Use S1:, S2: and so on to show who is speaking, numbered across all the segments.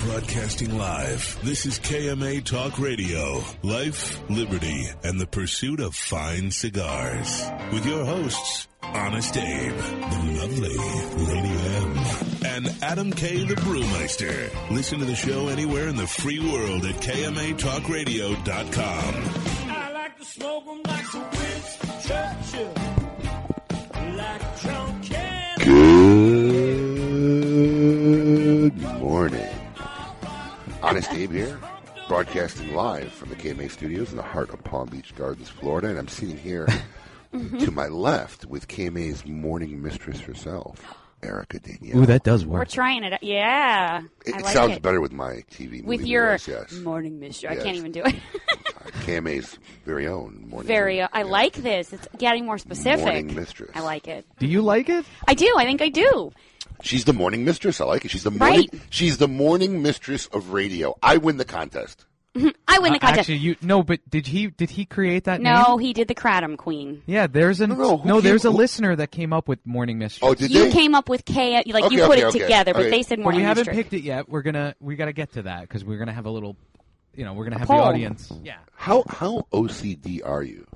S1: Broadcasting live. This is KMA Talk Radio. Life, liberty, and the pursuit of fine cigars. With your hosts, Honest Abe, the lovely Lady M, and Adam K. the Brewmeister. Listen to the show anywhere in the free world at KMATalkRadio.com.
S2: I like to smoke 'em like some Winston Churchill. Like John Kennedy.
S3: Good morning. Honest Abe here, broadcasting live from the KMA studios in the heart of Palm Beach Gardens, Florida. And I'm sitting here
S4: Mm-hmm.
S3: to my left with KMA's morning mistress herself, Erica Danielle.
S5: Ooh, that does
S4: We're
S5: work.
S4: trying it. Yeah,
S3: it
S4: I
S3: it
S4: like
S3: sounds
S4: it.
S3: better with my TV
S4: with
S3: movie
S4: your
S3: voice, yes.
S4: morning mystery.
S3: Yes.
S4: I can't even do it.
S3: KMA's very own morning
S4: Very. I
S3: yeah,
S4: like this. It's getting more specific.
S3: Morning mistress.
S4: I like it.
S5: Do you like it?
S4: I do. I think I do.
S3: She's the morning mistress. I like it. She's the morning.
S4: Right.
S3: She's the morning mistress of radio. I win the contest. Uh,
S4: I win the contest.
S5: Uh, Actually, you no, but did he did he create that
S4: no,
S5: name?
S4: he did the Kratom Queen.
S5: Yeah, there's an
S3: No, no,
S5: no,
S3: who
S5: there's
S3: came-
S5: a
S3: who-
S5: listener that came up with Morning Mistress.
S3: Oh, did
S4: you
S3: they?
S4: came up with K. Like
S3: Okay,
S4: you put
S3: okay,
S4: it
S3: okay.
S4: together,
S3: Okay.
S4: but they said
S5: but
S4: morning
S5: we haven't
S4: mystery.
S5: picked it yet. We're gonna we gotta get to that because we're gonna have a little, you know, we're gonna have the
S4: poll.
S5: audience. Yeah,
S3: How how OCD are you?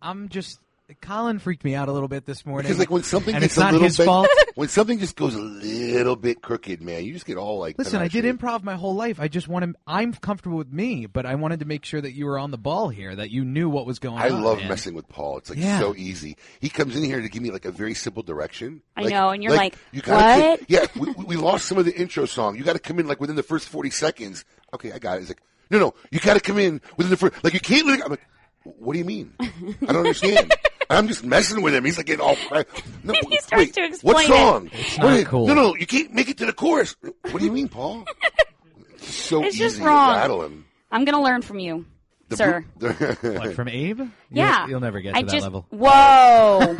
S5: I'm just Colin freaked me out a little bit this morning
S3: Because like when something
S5: and
S3: gets
S5: it's not
S3: a little
S5: his
S3: bit,
S5: fault.
S3: when something just goes a little bit crooked, man, you just get all like.
S5: Listen, I did
S3: improv.
S5: improv my whole life. I just want to. I'm comfortable with me, but I wanted to make sure that you were on the ball here, that you knew what was going
S3: I
S5: on.
S3: love
S5: man.
S3: messing with Paul. It's like
S5: Yeah.
S3: so easy. He comes in here to give me like a very simple direction.
S4: I
S3: Like-
S4: know, and you're like,
S3: you gotta
S4: "What?"
S3: take- yeah, we, we- we lost some of the intro song. You got to come in like within the first forty seconds. Okay, I got it. It's like, no, no, you got to come in within the first. Like you can't. Let it, I'm like, what do you mean? I don't understand. I'm just messing with him. He's like getting all. cra- No,
S4: He starts
S3: wait,
S4: to
S3: what
S4: explain
S3: song?
S5: not
S3: Wait,
S5: cool.
S3: No, no, you can't make it to the chorus. What do you mean, Paul? It's so
S4: It's
S3: easy
S4: just
S3: to
S4: wrong.
S3: rattle him.
S4: I'm gonna learn from you,
S3: The
S4: sir.
S3: bru-
S5: What, from Abe? You'll-
S4: yeah,
S5: you'll, never get to
S4: I
S5: that
S4: just,
S5: level.
S4: Whoa,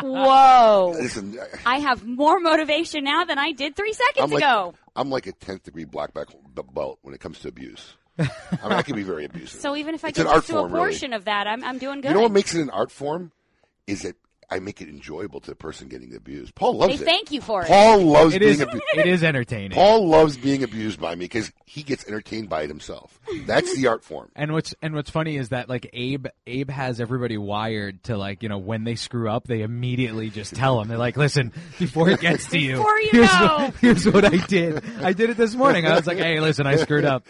S4: whoa!
S3: Listen, I-
S4: I have more motivation now than I did three seconds
S3: I'm like,
S4: ago.
S3: I'm like a tenth degree black back b- belt when it comes to abuse. I mean, I can be very abusive.
S4: So even if I
S3: It's
S4: get
S3: an art
S4: just to a
S3: form, really.
S4: portion of that, I'm, I'm doing good.
S3: you know what makes it an art form is that I make it enjoyable to the person getting abused. Paul
S4: they
S3: loves it.
S4: thank you for it.
S3: Paul loves
S5: It
S3: being
S5: is.
S3: abused.
S5: it is entertaining.
S3: Paul loves being abused by me because he gets entertained by it himself. That's the art form.
S5: And what's and what's funny is that like Abe Abe has everybody wired to like you know when they screw up they immediately just tell them they're like listen before it gets to you
S4: Before you
S5: here's,
S4: know."
S5: what, here's what I did I did it this morning I was like hey listen I screwed up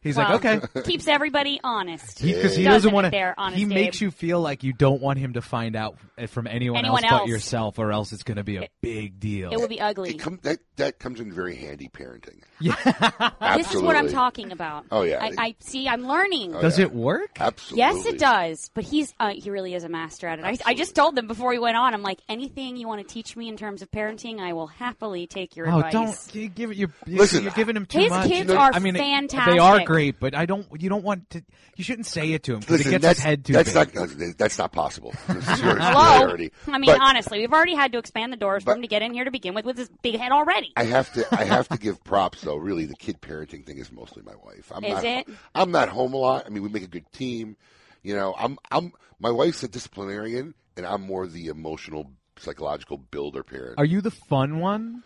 S5: he's
S4: Well,
S5: like okay
S4: Keeps everybody honest.
S5: because he,
S4: Does
S5: doesn't
S4: it
S5: want
S4: there,
S5: to
S4: honest
S5: he makes
S4: Abe.
S5: you feel like you don't want him to find out from anyone,
S4: Anyone
S5: else, but
S4: else.
S5: yourself or else it's going to be a big deal
S4: It will be ugly.
S3: It come, that that comes in very handy parenting.
S5: Yeah.
S3: Absolutely.
S4: This is what I'm talking about.
S3: Oh, yeah. Oh,
S4: I, I see. I'm learning.
S5: Oh, does it work
S3: Absolutely.
S4: Yes, it does. But he's uh, he really is a master at it. I, I just told them before we went on. I'm like, anything you want to teach me in terms of parenting, I will happily take your
S5: Oh,
S4: advice.
S5: don't you give it. You're, you-
S3: Listen,
S5: you're giving him too
S4: His
S5: much.
S4: kids are
S5: I mean, They
S4: fantastic.
S5: are great, but I don't. You don't want to. You shouldn't say it to him because it
S3: Listen,
S5: gets
S3: that's,
S5: his head too
S3: that's
S5: big.
S3: not listen, that's not possible.
S4: Hello.
S3: Hello.
S4: I mean, honestly, we've already had to expand the doors for him to get in here to begin with with his big head already.
S3: I have to I have to give props though. Really, the kid parenting thing is mostly my wife. I'm
S4: Is
S3: not
S4: it?
S3: I'm not home a lot. I mean, we make a good team. You know, I'm I'm my wife's a disciplinarian, and I'm more the emotional, psychological builder parent.
S5: Are you the fun one?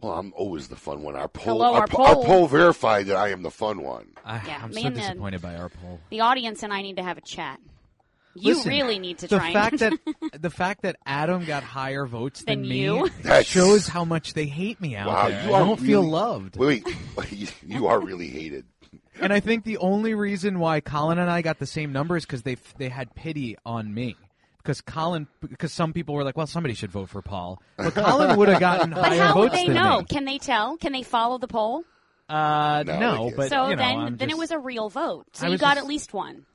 S3: well, I'm always the fun one. Our poll
S4: Hello,
S3: our,
S4: our
S3: po- our
S4: poll.
S3: poll verified that I am the fun one.
S5: I,
S4: Yeah,
S5: I'm
S4: me
S5: so
S4: and the-
S5: disappointed by our poll.
S4: the audience and I need to have a chat. You
S5: Listen,
S4: really need to
S5: the
S4: try.
S5: fact
S4: and-
S5: that the fact that Adam got higher votes than,
S4: Than
S5: me
S4: you?
S3: That's-
S5: shows how much they hate me out
S3: Wow,
S5: there.
S3: you
S5: I
S3: are
S5: don't feel
S3: really-
S5: loved.
S3: Wait, wait, you are really hated.
S5: And I think the only reason why Colin and I got the same number is because they they had pity on me. Because Colin, because some people were like, "Well, somebody should vote for Paul," but Colin would have gotten
S4: but
S5: higher
S4: how would
S5: votes
S4: they
S5: than
S4: know?
S5: me.
S4: Can they tell? Can they follow the poll?
S5: Uh,
S3: No,
S5: no,
S3: I guess.
S5: but
S4: So
S5: you know,
S4: then,
S5: I'm
S4: then it
S5: just-
S4: was a real vote. So
S5: I
S4: you
S5: was
S4: got
S5: just-
S4: at least one.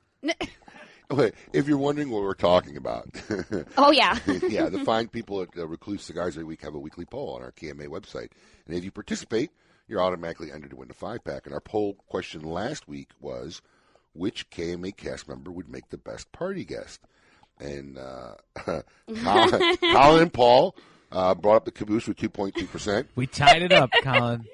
S3: Wait, If you're wondering what we're talking about,
S4: Oh yeah.
S3: yeah, the fine people at uh, Recluse Cigars every week have a weekly poll on our KMA website. And if you participate, you're automatically entered to win the five pack. And our poll question last week was which KMA cast member would make the best party guest? And uh, Colin, Colin and Paul uh, brought up the caboose with 2.2%.
S5: we tied it up, Colin.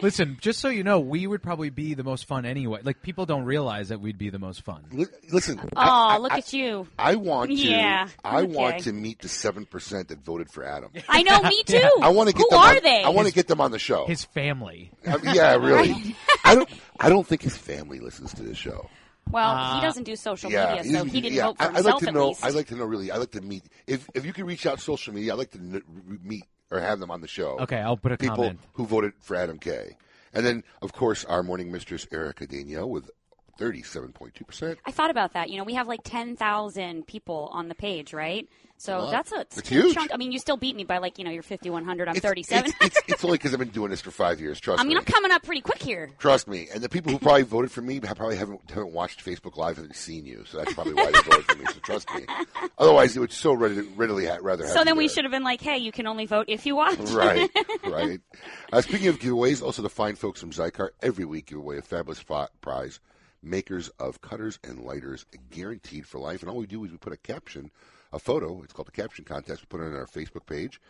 S5: Listen, just so you know, we would probably be the most fun anyway. Like people don't realize that we'd be the most fun.
S3: Li- listen.
S4: Oh,
S3: I, I-
S4: look
S3: I-
S4: at you.
S3: I want to.
S4: Yeah,
S3: I want
S4: okay.
S3: to meet the seven percent that voted for Adam.
S4: I know, me too.
S3: I want to get
S4: Who
S3: them.
S4: are
S3: on,
S4: they?
S3: I want to get them on the show.
S5: His family.
S3: I mean, yeah, really. I don't. I don't think his family listens to this show.
S4: well,
S5: Uh,
S4: he doesn't do social
S3: Yeah,
S4: media, so he didn't vote for
S3: I, would
S4: himself
S3: like to
S4: at
S3: know.
S4: least.
S3: I'd like to know. Really, I'd like to meet. If if you can reach out social media, I'd like to kn- meet or have them on the show.
S5: Okay, I'll put a
S3: people
S5: comment.
S3: who voted for Adam Kay, and then of course our morning mistress Erica Danielle with thirty-seven point two percent.
S4: I thought about that. You know, we have like 10,000 people on the page, right? So
S3: Wow.
S4: that's a,
S3: That's
S4: it's a good
S3: huge.
S4: chunk. I mean, you still beat me by like, you know, you're 5,100. I'm 37.
S3: It's, it's, it's only because I've been doing this for five years. Trust
S4: I mean,
S3: me.
S4: I'm coming up pretty quick here.
S3: Trust me, and the people who probably voted for me probably haven't haven't watched Facebook Live, haven't seen you, so that's probably why they voted for me. So trust me. Otherwise, they would so readily, readily ha- rather. have
S4: So
S3: you
S4: then we
S3: there.
S4: should have been like, hey, you can only vote if you watch.
S3: Right, right. Uh, speaking of giveaways, also the fine folks from Zycar every week give away a fabulous fi- prize. Makers of cutters and lighters, guaranteed for life. And all we do is we put a caption, a photo. It's called the caption contest. We put it on our Facebook page.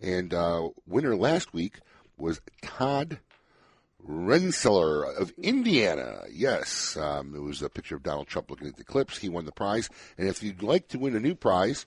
S3: And uh, winner last week was Todd Rensselaer of Indiana. Yes, um, it was a picture of Donald Trump looking at the clips. He won the prize. And if you'd like to win a new prize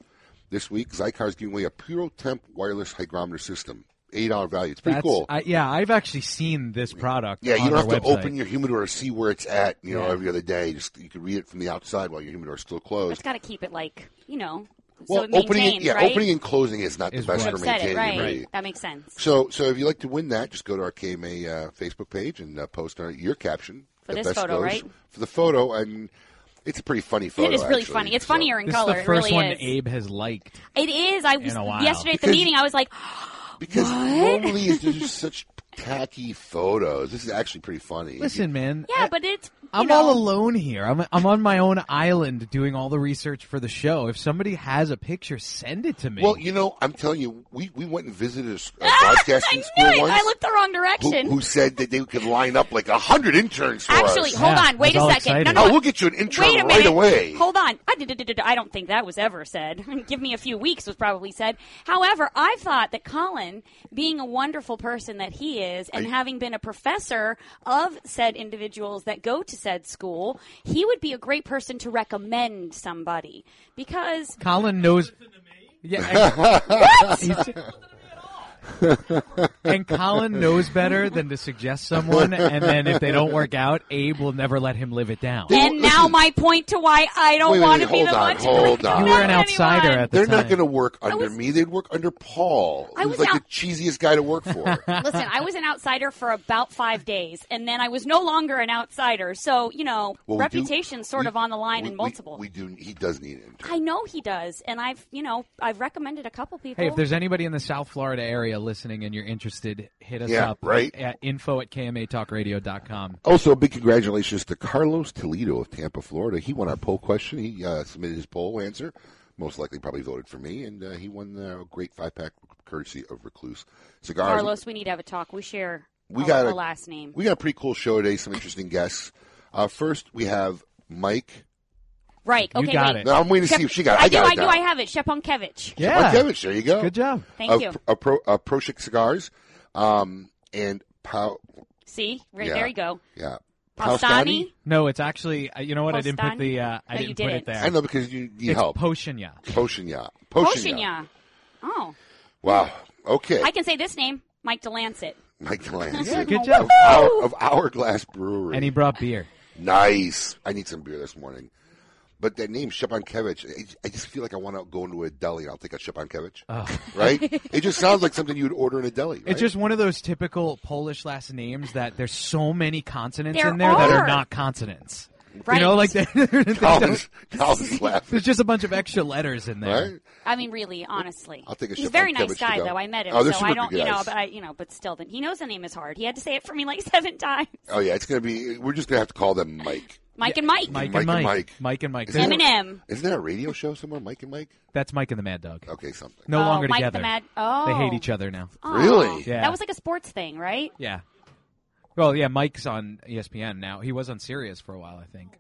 S3: this week, Zycar's giving away a PuroTemp wireless hygrometer system. $8 value. It's pretty
S5: That's,
S3: cool.
S5: I, yeah, I've actually seen this product.
S3: yeah, you
S5: on
S3: don't have
S5: their
S3: to
S5: website.
S3: open your humidor to see where it's at, you know,
S5: Yeah.
S3: every other day. Just You can read it from the outside while your humidor is still closed.
S4: It's got to keep it like, you know, so
S3: well,
S4: it maintains,
S3: opening it, yeah,
S4: right?
S3: opening and closing is not
S5: Is
S3: the best
S5: what-
S3: for
S4: I've said
S3: maintaining
S4: it, right.
S3: your read.
S4: That makes sense.
S3: So, so if you'd like to win that, just go to our KMA uh, Facebook page and uh, post our, your caption
S4: For
S3: that
S4: this
S3: best
S4: photo,
S3: goes-
S4: right?
S3: For the photo, and it's a pretty funny photo.
S4: it is really
S3: actually.
S4: funny. It's
S3: So-
S4: funnier in
S5: This
S4: color.
S5: is the first
S4: it really
S5: one
S4: is.
S5: Abe has liked.
S4: It is. I was
S5: a while.
S4: yesterday at the
S3: Because-
S4: meeting. I was like,
S3: because
S4: What?
S3: normally it's just such tacky photos. This is actually pretty funny.
S5: Listen, man.
S4: yeah, "Ah, but it's. you
S5: I'm
S4: know,
S5: all alone here. I'm I'm on my own island doing all the research for the show. If somebody has a picture, send it to me.
S3: Well, you know, I'm telling you, we, we went and visited a, s- a broadcasting
S4: I knew
S3: school
S4: it.
S3: once
S4: I looked the wrong
S3: who,
S4: direction.
S3: who said that they could line up like a hundred interns for
S4: Actually,
S3: us.
S4: hold
S5: Yeah,
S4: on. Wait
S5: I
S4: a
S5: was all
S4: second. No,
S5: excited.
S4: no,
S3: Oh, we'll get you an intern
S4: Wait a minute.
S3: right away.
S4: Hold on. I, did- did- did- I don't think that was ever said. Give me a few weeks was probably said. However, I thought that Colin, being a wonderful person that he is, and having been a professor of said individuals that go to said school, he would be a great person to recommend somebody because
S5: Colin knows. Yeah, and, He's- and Colin knows better than to suggest someone, and then if they don't work out, Abe will never let him live it down.
S3: They-
S5: You
S4: And
S3: Listen.
S4: now my point to why I don't
S3: Wait, wait,
S4: want
S3: wait,
S4: to be
S3: hold
S4: the
S3: on,
S4: one to
S3: hold on.
S4: recommend
S3: You
S5: were an outsider
S4: anyone.
S5: at the
S3: They're
S5: time.
S3: not going to work under
S4: was-
S3: me. They'd work under Paul,
S4: I
S3: who's
S4: was
S3: like
S4: out-
S3: the cheesiest guy to work for.
S4: Listen, I was an outsider for about five days, and then I was no longer an outsider. So you know,
S3: Well, we do-
S4: reputation's sort
S3: we-
S4: of on the line
S3: we-
S4: in
S3: we-
S4: multiple.
S3: We, do. He does need an intern.
S4: I know he does, and I've you know I've recommended a couple people.
S5: Hey, if there's anybody in the South Florida area listening and you're interested, hit us
S3: Yeah,
S5: up
S3: right. Oh.
S5: at info at kmatalkradio.com.
S3: Also, big congratulations to Carlos Toledo of Tampa, Florida. He won our poll question. He uh, submitted his poll answer. Most likely, probably voted for me, and uh, he won the great five pack courtesy of Recluse Cigars.
S4: Carlos, we need to have a talk. We share
S3: we
S4: our,
S3: got
S4: our
S3: a
S4: last name.
S3: We got a pretty cool show today. Some interesting guests. Uh, first, we have Mike.
S4: right?
S5: You
S4: Okay,
S5: got
S4: wait.
S5: it.
S3: Now, I'm waiting to see if she got. It.
S4: I,
S3: I,
S4: do.
S3: got
S4: I
S3: it
S4: do.
S3: down.
S4: I have it. Shepunkevich.
S5: Yeah.
S3: Markevich, there you go.
S5: Good job.
S4: Thank
S3: of,
S4: you.
S3: Of Pro, of Proshik Cigars, um, and Pau.
S4: See, right
S3: Yeah.
S4: there you go.
S3: Yeah,
S4: Paustani.
S5: No, it's actually, uh, you know what? I didn't put
S4: Postani?
S5: the, uh, I
S4: No, you
S5: didn't put it
S4: didn't.
S3: I
S5: there.
S3: know because you need
S5: It's
S3: help.
S5: Poshinya.
S3: Poshinya.
S4: Poshinya. Oh,
S3: Wow. Okay.
S4: I can say this name, Mike DeLancet.
S3: Mike Lance
S5: Yeah,
S3: of,
S5: good job.
S3: Hour, of Hourglass Brewery.
S5: And he brought beer.
S3: nice. I need some beer this morning. But that name Shepankevich, I- I just feel like I want to go into a deli and I'll take a Shepankevich. Right? it just sounds like something you'd order in a deli. Right?
S5: It's just one of those typical Polish last names that there's so many consonants
S4: There
S5: in there that
S4: are.
S5: are not consonants.
S4: Right.
S5: You know, like there's
S3: Colin's, Colin's laughing.
S5: just a bunch of extra letters in there.
S3: Right?
S4: I mean, really, honestly,
S3: I'll take a
S4: he's a
S3: shot
S4: very
S3: on
S4: nice
S3: cabbage
S4: guy,
S3: to go.
S4: though. I met him,
S3: Oh, they're
S4: so
S3: super
S4: I don't,
S3: good
S4: you know,
S3: guys.
S4: but I, you know, but still, he knows the name is hard. He had to say it for me like seven times.
S3: Oh, yeah. It's going to be, we're just going to have to call them Mike.
S4: Mike and
S5: Mike,
S4: Mike,
S3: Mike and
S5: and Mike.
S3: Mike.
S5: Mike and Mike.
S3: Is
S5: There's-
S3: that-
S4: Eminem.
S3: Isn't there a radio show somewhere? Mike and Mike?
S5: That's Mike and the Mad Dog.
S3: Okay, something.
S5: No
S4: Oh,
S5: longer
S4: Mike the
S5: together.
S4: Mad- oh.
S5: They hate each other now.
S4: Aw.
S3: Really?
S5: Yeah.
S4: That was like a sports thing, right?
S5: Yeah. Well, yeah, Mike's on E ESPN now. He was on Sirius for a while, I think.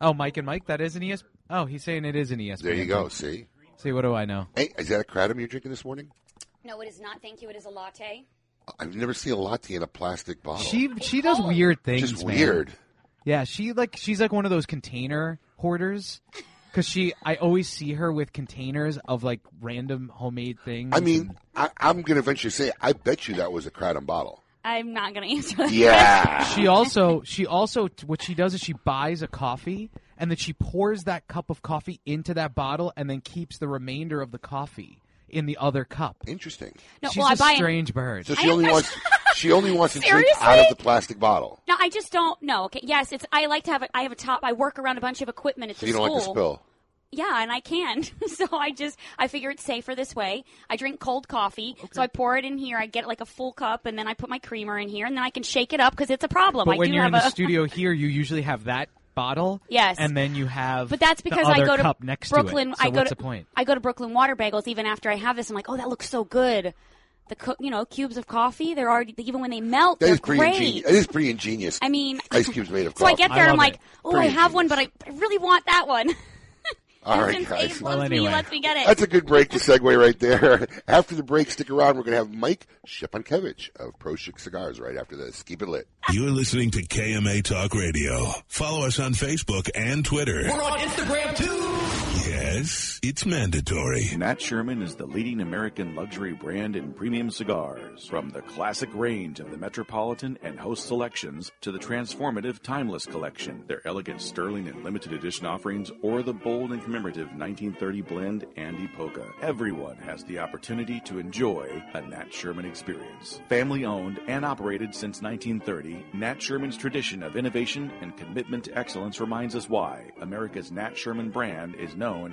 S5: Oh, Mike and Mike, that is an ESPN. Oh, he's saying it is an ESPN.
S3: There you go. See?
S5: See, what do I know?
S3: Hey, is that a kratom you're drinking this morning?
S4: No, it is not. Thank you. It is a latte.
S6: I've never seen a latte in a plastic bottle.
S5: She she does
S4: Oh.
S5: weird things.
S6: just
S5: man.
S6: weird.
S5: Yeah, she like she's like one of those container hoarders. Cause she, I always see her with containers of like random homemade things.
S6: I mean, I, I'm going to venture to say, I bet you that was a Kratom bottle.
S4: I'm not going to answer that.
S6: Yeah.
S5: she also she also what she does is she buys a coffee and then she pours that cup of coffee into that bottle and then keeps the remainder of the coffee in the other cup.
S6: Interesting.
S4: No,
S5: She's
S4: well, I
S5: a
S4: buy an
S5: strange bird.
S6: So she only wants she only wants to drink
S4: Seriously?
S6: out of the plastic bottle.
S4: No, I just don't know. Okay, yes, it's. I like to have. A, I have a top. I work around a bunch of equipment at
S6: So
S4: the
S6: you don't
S4: school.
S6: like to spill.
S4: Yeah, and I can. so I just. I figure it's safer this way. I drink cold coffee, so I pour it in here. I get like a full cup, and then I put my creamer in here, and then I can shake it up because it's a problem.
S5: but
S4: I
S5: when
S4: do
S5: you're in
S4: have
S5: the
S4: a.
S5: studio here, you usually have that bottle.
S4: Yes.
S5: and then you have.
S4: But that's
S5: the
S4: because I
S5: other
S4: go to
S5: cup next
S4: Brooklyn.
S5: To it. So
S4: I go
S5: what's
S4: to
S5: the point?
S4: I go to Brooklyn Water Bagels even after I have this. I'm like, oh, that looks so good. The co- you know cubes of coffee. They're already even when they melt.
S6: That
S4: Oh, they're
S6: is pretty
S4: great.
S6: ingenious. That is pretty ingenious.
S4: I mean,
S6: Ice cubes made of
S4: so I
S6: coffee.
S4: get there.
S5: I
S4: I'm
S5: love
S4: like,
S5: it.
S4: oh,
S6: Pretty
S4: I have one, but I
S6: ingenious.
S4: I really want that one.
S6: All right,
S4: Since
S6: guys.
S4: Abe loves
S5: Well,
S4: me,
S5: anyway.
S4: he lets me get it.
S6: That's a good break to segue right there. After the break, stick around. We're going to have Mike Shepankevich of Proshik Cigars right after this. Keep it lit.
S1: You're listening to KMA Talk Radio. Follow us on Facebook and Twitter.
S7: We're on Instagram too.
S1: Yes, it's mandatory.
S8: Nat Sherman is the leading American luxury brand in premium cigars. From the classic range of the Metropolitan and Host selections to the transformative Timeless collection, their elegant sterling and limited edition offerings, or the bold and commemorative 1930 blend Andy Polka. Everyone has the opportunity to enjoy a Nat Sherman experience. Family owned and operated since 1930, Nat Sherman's tradition of innovation and commitment to excellence reminds us why America's Nat Sherman brand is known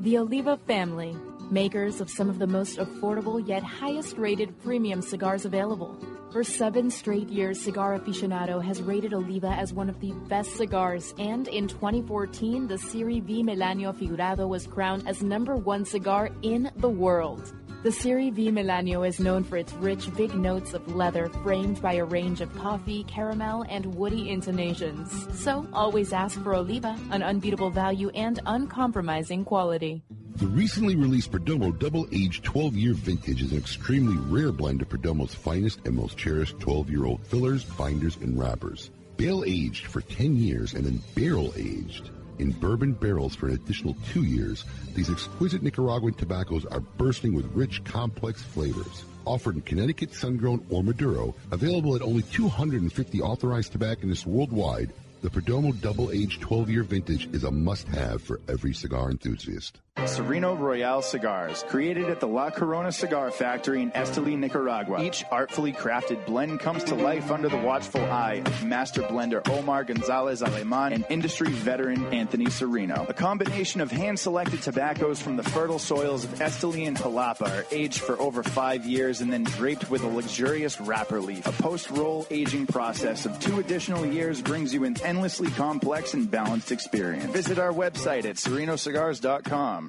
S9: The Oliva family, makers of some of the most affordable yet highest rated premium cigars available. For seven straight years, Cigar Aficionado has rated Oliva as one of the best cigars, and in 2014, the Siri V Melanio Figurado was crowned as number one cigar in the world. The Siri V Melanio is known for its rich, big notes of leather framed by a range of toffee, caramel, and woody intonations. So always ask for Oliva, an unbeatable value and uncompromising quality.
S3: The recently released Perdomo Double Aged 12 Year Vintage is an extremely rare blend of Perdomo's finest and most cherished 12 year old fillers, binders, and wrappers. Bale aged for 10 years and then barrel aged in bourbon barrels for an additional two years, these exquisite Nicaraguan tobaccos are bursting with rich, complex flavors. Offered in Connecticut, Sungrown, or Maduro, available at only 250 authorized tobacconists worldwide, the Perdomo Double Aged 12 Year Vintage is a must have for every cigar enthusiast.
S8: Sereno Royale cigars, created at the La Corona Cigar Factory in Esteli, Nicaragua. Each artfully crafted blend comes to life under the watchful eye of master blender Omar Gonzalez Aleman and industry veteran Anthony Sereno. A combination of hand-selected tobaccos from the fertile soils of Esteli and Jalapa are aged for over five years and then draped with a luxurious wrapper leaf. A post-roll aging process of two additional years brings you an endlessly complex and balanced experience. Visit our website at serenocigars.com.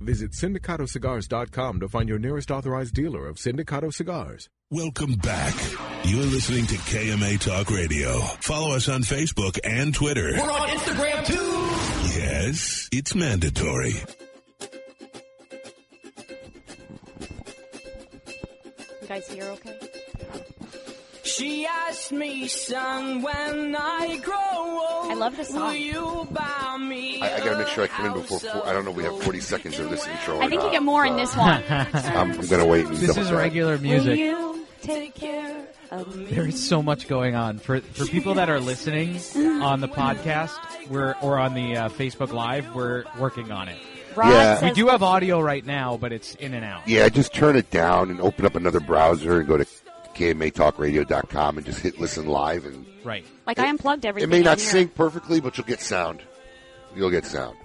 S10: Visit syndicatocigars.com to find your nearest authorized dealer of Sindicato cigars.
S1: Welcome back. You're listening to KMA Talk Radio. Follow us on Facebook and Twitter.
S11: We're on Instagram too.
S1: Yes, it's mandatory.
S4: You guys here okay?
S2: She asked me, son, when I grow old,
S4: I love this
S2: will
S4: song.
S2: you buy me?
S3: I, I gotta make sure I come in before. Four, I don't know. if We have 40 seconds of this intro.
S4: I
S3: or
S4: think you
S3: not.
S4: get more in this one.
S3: I'm gonna wait. And
S5: This
S3: double
S5: is
S3: check.
S5: regular
S4: Will
S5: music.
S4: you take care of me?
S5: There is so much going on for for people that are listening on the podcast. We're or on the uh, Facebook Live. We're working on it.
S4: Rod
S3: Yeah.
S4: says
S5: We do have audio right now, but it's in and out.
S3: Yeah, just turn it down and open up another browser and go to kmatalkradio.com and just hit listen live. And
S5: Right.
S4: Like I unplugged
S3: it
S4: everything.
S3: may not
S4: on here.
S3: sync perfectly, but you'll get sound. You'll get sound.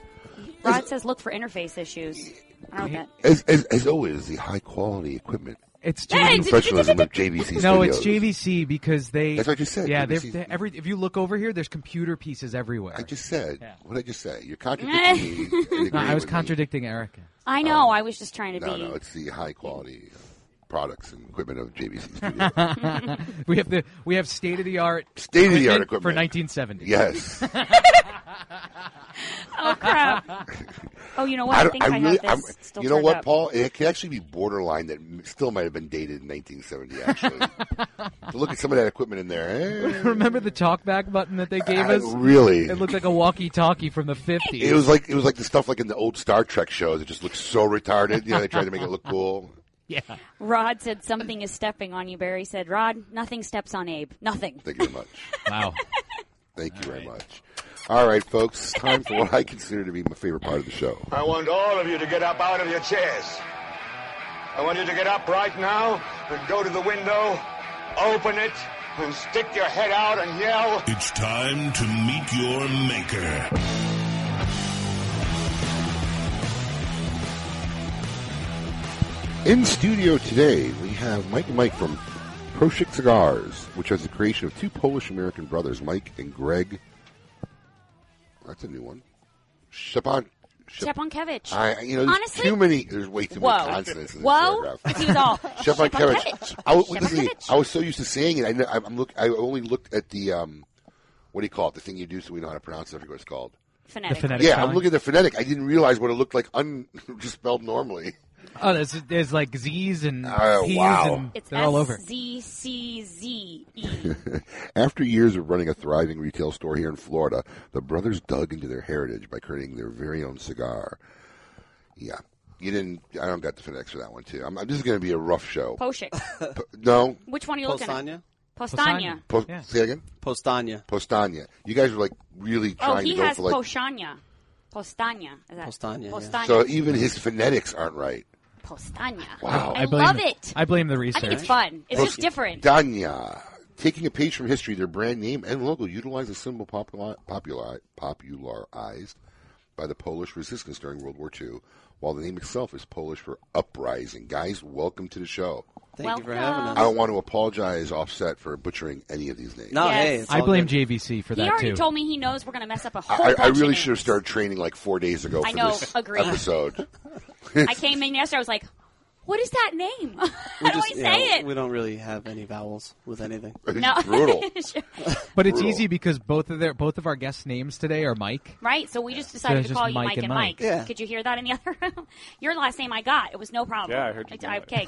S4: Rod says look for interface issues. I don't know what
S3: As, as, as always, the high quality equipment,
S5: It's
S4: that. Hey,
S5: JVC.
S3: professionalism of JVC.
S5: No, it's
S3: Studios.
S5: JVC because they.
S3: That's what I just said,
S5: Yeah, they're,
S3: JVC.
S5: they're- every if you look over here, there's computer pieces everywhere.
S3: I just said.
S5: Yeah.
S3: What did I just say? You're contradicting me. and
S5: No,
S3: agreeing
S5: I was
S3: with me.
S5: contradicting Erica.
S4: I know. I was just trying to
S3: Oh. No,
S4: be.
S3: no, it's the high quality uh, products and equipment of JVC Studios.
S5: We have the we have state of the art
S3: State of the art
S5: for
S3: equipment.
S5: 1970.
S3: yes.
S4: Oh crap! oh, you know what? I, think I,
S3: really-
S4: have this.
S3: I'm-
S4: still
S3: you know
S4: turned
S3: what,
S4: up.
S3: Paul? It could actually be borderline that m- still might have been dated in 1970. Actually, But look at some of that equipment in there. Eh,
S5: Remember the talkback button that they gave
S3: I-
S5: us?
S3: really?
S5: It looked like a walkie-talkie from the 50s.
S3: It was like it was like the stuff like in the old Star Trek shows. It just looked so retarded. You know, they tried to make it look cool.
S5: yeah.
S4: Rod said something is stepping on you. Barry said, "Rod, nothing steps on Abe. Nothing."
S3: Thank you very much.
S5: Wow.
S3: Thank you very much. All right, folks, time for what I consider to be my favorite part of the show.
S9: I want all of you to get up out of your chairs. I want you to get up right now and go to the window, open it, and stick your head out and yell.
S1: It's time to meet your maker.
S3: In studio today, we have Mike and Mike from Proshik Cigars, which is the creation of two Polish American brothers, Mike and Greg. That's a new one. Stepan. Shep-
S4: Stepankevich.
S3: I, you know, there's
S4: Honestly,
S3: too many. There's way too
S4: whoa,
S3: many consonants in this
S4: whoa,
S3: paragraph.
S4: he was all
S3: Stepankevich. I, w- listen to me,
S4: Stepankevich.
S3: I was so used to saying it. I, know, I'm I'm look. I only looked at the um, what do you call it? The thing you do so we know how to pronounce it. I forget what it's called.
S4: Phonetic.
S5: phonetic-
S3: yeah, I'm
S5: spelling?
S3: looking at the phonetic. I didn't realize what it looked like, un just spelled normally.
S5: Oh, there's, there's like Z's and
S3: Oh,
S5: P's
S3: wow.
S5: and
S4: It's
S5: they're all over.
S4: Z C Z E.
S3: After years of running a thriving retail store here in Florida, the brothers dug into their heritage by creating their very own cigar. Yeah. You didn't. I don't got the FedEx for that one too. I'm, this is going to be a rough show.
S4: Poshik.
S3: no,
S4: Which one are you looking
S12: Postanya?
S4: at? Postanya.
S3: Post,
S5: Yeah.
S3: say again.
S12: Postanya.
S3: Postanya. You guys were like really
S4: Oh,
S3: trying
S4: he
S3: to go
S4: has
S3: for like.
S4: Postanya. Postanya. Is that-
S12: Postanya, yeah.
S4: Postanya.
S3: so even his phonetics aren't right.
S4: Postanya.
S3: Wow. Oh.
S4: I,
S5: I blame
S4: love
S5: the-
S4: it.
S5: I blame the
S4: I
S5: research.
S4: think it's fun. It's just different.
S3: Danya. Taking a page from history, their brand name and logo utilize a symbol populi- populi- popularized by the Polish resistance during World War II, while the name itself is Polish for uprising. Guys, welcome to the show.
S12: Thank you for
S4: Welcome.
S12: having
S3: I
S12: us.
S3: don't want to apologize, Offset, for butchering any of these names.
S12: No,
S4: Yes.
S12: hey, it's
S5: I
S12: all
S5: blame
S12: good.
S5: JVC for
S4: He
S5: that
S4: already
S5: too.
S4: told me he knows we're going to mess up a whole
S3: I,
S4: bunch
S3: I really should
S4: of
S3: have
S4: names.
S3: started training like four days ago for
S4: I know,
S3: this
S4: agreed.
S3: episode.
S4: I came in yesterday. I was like, "What is that name?
S12: We
S4: How do I
S12: just-
S4: say
S12: yeah,
S4: it?"
S12: We don't really have any vowels with anything.
S3: It's
S4: No.
S3: brutal.
S5: But it's
S3: Brutal.
S5: easy because both of their both of our guests' names today are Mike.
S4: Right, so we just decided
S5: There's
S4: to
S5: just
S4: call you
S5: Mike
S4: Mike
S5: and
S4: and Mike.
S5: Mike.
S12: Yeah.
S4: Could you hear that in the other room? Your last name I got. It was no problem.
S13: Yeah, I heard you do
S4: okay,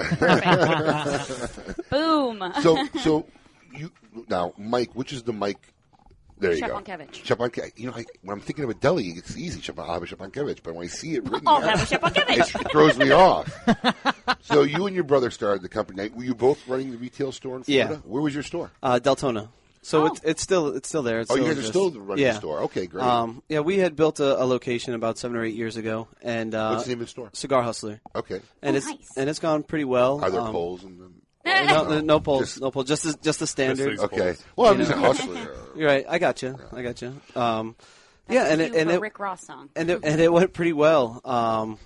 S4: perfect. Boom.
S3: So, so you now, Mike, which is the Mike? There you go.
S4: Stepankevich.
S3: Stepankevich. You know, I, when I'm thinking of a deli, it's easy. Stepan- I'll have a Stepankevich, but when I see it written,
S4: I'll
S3: out,
S4: have a Stepankevich.
S3: it's- it throws me off. so, you and your brother started the company. Were you both running the retail store in Florida?
S12: Yeah.
S3: Where was your store?
S12: Uh, Deltona. So
S4: Oh.
S12: it's it's still it's still there. It's
S3: Oh, you
S12: still
S3: guys are
S12: just-
S3: still running
S12: yeah.
S3: the store. Okay, great.
S12: Um, yeah, we had built a, a location about seven or eight years ago, and uh,
S3: What's the name of the store?
S12: Cigar Hustler.
S3: Okay.
S12: And
S4: Oh,
S12: it's
S4: nice.
S12: and it's gone pretty well.
S3: Are there
S12: Um,
S3: poles in them?
S12: no, no polls, no polls. Just the, just the standard.
S3: these Okay. polls. Well, I'm
S12: You
S3: just
S12: know?
S3: a hustler.
S12: You're right. I got you. I got you. Um, yeah,
S4: That's
S12: and
S4: a
S12: it,
S4: cue
S12: and
S4: for
S12: it,
S4: Rick Ross song.
S12: and it, and it went pretty well. Um,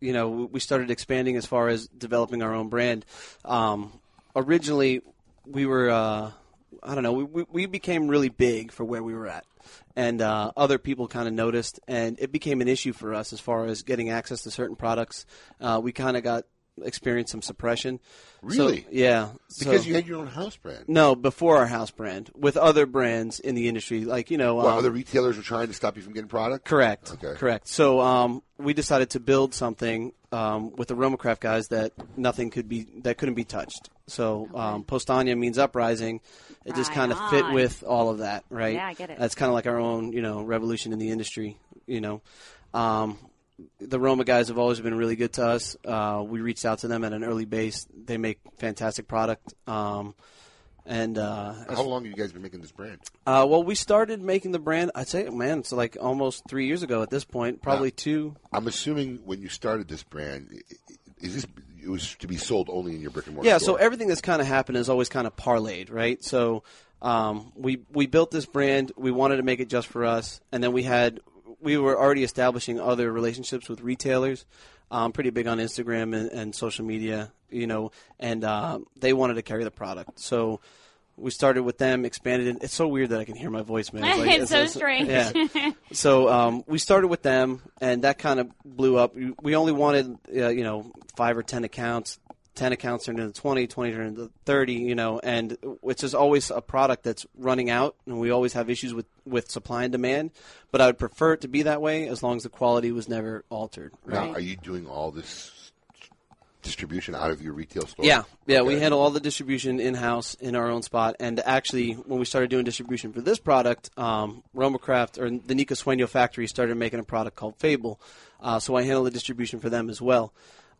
S12: you know, we we started expanding as far as developing our own brand. Um, originally, we were uh, I don't know we, we we became really big for where we were at, and uh, other people kind of noticed, and it became an issue for us as far as getting access to certain products. Uh, we kind of got experienced some suppression. So-
S3: Really?
S12: yeah.
S3: Because
S12: so-
S3: you had your own house brand.
S12: No, before our house brand, with other brands in the industry, like you know,
S3: Well,
S12: um,
S3: other retailers were trying to stop you from getting product.
S12: Correct.
S3: Okay.
S12: Correct. So um, we decided to build something um, with the Romacraft guys that nothing could be that couldn't be touched. So um, Postania means uprising. It just
S14: Right
S12: kind of fit
S14: on.
S12: with all of that, right?
S14: Yeah, I get it.
S12: That's kind of like our own, you know, revolution in the industry. You know, um, the Roma guys have always been really good to us. Uh, we reached out to them at an early base. They make fantastic product. Um, and uh,
S3: How long have you guys been making this brand?
S12: uh, well, we started making the brand. I'd say, man, it's like almost three years ago at this point. Probably
S3: Now,
S12: two.
S3: I'm assuming when you started this brand, i- i- is this it was to be sold only in your brick and mortar?
S12: Yeah. So
S3: store?
S12: everything that's kind of happened is always kind of parlayed, right? So um, we we built this brand. We wanted to make it just for us, and then we had we were already establishing other relationships with retailers. Um, pretty big on Instagram and, and social media, you know, and uh, they wanted to carry the product. So we started with them, expanded it. It's so weird that I can hear my voice, man. It's like-
S4: It's so strange.
S12: yeah. so um, we started with them, and that kind of blew up. We- We only wanted, uh, you know, five or ten accounts. Ten accounts turned into 20, 20 turned into 30, you know, and it's just always a product that's running out, and we always have issues with, with supply and demand. But I would prefer it to be that way as long as the quality was never altered.
S3: Now, are you doing all this distribution out of your retail store?
S12: Yeah, yeah, we
S3: Okay.
S12: handle all the distribution in house in our own spot. And actually, when we started doing distribution for this product, um, Romacraft or the Nico Sueño factory started making a product called Fable. Uh, so I handle the distribution for them as well.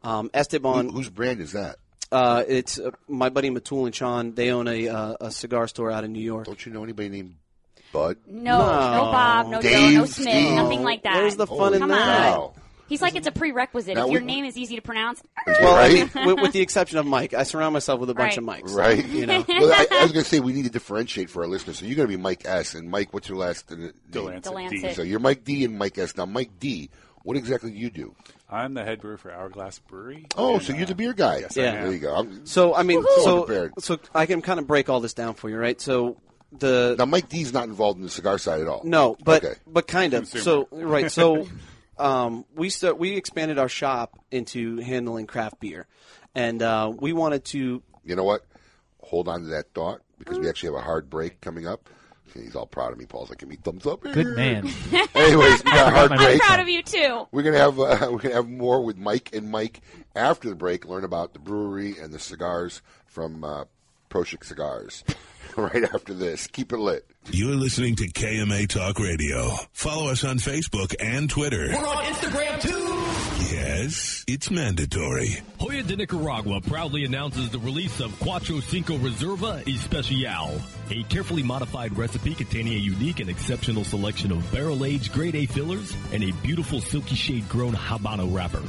S12: Um, Esteban,
S3: Who- whose brand is that?
S12: Uh, it's uh, my buddy Matul and Sean. They own a, uh, a cigar store out in New York.
S3: Don't you know anybody named Bud?
S4: No, no, Bob, no Joe, no Smith, nothing like that.
S12: There's the fun in
S4: Come
S12: that.
S4: on. He's like it's a prerequisite.
S12: Now
S4: if
S12: we-
S4: your name is easy to pronounce,
S12: Well, I
S3: Right?
S12: mean, with, with the exception of Mike, I surround myself with a bunch of Mikes.
S3: Right.
S12: You know.
S3: well, I, I was going to say we need to differentiate for our listeners. So you're going to be Mike S. And Mike, what's your last uh, name?
S15: Delancet D. D.
S3: So you're Mike D. and Mike S. Now, Mike D. What exactly do you do?
S15: I'm the head brewer for Hourglass Brewery.
S3: Oh,
S15: and,
S3: so
S15: uh,
S3: you're the beer guy.
S15: yes, I
S12: Yeah.
S15: am.
S3: There you go. I'm,
S12: So I mean,
S3: Woohoo!
S12: so,
S3: Prepared.
S12: so I can kind of break all this down for you, right? So the
S3: now Mike D's not involved in the cigar side at all.
S12: No, but
S3: Okay.
S12: but kind of.
S3: Consumer.
S12: So right, so um, we st- we expanded our shop into handling craft beer, and uh, we wanted to.
S3: You know what? Hold on to that thought because we actually have a hard break coming up. He's all proud of me. Paul's like, give me thumbs up.
S5: Good man.
S3: Anyways, we got a hard
S4: I'm
S3: break.
S4: proud of you too.
S3: We're gonna have uh, we're gonna have more with Mike and Mike after the break. Learn about the brewery and the cigars from uh, Proshik Cigars. right after this, keep it lit.
S1: You're listening to KMA Talk Radio. Follow us on Facebook and Twitter.
S11: We're on Instagram too.
S1: Yes, it's mandatory.
S16: Hoya de Nicaragua proudly announces the release of Cuatro Cinco Reserva Especial, a carefully modified recipe containing a unique and exceptional selection of barrel-aged grade A fillers and a beautiful silky shade grown Habano wrapper.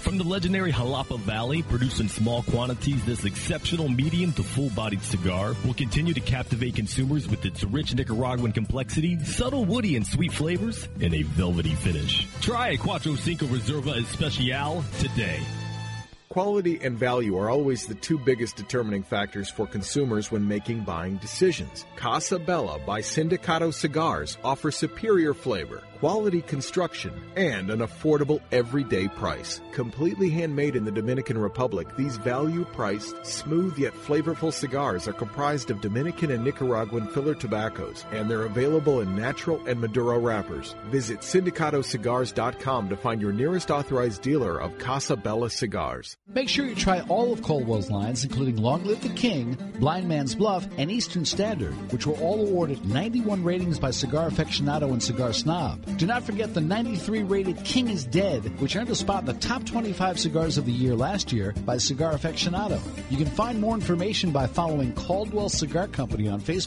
S16: From the legendary Jalapa Valley, produced in small quantities, this exceptional medium to full-bodied cigar will continue to captivate consumers with its rich Nicaraguan complexity, subtle woody and sweet flavors, and a velvety finish. Try a Cuatro Cinco Reserva Especial today.
S10: Quality and value are always the two biggest determining factors for consumers when making buying decisions. Casa Bella by Sindicato Cigars offer superior flavor, quality construction, and an affordable everyday price. Completely handmade in the Dominican Republic, these value priced, smooth yet flavorful cigars are comprised of Dominican and Nicaraguan filler tobaccos, and they're available in natural and Maduro wrappers. Visit syndicatocigars.com to find your nearest authorized dealer of Casa Bella cigars.
S17: Make sure you try all of Caldwell's lines, including Long Live the King, Blind Man's Bluff, and Eastern Standard, which were all awarded 91 ratings by Cigar Aficionado and Cigar Snob. Do not forget the 93 rated King is Dead, which earned a spot in the top 25 cigars of the year last year by Cigar Aficionado. You can find more information by following Caldwell Cigar Company on Facebook.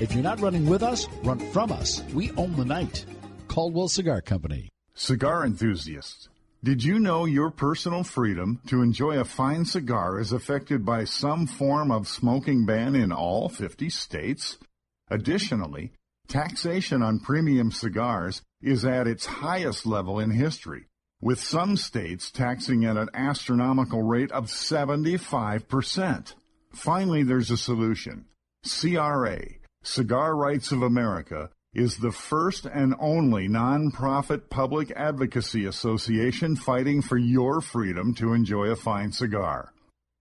S17: If you're not running with us, run from us. We own the night. Caldwell Cigar Company.
S18: Cigar enthusiast.
S19: Did you know your personal freedom to enjoy a fine cigar is affected by some form of smoking ban in all 50 states? Additionally, taxation on premium cigars is at its highest level in history, with some states taxing at an astronomical rate of 75%. Finally, there's a solution. CRA, Cigar Rights of America, is the first and only nonprofit public advocacy association fighting for your freedom to enjoy a fine cigar.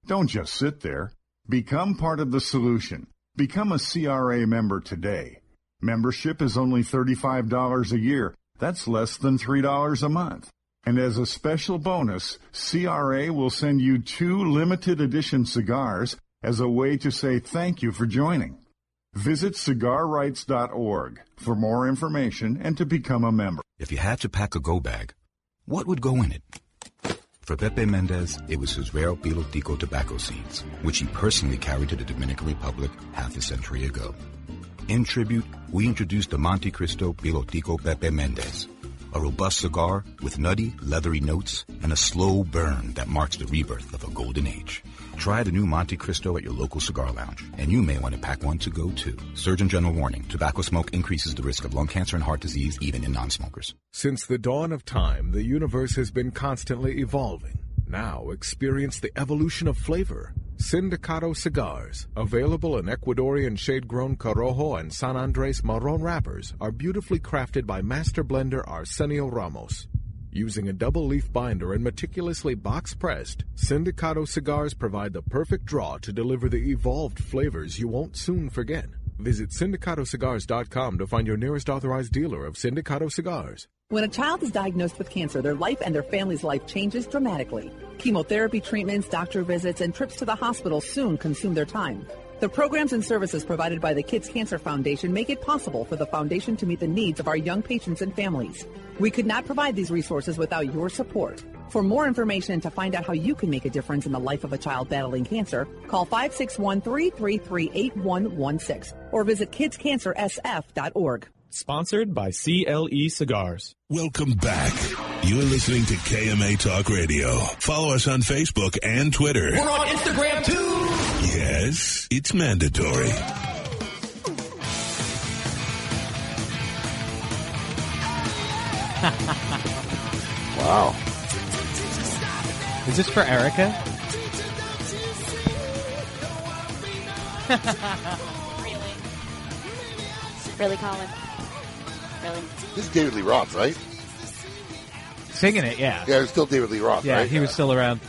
S19: Don't just sit there. Become part of the solution. Become a CRA member today. Membership is only $35 a year. That's less than $3 a month. And as a special bonus, CRA will send you two limited edition cigars as a way to say thank you for joining. Visit cigarrights.org for more information and to become a member.
S20: If you had to pack a go bag, what would go in it? For Pepe Mendez, it was his rare Pilotico tobacco seeds, which he personally carried to the Dominican Republic half a century ago. In tribute, we introduced the Monte Cristo Pilotico Pepe Mendez, a robust cigar with nutty, leathery notes and a slow burn that marks the rebirth of a golden age. Try the new Monte Cristo at your local cigar lounge, and you may want to pack one to go too. Surgeon General warning, tobacco smoke increases the risk of lung cancer and heart disease even in non-smokers.
S10: Since the dawn of time, the universe has been constantly evolving. Now experience the evolution of flavor. Sindicato cigars, available in Ecuadorian shade-grown Corojo and San Andres Marron wrappers, are beautifully crafted by master blender Arsenio Ramos. Using a double leaf binder and meticulously box pressed, Sindicato cigars provide the perfect draw to deliver the evolved flavors you won't soon forget. Visit syndicatocigars.com to find your nearest authorized dealer of Sindicato cigars.
S21: When a child is diagnosed with cancer, their life and their family's life changes dramatically. Chemotherapy treatments, doctor visits, and trips to the hospital soon consume their time. The programs and services provided by the Kids Cancer Foundation make it possible for the foundation to meet the needs of our young patients and families. We could not provide these resources without your support. For more information and to find out how you can make a difference in the life of a child battling cancer, call 561-333-8116 or visit kidscancersf.org.
S22: Sponsored by CLE Cigars.
S1: Welcome back. You're listening to KMA Talk Radio. Follow us on Facebook and Twitter.
S16: We're on Instagram too.
S1: Yes, it's mandatory.
S3: Wow.
S5: Is this for Erica?
S4: really? Really, Colin? Really?
S3: This is David Lee Roth, right?
S5: Singing it, yeah.
S3: Yeah, it's still David Lee Roth,
S5: Yeah,
S3: right?
S5: he was still around.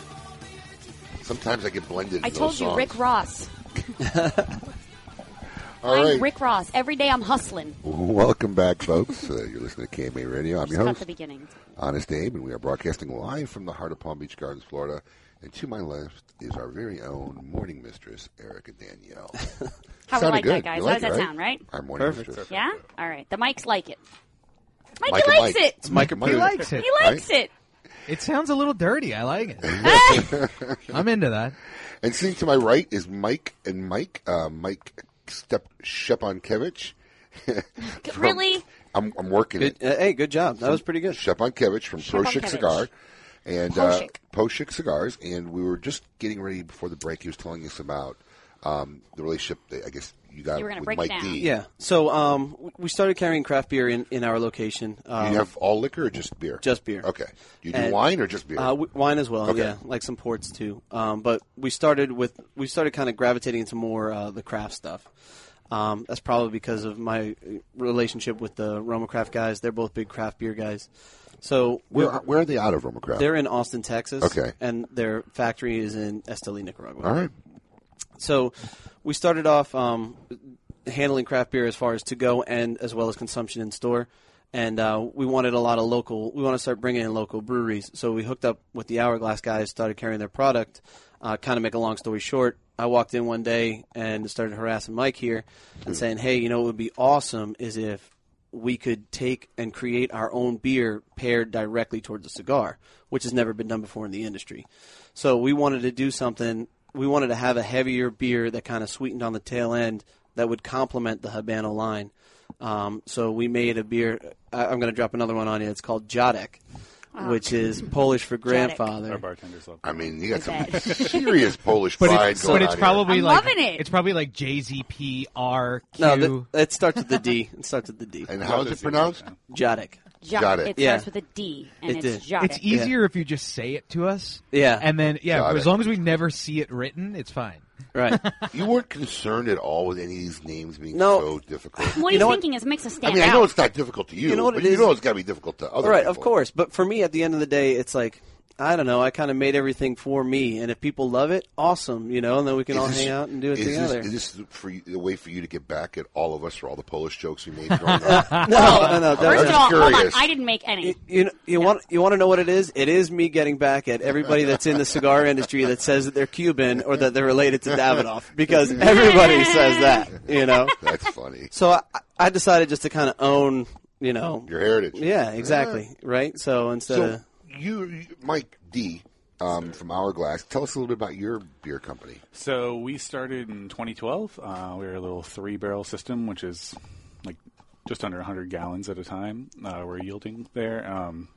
S3: Sometimes I get blended.
S4: I
S3: in
S4: told
S3: those
S4: you,
S3: songs.
S4: Rick Ross.
S3: All
S4: I'm
S3: right.
S4: Rick Ross. Every day I'm hustling.
S3: Welcome back, folks. Uh, you're listening to KMA Radio. I'm
S4: Just
S3: your
S4: got
S3: host,
S4: the beginning.
S3: Honest Abe, and we are broadcasting live from the heart of Palm Beach Gardens, Florida. And to my left is our very own morning mistress, Erica Danielle.
S4: How we
S3: Sounded
S4: like
S3: good.
S4: that, guys?
S3: You
S4: How
S3: like
S4: does that
S3: it,
S4: sound, right?
S3: Our morning mistress.
S4: Yeah? All right. The mics like it. Mikey
S3: Mike and
S4: likes
S3: Mike.
S4: it.
S3: It's Mike and Mike.
S5: He likes it.
S4: He likes it.
S5: It sounds a little dirty. I like it. I'm into that.
S3: And sitting to my right is Mike and Mike, uh, Mike Step Shepankevich.
S4: Really?
S3: I'm, I'm working
S12: Good-
S3: it.
S12: uh, hey, good job. That was pretty good.
S3: Shepankevich from Proshik
S12: Shepankevich.
S3: Cigar. And uh,
S12: Proshik.
S3: Poshik Cigars. And we were just getting ready before the break. He was telling us about um, the relationship that I guess you got
S4: You were gonna
S3: with
S4: break it
S3: Mike
S4: down.
S3: D.
S12: Yeah. So um, w- we started carrying craft beer in, in our location. Um,
S3: you have all liquor or just beer?
S12: Just beer.
S3: Okay. You do
S12: And-
S3: wine or just beer?
S12: Uh, w- wine as well.
S3: Okay.
S12: Yeah, like some ports too. Um, but we started with we started kind of gravitating into more uh, the craft stuff. Um, that's probably because of my uh, relationship with the Roma Craft guys. They're both big craft beer guys. So
S3: Where are- where are they out of Roma Craft?
S12: They're in Austin, Texas.
S3: Okay.
S12: and their factory is in Esteli, Nicaragua.
S3: All right.
S12: So we started off um, handling craft beer as far as to go and as well as consumption in store. And uh, we wanted a lot of local. We want to start bringing in local breweries. So we hooked up with the Hourglass guys, started carrying their product. Uh, kind of make a long story short, I walked in one day and started harassing Mike here and saying, "Hey, you know, what would be awesome is if we could take and create our own beer paired directly towards a cigar, which has never been done before in the industry. So we wanted to do something. We wanted to have a heavier beer that kind of sweetened on the tail end that would complement the Habano line. Um, so we made a beer. I, I'm going to drop another one on you. It's called Jodek,
S4: Ah.
S12: which is Polish for
S4: Energetic.
S12: grandfather.
S15: Our bartenders love
S3: I mean, you got
S4: I
S3: some
S4: bet.
S3: serious Polish
S5: But
S3: pride
S5: it's,
S3: going
S5: but it's
S3: on
S5: probably
S3: here.
S5: like
S4: loving it.
S5: it's probably like J Z P R Q.
S12: No, that, it starts with the D. It starts with the D.
S3: And how is it pronounced?
S12: Jadic.
S4: Jo- It
S12: Yeah.
S4: starts with a D, and
S12: It
S4: it's
S12: did.
S4: Jodic.
S5: It's easier if you just say it to us.
S12: Yeah.
S5: and then yeah,
S3: Got
S5: as
S3: it.
S5: long as we never see it written, it's fine.
S12: Right.
S3: you weren't concerned at all with any of these names being so difficult.
S4: What
S12: You
S4: he's
S12: know what?
S4: thinking is makes us
S3: I
S4: stand
S3: mean, I
S4: out.
S3: know it's not difficult to you,
S12: You know what
S3: but
S12: it
S3: you
S12: is?
S3: know it's got to be difficult to other
S12: right,
S3: people.
S12: of course. But for me, at the end of the day, it's like I don't know. I kind of made everything for me, and if people love it, awesome. You know, and then we can all hang out and do it
S3: is
S12: together.
S3: This, is this the- for you, the way for you to get back at all of us for all the Polish jokes we made? growing up? Uh,
S12: no, no, no.
S3: I'm
S4: First of
S3: just
S4: all, hold
S3: curious.
S4: on. I didn't make any.
S12: you know, you want you want to know what it is? It is me getting back at everybody that's in the cigar industry that says that they're Cuban or that they're related to Davidoff because everybody says that. You know,
S3: That's funny.
S12: so I, I decided just to kind of own. You know,
S3: Your heritage.
S12: Yeah, exactly. Right. So instead
S3: So
S12: of
S3: you, you- Mike D. Um, from Hourglass, tell us a little bit about your beer company.
S15: So we started in 2012. Uh, we were a little three barrel system, which is like just under 100 gallons at a time. Uh, we're yielding there. Um,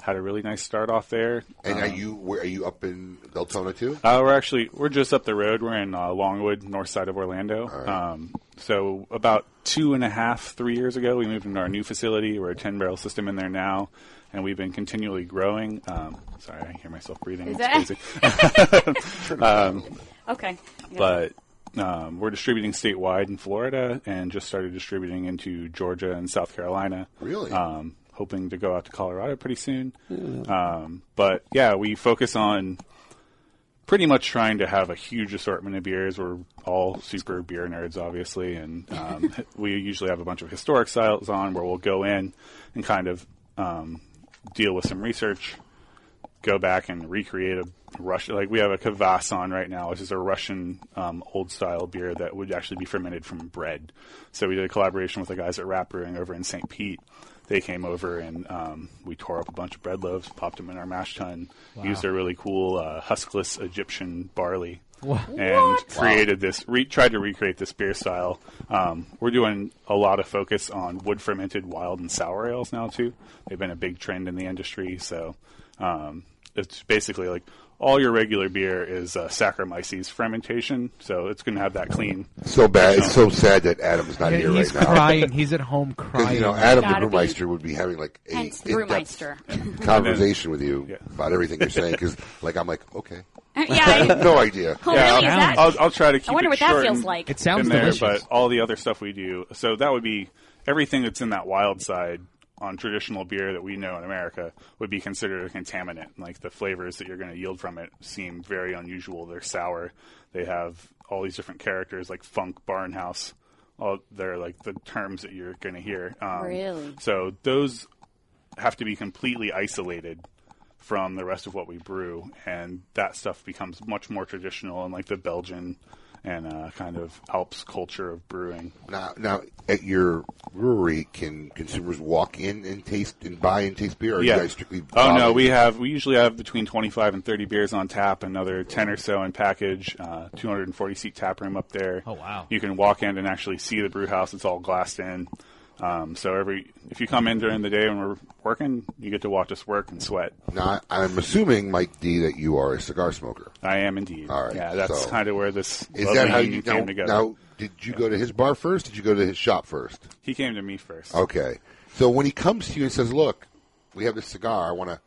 S15: had a really nice start off there.
S3: And
S12: Uh-huh.
S15: Um,
S3: are you where, are you up in Deltona too?
S15: Uh, we're actually we're just up the road. We're in uh, Longwood, north side of Orlando.
S3: right.
S15: Um, so about two and a half, three years ago, we moved into our new facility. We're a ten barrel system in there now, and we've been continually growing. Um, sorry, I hear myself breathing.
S4: Is
S15: It's crazy. um,
S4: Okay.
S15: but um, we're distributing statewide in Florida, and just started distributing into Georgia and South Carolina.
S3: Really?
S15: Um, hoping to go out to Colorado pretty soon. Um, but yeah, we focus on pretty much trying to have a huge assortment of beers. We're all super beer nerds, obviously, and um, we usually have a bunch of historic styles on where we'll go in and kind of um, deal with some research, go back and recreate a Russian. Like we have a kvass on right now, which is a Russian um, old style beer that would actually be fermented from bread. So we did a collaboration with the guys at Rap Brewing over in St. Pete. They came over and um, we tore up a bunch of bread loaves, popped them in our mash tun, used their really cool uh, huskless Egyptian barley, and created this. Re- tried to recreate this beer style. Um, we're doing a lot of focus on wood fermented wild and sour ales now too. They've been a big trend in the industry, so um, it's basically like all your regular beer is uh, Saccharomyces fermentation, so it's going to have that clean.
S3: So bad. It's so sad that Adam's not
S5: Yeah,
S3: here
S5: he's
S3: right now.
S5: crying. He's at home
S3: Because
S5: crying.
S3: you know Adam the
S4: Gotta be.
S3: brewmeister would be having like a
S4: Hence the
S3: in-depth
S4: brewmeister.
S3: conversation with you about everything you're saying. Because like I'm like okay,
S4: Uh, yeah.
S3: I
S4: I-
S3: have no idea.
S4: Oh, really? Is that?
S15: I'll, I'll try to keep.
S4: wonder
S15: it
S4: what that
S15: short
S4: feels
S15: and-
S4: like. It
S5: sounds
S15: in there,
S5: delicious.
S15: But all the other stuff we do, so that would be everything that's in that wild side on traditional beer that we know in America would be considered a contaminant. Like the flavors that you're going to yield from it seem very unusual. They're sour. They have all these different characters like funk, barnhouse. All they're like the terms that you're going to hear. Um,
S4: Really?
S15: So those have to be completely isolated from the rest of what we brew, and that stuff becomes much more traditional and like the Belgian and uh, kind of Alps culture of brewing.
S3: Now, now at your brewery, can consumers walk in and taste and buy and taste beer? Or Are you guys strictly?
S15: oh no,
S3: bottling?
S15: we have we usually have between twenty five and thirty beers on tap, another ten or so in package, uh, two hundred and forty seat tap room up there.
S5: Oh, wow.
S15: You can walk in and actually see the brew house; it's all glassed in. Um, so every if you come in during the day when we're working, you get to watch us work and sweat.
S3: Now, I'm assuming Mike D that you are a cigar smoker.
S15: I am indeed.
S3: All right,
S15: Yeah, that's
S3: so-
S15: kind of where this
S3: Is
S15: lovely
S3: that how you
S15: union
S3: now,
S15: came together.
S3: now? Did you go to his bar first? Did you go to his shop first?
S15: He came to me first.
S3: Okay. So when he comes to you and says, "Look, we have this cigar. I want to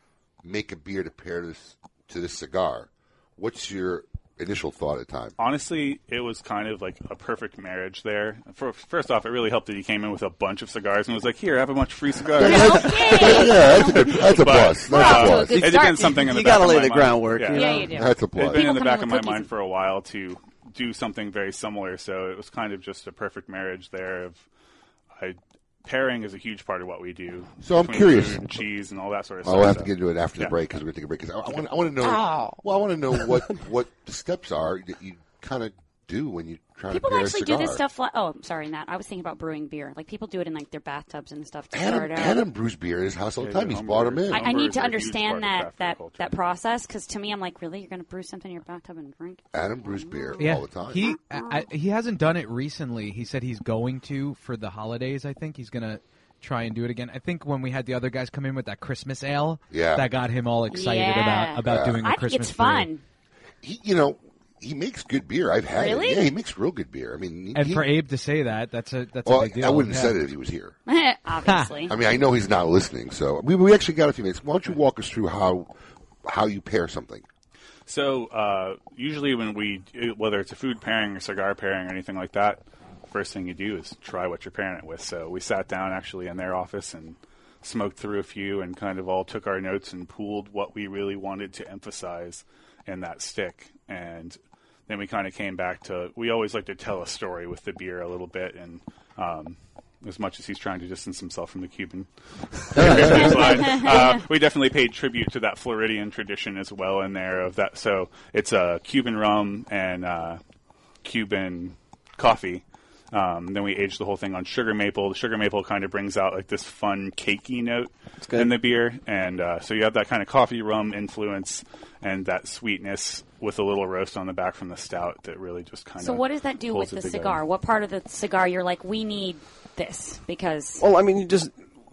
S3: make a beer to pair this to this cigar," what's your initial thought at the time?
S15: Honestly, it was kind of like a perfect marriage there. For, first off, it really helped that he came in with a bunch of cigars and was like, "Here, have a bunch of free cigars."
S3: yeah, that's a, good, that's a plus. That's a
S15: Uh,
S3: plus.
S15: it had been something in the
S12: You
S15: back
S12: gotta
S15: of
S12: lay
S15: my
S12: the
S15: mind.
S12: groundwork, you
S4: Yeah, you do.
S3: That's a
S15: It had
S3: plus.
S15: been in
S4: People
S15: the
S4: come
S15: back
S4: in
S15: of
S4: with
S15: my mind
S4: cookies.
S15: for a while to do something very similar. So it was kind of just a perfect marriage there. Of I, pairing is a huge part of what we do.
S3: So I'm
S15: Between
S3: curious.
S15: food, cheese, and all that sort of
S3: Well,
S15: stuff.
S3: we'll have to
S15: so-
S3: get into it after the
S15: Yeah.
S3: break because we're going to take a break. Because I, want, I want to know.
S4: Oh.
S3: Well, I want to know what what the steps are that you kind of do when you try
S4: People
S3: to pair
S4: actually
S3: a cigar.
S4: do this stuff. Like, oh, I'm sorry, Nat. I was thinking about brewing beer. Like people do it in like their bathtubs and stuff to
S3: Adam,
S4: start out.
S3: Adam brews beer in his house all the
S15: Yeah,
S3: time.
S15: they're
S3: He's bought him
S15: homebrewers.
S3: in.
S4: I, I
S15: Numbers
S4: need to
S15: are a huge
S4: understand
S15: part
S4: that
S15: of
S4: that,
S15: craft culture.
S4: that process because to me, I'm like, really, you're going to brew something in your bathtub and drink?
S3: Adam brews beer
S5: yeah,
S3: all the time.
S5: he I, I- he hasn't done it recently. He said he's going to for the holidays. I think he's gonna try and do it again. I think when we had the other guys come in with that Christmas ale,
S3: Yeah.
S5: that got him all excited
S4: Yeah.
S5: about about
S3: Yeah.
S5: doing the
S4: I think
S5: Christmas.
S4: it's fun.
S3: He, you know, he makes good beer. I've had
S4: Really?
S3: it. Yeah, he makes real good beer. I mean, he-
S5: brew. And
S3: he-
S5: for Abe to say that, that's a that's
S3: well,
S5: a big deal.
S3: I wouldn't
S5: yeah.
S3: have said it if he was here.
S4: Obviously.
S3: I mean, I know he's not listening, so we, we actually got a few minutes. Why don't you walk us through how how you pair something?
S15: So uh, usually when we, whether it's a food pairing or cigar pairing or anything like that, first thing you do is try what you're pairing it with. So we sat down actually in their office and smoked through a few and kind of all took our notes and pooled what we really wanted to emphasize in that stick. And then we kind of came back to we always like to tell a story with the beer a little bit and. Um, as much as he's trying to distance himself from the Cuban, uh, we definitely paid tribute to that Floridian tradition as well in there of that. So it's uh, Cuban rum and uh, Cuban coffee. Um, then we aged the whole thing on sugar maple. The sugar maple kind of brings out like this fun cakey note in the beer, and uh, so you have that kind of coffee rum influence and that sweetness with a little roast on the back from the stout that really just kind of.
S4: So what does that do with the cigar? What part of the cigar you're like, we need this
S3: Oh,
S4: because
S12: Well, I mean, you just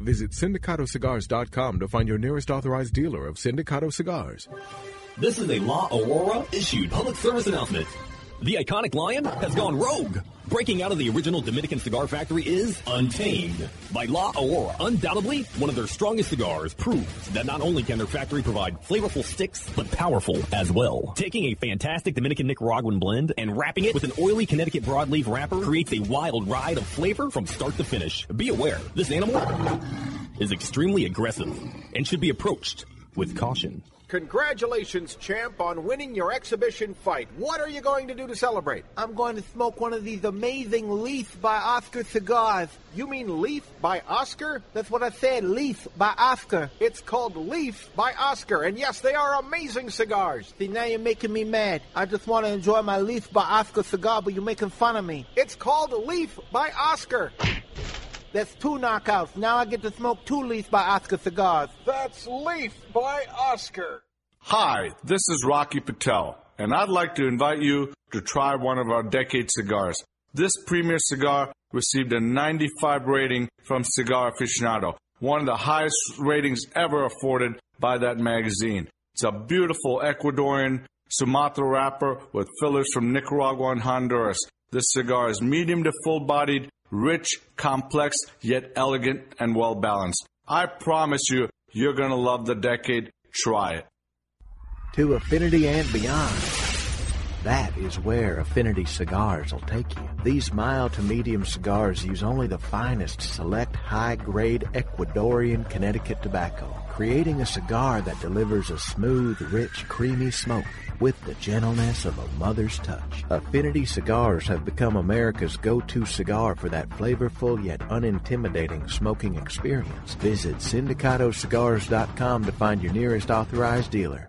S10: Visit syndicatocigars.com to find your nearest authorized dealer of Sindicato cigars.
S16: This is a La Aurora issued public service announcement. The iconic lion has gone rogue. Breaking out of the original Dominican cigar factory is Untamed. By La Aurora, undoubtedly one of their strongest cigars proves that not only can their factory provide flavorful sticks, but powerful as well. Taking a fantastic Dominican Nicaraguan blend and wrapping it with an oily Connecticut broadleaf wrapper creates a wild ride of flavor from start to finish. Be aware, this animal is extremely aggressive and should be approached with caution.
S23: Congratulations, champ, on winning your exhibition fight. What are you going to do to celebrate?
S24: I'm going to smoke one of these amazing Leaf by Oscar cigars.
S23: You mean Leaf by Oscar?
S24: That's what I said, Leaf by Oscar.
S23: It's called Leaf by Oscar, and yes, they are amazing cigars.
S24: See, now you're making me mad. I just want to enjoy my Leaf by Oscar cigar, but you're making fun of me.
S23: It's called Leaf by Oscar.
S24: That's two knockouts. Now I get to smoke two Leaf by Oscar cigars.
S23: That's Leaf by Oscar.
S25: Hi, this is Rocky Patel, and I'd like to invite you to try one of our decade cigars. This premier cigar received a 95 rating from Cigar Aficionado, one of the highest ratings ever afforded by that magazine. It's a beautiful Ecuadorian Sumatra wrapper with fillers from Nicaragua and Honduras. This cigar is medium to full bodied, rich, complex, yet elegant and well balanced. I promise you, you're going to love the decade. Try it
S7: to affinity and beyond. That is where Affinity Cigars will take you. These mild to medium cigars use only the finest select high grade Ecuadorian Connecticut tobacco, creating a cigar that delivers a smooth, rich, creamy smoke with the gentleness of a mother's touch. Affinity Cigars have become America's go-to cigar for that flavorful yet unintimidating smoking experience. Visit syndicatocigars.com to find your nearest authorized dealer.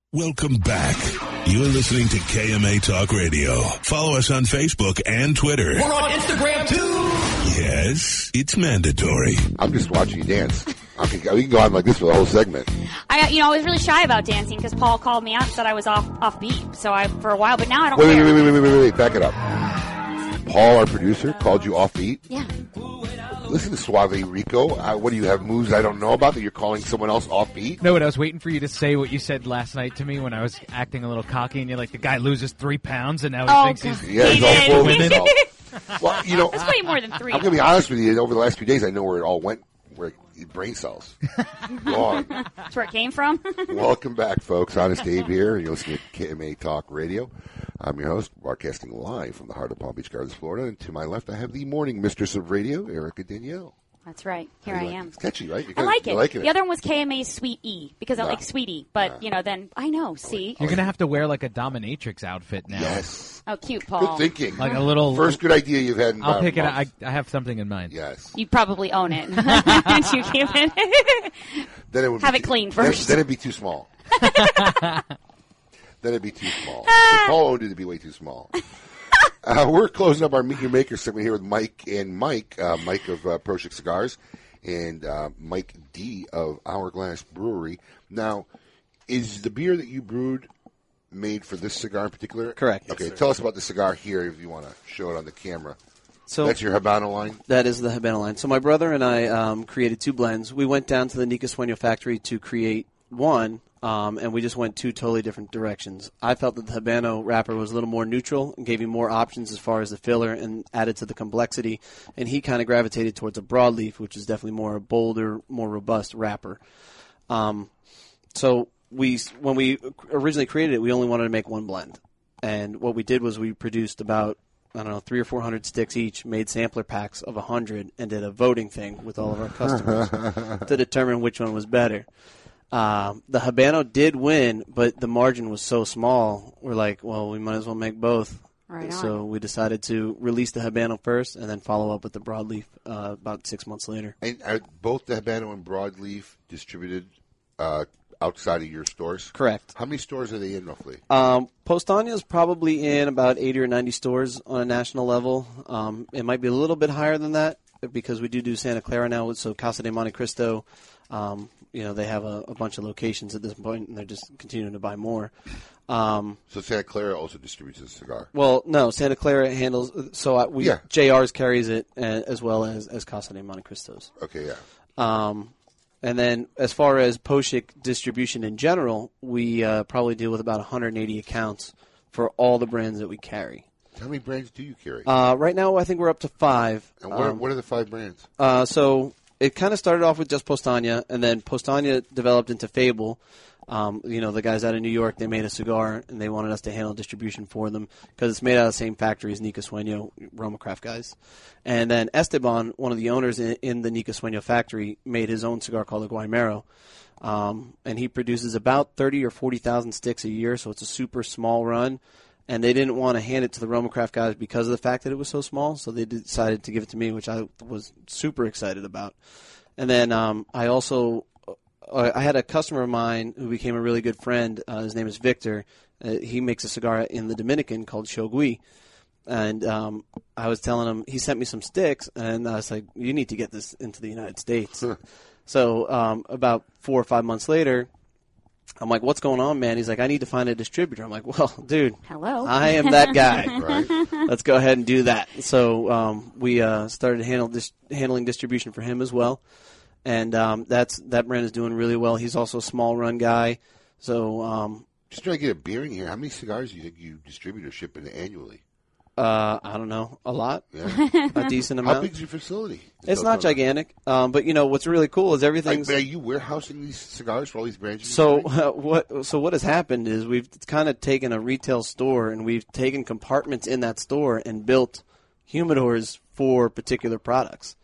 S1: Welcome back. You're listening to KMA Talk Radio. Follow us on Facebook and Twitter.
S11: We're on Instagram too.
S1: Yes, it's mandatory.
S3: I'm just watching you dance. I can, we can go on like this for the whole segment.
S4: I, you know, I was really shy about dancing because Paul called me out and said I was off off beat. So I for a while, but now I don't.
S3: Wait, wait,
S4: care.
S3: wait, wait, wait, wait, wait, wait. Back it up. Paul, our producer, called you offbeat.
S4: Yeah.
S3: Listen to Suave Rico. Uh, what do you have moves I don't know about that you're calling someone else offbeat?
S5: No, and I was waiting for you to say what you said last night to me when I was acting a little cocky, and you're like, the guy loses three pounds, and now he
S4: Oh,
S5: thinks he's
S3: Yeah, he's all full of himself. Well, you know,
S4: That's way more than three.
S3: I'm gonna be honest with you. Over the last few days, I know where it all went. Where it- brain cells. Gone.
S4: That's where it came from.
S3: Welcome back, folks. Honest Dave here, and you're listening to KMA Talk Radio. I'm your host, broadcasting live from the heart of Palm Beach Gardens, Florida. And to my left, I have the morning mistress of radio, Erica Danielle.
S4: That's right. Here
S3: How
S4: I
S3: you like it?
S4: am.
S3: It's catchy, right? You
S4: I
S3: guys-
S4: like
S3: you
S4: it.
S3: liking
S4: The other one was KMA Sweet E because I
S3: Nah.
S4: like Sweetie, but you know, then I know. See,
S5: You're
S3: Oh,
S5: gonna have to wear like a dominatrix outfit now. Yes.
S4: oh, cute,
S3: Good
S4: Paul.
S3: thinking.
S5: Like a little.
S3: First good idea you've had. In
S5: I'll
S3: about a
S5: pick it.
S3: month.
S5: I, I have something in mind.
S3: Yes.
S4: You probably own it. Don't you, Kevin?
S3: Then it would
S4: Have
S3: be
S4: it
S3: too-
S4: cleaned
S3: then-
S4: first.
S3: Then, it'd be too small. then it'd be too small.
S4: Ah.
S3: If Paul owned it, it'd be way too small. Uh, we're closing up our Meet Your Maker segment here with Mike and Mike, uh, Mike of uh, Proshik Cigars, and uh, Mike D of Hourglass Brewery. Now, is the beer that you brewed made for this cigar in particular?
S12: Correct.
S3: Okay,
S12: Yes, sir.
S3: tell us about the cigar here if you want to show it on the camera.
S12: So
S3: that's your Habano line.
S12: That is the Habano line. So my brother and I um, created two blends. We went down to the Nica Sueño factory to create one, um, and we just went two totally different directions. I felt that the Habano wrapper was a little more neutral and gave you more options as far as the filler and added to the complexity. And he kind of gravitated towards a broadleaf, which is definitely more a bolder, more robust wrapper. Um, so we when we originally created it, we only wanted to make one blend, and what we did was we produced about I don't know, three or four hundred sticks each, made sampler packs of a hundred, and did a voting thing with all of our customers to determine which one was better. Um, the Habano did win, but the margin was so small. We're like, well, we might as well make both.
S4: Right
S12: so we decided to release the Habano first, and then follow up with the broadleaf uh, about six months later.
S3: And are both the Habano and Broadleaf distributed uh, outside of your stores?
S12: Correct.
S3: How many stores are they in roughly?
S12: Um, Postania is probably in about 80 or 90 stores on a national level. Um, it might be a little bit higher than that because we do do Santa Clara now. So Casa de Monte Cristo, um, you know, they have a, a bunch of locations at this point, and they're just continuing to buy more. Um,
S3: So Santa Clara also distributes the cigar.
S12: well, no, Santa Clara handles. So I, we
S3: Yeah.
S12: JR's carries it uh, as well as as Casa de Monte Cristo's.
S3: Okay, yeah.
S12: Um, and then as far as Poshik distribution in general, we uh, probably deal with about 180 accounts for all the brands that we carry.
S3: How many brands do you carry?
S12: Uh, right now, I think we're up to five.
S3: and what, are
S12: Um,
S3: what are the five brands?
S12: uh, so it kind of started off with just Postania, and then Postania developed into Fable. Um, you know, the guys out of New York, they made a cigar, and they wanted us to handle distribution for them because it's made out of the same factory as Nica Sueño, Roma Craft guys. And then Esteban, one of the owners in, in the Nica Sueño factory, made his own cigar called the Guaymero. Um, and he produces about 30 or 40,000 sticks a year, so it's a super small run and they didn't want to hand it to the Roma Craft guys because of the fact that it was so small. So they decided to give it to me, which I was super excited about. And then um, I also uh, I I had a customer of mine who became a really good friend. Uh, his name is Victor. Uh, he makes a cigar in the Dominican called Shogui. And um, I was telling him he sent me some sticks, and I was like, "You need to get this into the United States." so um, about four or five months later, I'm like, "What's going on, man?" He's like, "I need to find a distributor." I'm like, "Well, dude,
S4: Hello.
S12: I am that guy.
S4: Right.
S12: Let's go ahead and do that." So um, we uh, started handle dis- handling distribution for him as well, and um, that's that brand is doing really well. He's also a small run guy, so um,
S3: Just trying to get a bearing here. How many cigars do you think you distribute or ship in annually?
S12: uh, I don't know a lot,
S3: Yeah.
S12: a decent
S3: How
S12: amount.
S3: big's your facility?
S12: It's not gigantic, um, but you know what's really cool is everything's.
S3: Are, are you warehousing these cigars for all these brands? you
S12: So
S3: distribute?
S12: uh, what? So what has happened is we've kind of taken a retail store and we've taken compartments in that store and built humidors for particular products,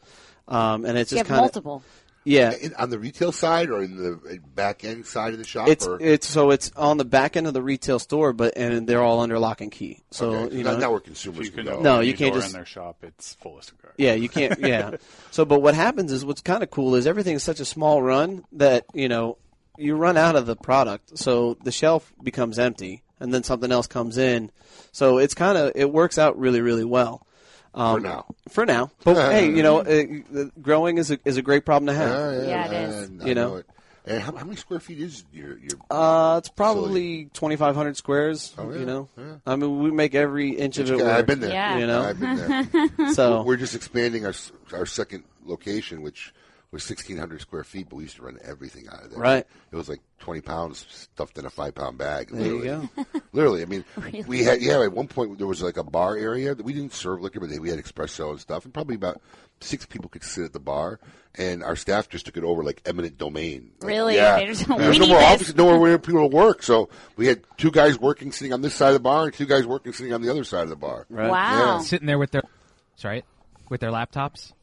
S12: um, and it's
S4: You
S12: just
S4: have
S12: kind of
S4: multiple.
S12: Yeah,
S3: In- on the retail side or in the back end side of the shop?
S12: it's
S3: or?
S12: it's so it's on the back end of the retail store, but and they're all under lock and key. So
S3: Okay, so
S12: you
S3: not-
S12: know
S3: not where consumers
S15: You can
S3: go.
S15: open
S12: No, you
S15: any
S12: can't
S15: door
S12: just-
S15: in their shop. It's full of cigars.
S12: Yeah, you can't. Yeah. so, but what happens is what's kind of cool is everything's such a small run that you know you run out of the product, so the shelf becomes empty, and then something else comes in. So it's kind of it works out really really well. Um,
S3: For now.
S12: for now. But hey, you know, uh, the- growing is a is a great problem to have.
S3: I- I
S12: You know,
S3: it. And how, how many square feet is your your?
S12: Uh, it's probably 2,500 squares.
S3: Oh,
S12: You know, I mean, we make every inch of it.
S3: Yeah,
S12: work,
S3: I've been there.
S12: You know,
S3: I've been there.
S12: so
S3: we're just expanding our s- our second location, which was sixteen hundred square feet, but we used to run everything out of there.
S12: Right.
S3: It was like twenty pounds stuffed in a five pound bag.
S12: There you
S3: Literally. literally, I mean,
S4: Really?
S3: we had yeah. At one point, there was like a bar area that we didn't serve liquor, but we had espresso and stuff, and probably about six people could sit at the bar. And our staff just took it over like eminent domain. Like,
S4: Really?
S3: Yeah.
S4: They just-
S3: There
S4: we
S3: was no
S4: need
S3: more
S4: this.
S3: offices, no more where people to work. So we had two guys working sitting on this side of the bar, and two guys working sitting on the other side of the bar. Yeah.
S5: Sitting there with their, sorry, with their laptops.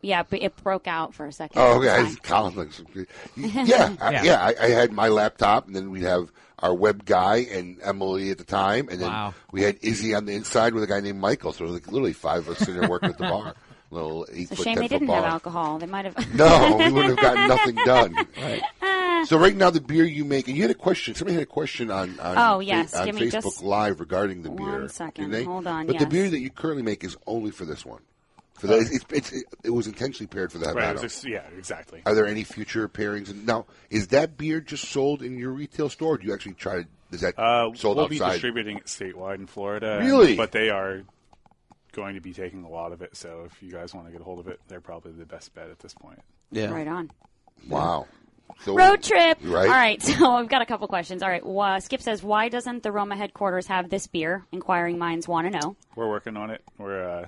S4: Yeah, but it broke out for a second.
S3: Oh, okay.
S4: It's
S3: I
S4: fine.
S3: Colin looks- Yeah, I- yeah.
S4: Yeah.
S3: I, I had my laptop, and then we'd have our web guy and Emily at the time, and then
S5: Wow.
S3: we had Izzy on the inside with a guy named Michael. So it was like literally five of us sitting there working at the bar, little eight
S4: It's a
S3: foot
S4: shame
S3: ten
S4: they
S3: foot
S4: didn't
S3: bar.
S4: have alcohol. They might have.
S3: No, we wouldn't have gotten nothing done. So right now, the beer you make, and you had a question. Somebody had a question on, on
S4: Oh, yes.
S3: on
S4: Give me
S3: Facebook
S4: just
S3: Live regarding the
S4: one
S3: beer.
S4: second.
S3: didn't they?
S4: Hold on,
S3: But the
S4: yes.
S3: beer that you currently make is only for this one. For the, it's, it's, it, was intentionally paired for the
S15: Right,
S3: Habano.
S15: it was ex- yeah, exactly.
S3: Are there any future pairings? Now, is that beer just sold in your retail store? Or do you actually try? Is that
S15: Uh,
S3: sold
S15: we'll be
S3: outside?
S15: distributing it statewide in Florida.
S3: Really?
S15: But they are going to be taking a lot of it. So if you guys want to get a hold of it, they're probably the best bet at this point.
S12: Yeah.
S4: Right on.
S3: Wow. So-
S4: Road trip.
S3: Right.
S4: All right. So I've got a couple questions. All right. wha- Skip says, why doesn't the Roma headquarters have this beer? Inquiring minds want to know.
S15: We're working on it. We're uh,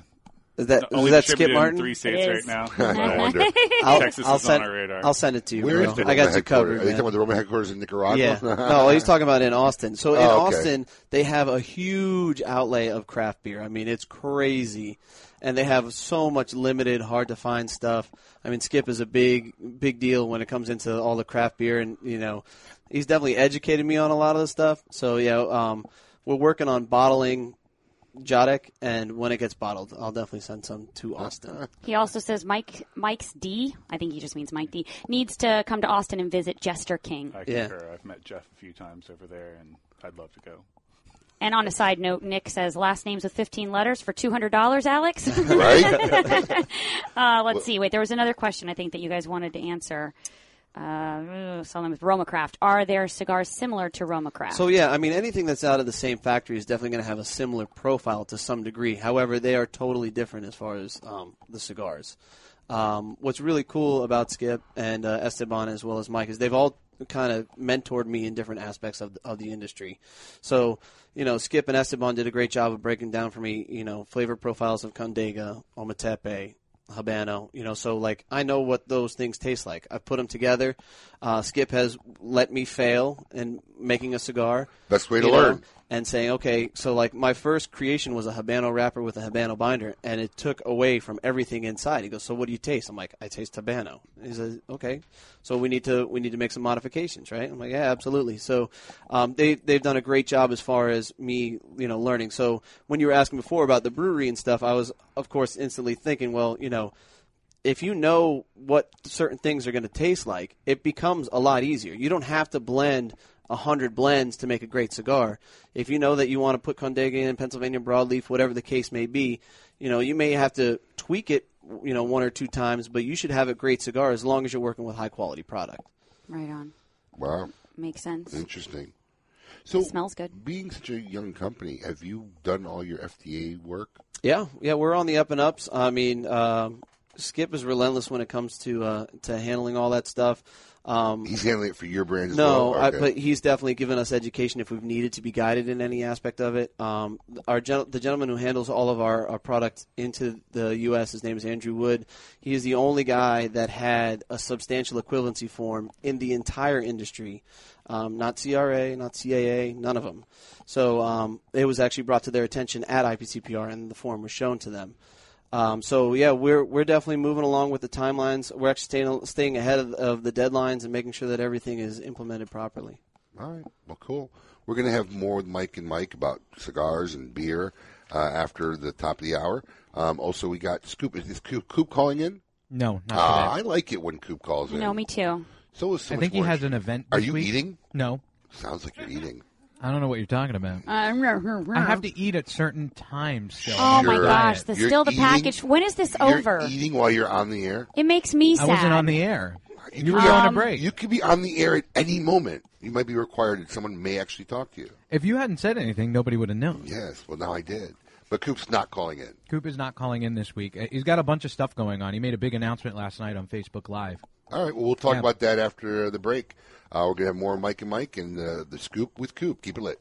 S12: Is that,
S15: Only
S12: is that
S15: distributed
S12: Skip
S15: in
S12: Martin?
S15: three states It is. right now. uh,
S3: I wonder.
S12: I'll,
S15: Texas
S12: I'll
S15: is on
S12: send,
S15: our radar.
S12: I'll send it to you.
S3: Where
S12: bro.
S3: is the
S12: I
S3: Roman
S12: got you
S3: headquarters?
S12: covered.
S3: Are you
S12: man.
S3: talking about the Roman headquarters in Nicaragua?
S12: Yeah. No, he's talking about in Austin. So in
S3: Oh, okay.
S12: Austin, they have a huge outlay of craft beer. I mean, it's crazy. And they have so much limited, hard to find stuff. I mean, Skip is a big, big deal when it comes into all the craft beer, and you know, he's definitely educated me on a lot of the stuff. So yeah, um, we're working on bottling Jodek, and when it gets bottled, I'll definitely send some to Austin.
S4: He also says Mike Mike's D, I think he just means Mike D, needs to come to Austin and visit Jester King.
S15: I concur. I've met Jeff a few times over there, and I'd love to go.
S4: And on a side note, Nick says last names with 15 letters for $200, Alex.
S15: Right.
S4: uh, let's see. Wait, there was another question I think that you guys wanted to answer. Uh, something with Roma Craft. Are there cigars similar to Roma Craft?
S12: So yeah, I mean anything that's out of the same factory is definitely going to have a similar profile to some degree. However, they are totally different as far as um, the cigars. Um, what's really cool about Skip and uh, Esteban as well as Mike is they've all kind of mentored me in different aspects of the, of the industry. So you know, Skip and Esteban did a great job of breaking down for me. You know, flavor profiles of Condega, Ometepe, Habano, you know, so like I know what those things taste like. I put them together. Uh, Skip has let me fail in making a cigar.
S3: Best way to
S12: you know,
S3: learn.
S12: and saying, okay, so like my first creation was a Habano wrapper with a Habano binder, and it took away from everything inside. He goes, so what do you taste? I'm like, I taste Habano. He says, okay, so we need to we need to make some modifications, right? I'm like, yeah, absolutely. So um, they they've done a great job as far as me you know learning. So when you were asking before about the brewery and stuff, I was of course instantly thinking, well, you know if you know what certain things are going to taste like, it becomes a lot easier. You don't have to blend a hundred blends to make a great cigar. If you know that you want to put Condega in Pennsylvania broadleaf, whatever the case may be, you know you may have to tweak it, you know, one or two times, but you should have a great cigar as long as you're working with high quality product.
S4: right on.
S3: Wow.
S4: Makes sense.
S3: Interesting. So
S4: smells good.
S3: Being such a young company, have you done all your FDA work?
S12: Yeah, yeah, we're on the up and ups. I mean, um, Skip is relentless when it comes to uh, to handling all that stuff. Um,
S3: he's handling it for your brand as
S12: no,
S3: well?
S12: I,
S3: Okay.
S12: but he's definitely given us education if we've needed to be guided in any aspect of it. Um, our gen- the gentleman who handles all of our, our product into the U.S. His name is Andrew Wood. He is the only guy that had a substantial equivalency form in the entire industry, um, not CRA, not CAA, none of them. So um, it was actually brought to their attention at IPCPR, and the form was shown to them. Um, so yeah, we're we're definitely moving along with the timelines. We're actually staying staying ahead of, of the deadlines and making sure that everything is implemented properly.
S3: All right. Well, cool. We're going to have more with Mike and Mike about cigars and beer uh, after the top of the hour. Um, also, we got Scoop. Is Coop, Coop calling in?
S5: No, not
S3: Ah, I
S5: today.
S3: like it when Coop calls in.
S4: No, me too.
S3: So is so
S5: I
S3: much
S5: think he
S3: more
S5: has an event.
S3: Are
S5: this
S3: you
S5: week.
S3: eating?
S5: No,
S3: Sounds like you're eating.
S5: I don't know what you're talking about. I have to eat at certain times. Still.
S4: Oh my
S3: Sure.
S4: gosh, the,
S3: You're
S4: still the
S3: eating-
S4: package. When is this
S3: You're
S4: over?
S3: eating while you're on the air.
S4: It makes me
S5: I
S4: sad.
S5: wasn't on the air.
S3: You
S5: were
S3: could-
S5: on a break.
S3: You could be on the air at any moment. You might be required that someone may actually talk to you.
S5: If you hadn't said anything, nobody would have known.
S3: Yes. Well, now I did. But Coop's not calling in.
S5: Coop is not calling in this week. Uh, He's got a bunch of stuff going on. He made a big announcement last night on Facebook Live.
S3: All right. Well, we'll talk
S5: Yeah.
S3: about that after the break. Uh, we're going to have more Mike and Mike and uh, the scoop with Coop. Keep it lit.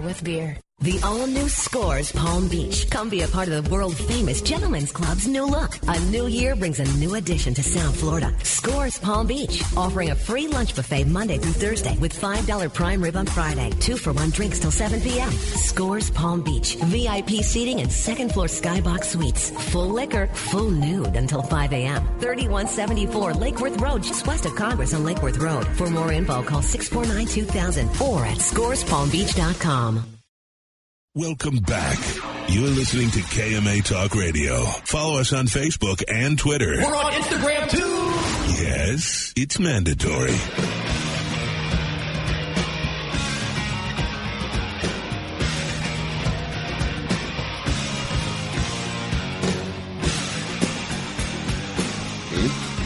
S2: with beer.
S13: The all-new Scores Palm Beach. Come be a part of the world-famous Gentlemen's Club's new look. A new year brings a new addition to South Florida. Scores Palm Beach, offering a free lunch buffet Monday through Thursday with $5 prime rib on Friday. Two for one drinks till 7 p.m. Scores Palm Beach. VIP seating and second floor skybox suites. Full liquor, full nude until 5 a.m. 3174 Lake Worth Road, just west of Congress on Lake Worth Road. For more info, call 649-2000 or at scorespalmbeach.com.
S1: Welcome back. You're listening to KMA Talk Radio. Follow us on Facebook and Twitter.
S11: We're on Instagram too.
S1: Yes, it's mandatory.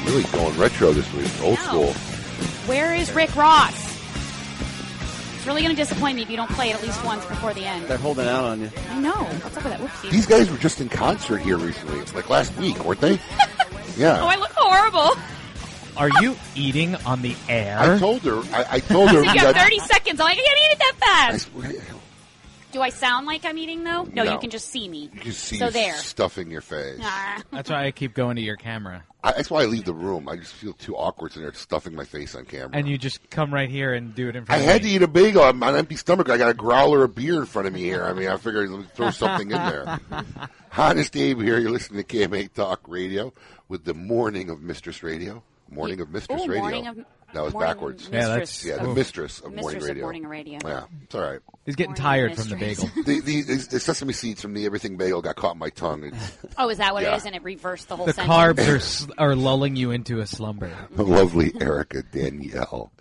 S3: really going retro this week, old
S4: No.
S3: school.
S4: Where is Rick Ross? It's really going to disappoint me if you don't play it at least once before the end.
S12: They're holding out on you.
S4: I know. What's up with that? Whoopsie.
S3: These guys were just in concert here recently, like last week, weren't they?
S4: Oh,
S3: Yeah.
S4: I look horrible.
S5: Are you eating on the air?
S3: I told her. I, I told her.
S4: So you
S3: we
S4: got
S3: got-
S4: 30 seconds. I'm like, I can't eat it that fast.
S3: I-
S4: Do I sound like I'm eating though? No,
S3: No.
S4: you can just see me.
S3: You can see
S4: So
S3: you
S4: there.
S3: stuffing your face.
S4: Ah.
S5: That's why I keep going to your camera.
S3: I, that's why I leave the room. I just feel too awkward sitting there stuffing my face on camera.
S5: And you just come right here and do it in
S3: I
S5: front of
S3: had to
S5: me.
S3: eat a bagel. I'm on an empty stomach. I got a growler of beer in front of me here. I mean, I figured let me throw something in there. Honest Abe here. You're listening to KMA Talk Radio with the morning of Mistress Radio. Morning of Mistress
S4: Ooh,
S3: Radio.
S4: morning of-
S3: that was
S4: morning
S3: backwards.
S4: Yeah, mistress. that's-
S3: yeah, the
S4: Oof.
S3: mistress of morning
S4: Mistress of
S3: radio.
S4: morning radio.
S3: Yeah, it's all right.
S5: He's getting tired from the bagel.
S3: the, the, the sesame seeds from the everything bagel got caught in my tongue. It's-
S4: Oh, is that what
S3: Yeah.
S4: it is? And it reversed the whole
S5: The
S4: sentence.
S5: carbs are s- are lulling you into a slumber.
S3: lovely Erica Danielle.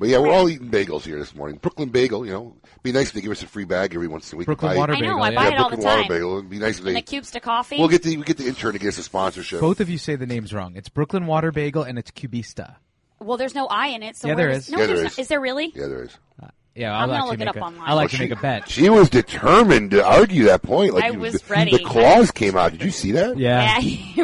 S3: But yeah, we're all eating bagels here this morning. Brooklyn Bagel, you know, be nice if they give us a free bag every once in a week.
S5: Brooklyn
S3: Buy-
S5: Water
S4: I know, Bagel, I yeah. buy it all the
S3: Brooklyn Water
S4: time.
S3: Bagel. It'd be nice if
S4: And
S3: they.
S4: the cubes to coffee.
S3: We'll get the we get the intern to get us a sponsorship.
S5: Both of you say the names wrong. It's Brooklyn Water Bagel and it's Cubista.
S4: well, there's no I in it. So
S5: Yeah, there
S4: where
S5: is.
S4: No,
S5: Yeah,
S3: there
S4: there's
S3: is.
S4: Not. Is there really?
S3: Yeah, there is.
S5: Yeah,
S4: I'm
S5: I'll
S4: gonna
S5: actually
S4: look it
S5: make
S4: up
S5: a,
S4: online.
S5: I like
S4: Well,
S5: to
S4: she-
S5: make a bet.
S3: She was determined to argue that point. Like
S4: I
S3: you-
S4: was
S3: the,
S4: ready.
S3: The claws came out. Did you see that?
S5: Yeah.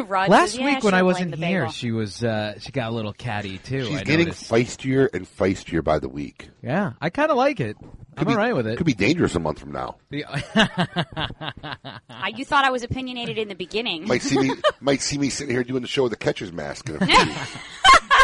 S4: Rod
S5: Last
S4: says, yeah,
S5: week when
S4: she'll
S5: I
S4: blame
S5: wasn't
S4: the
S5: here,
S4: bagel.
S5: she was uh, she got a little catty too.
S3: She's
S5: I
S3: getting
S5: noticed.
S3: feistier and feistier by the week.
S5: Yeah, I kind of like it. I'm
S3: be-
S5: all right with it.
S3: Could be dangerous a month from now.
S4: I, you thought I was opinionated in the beginning.
S3: Might see me might see me sitting here doing the show with a catcher's mask. In a few weeks.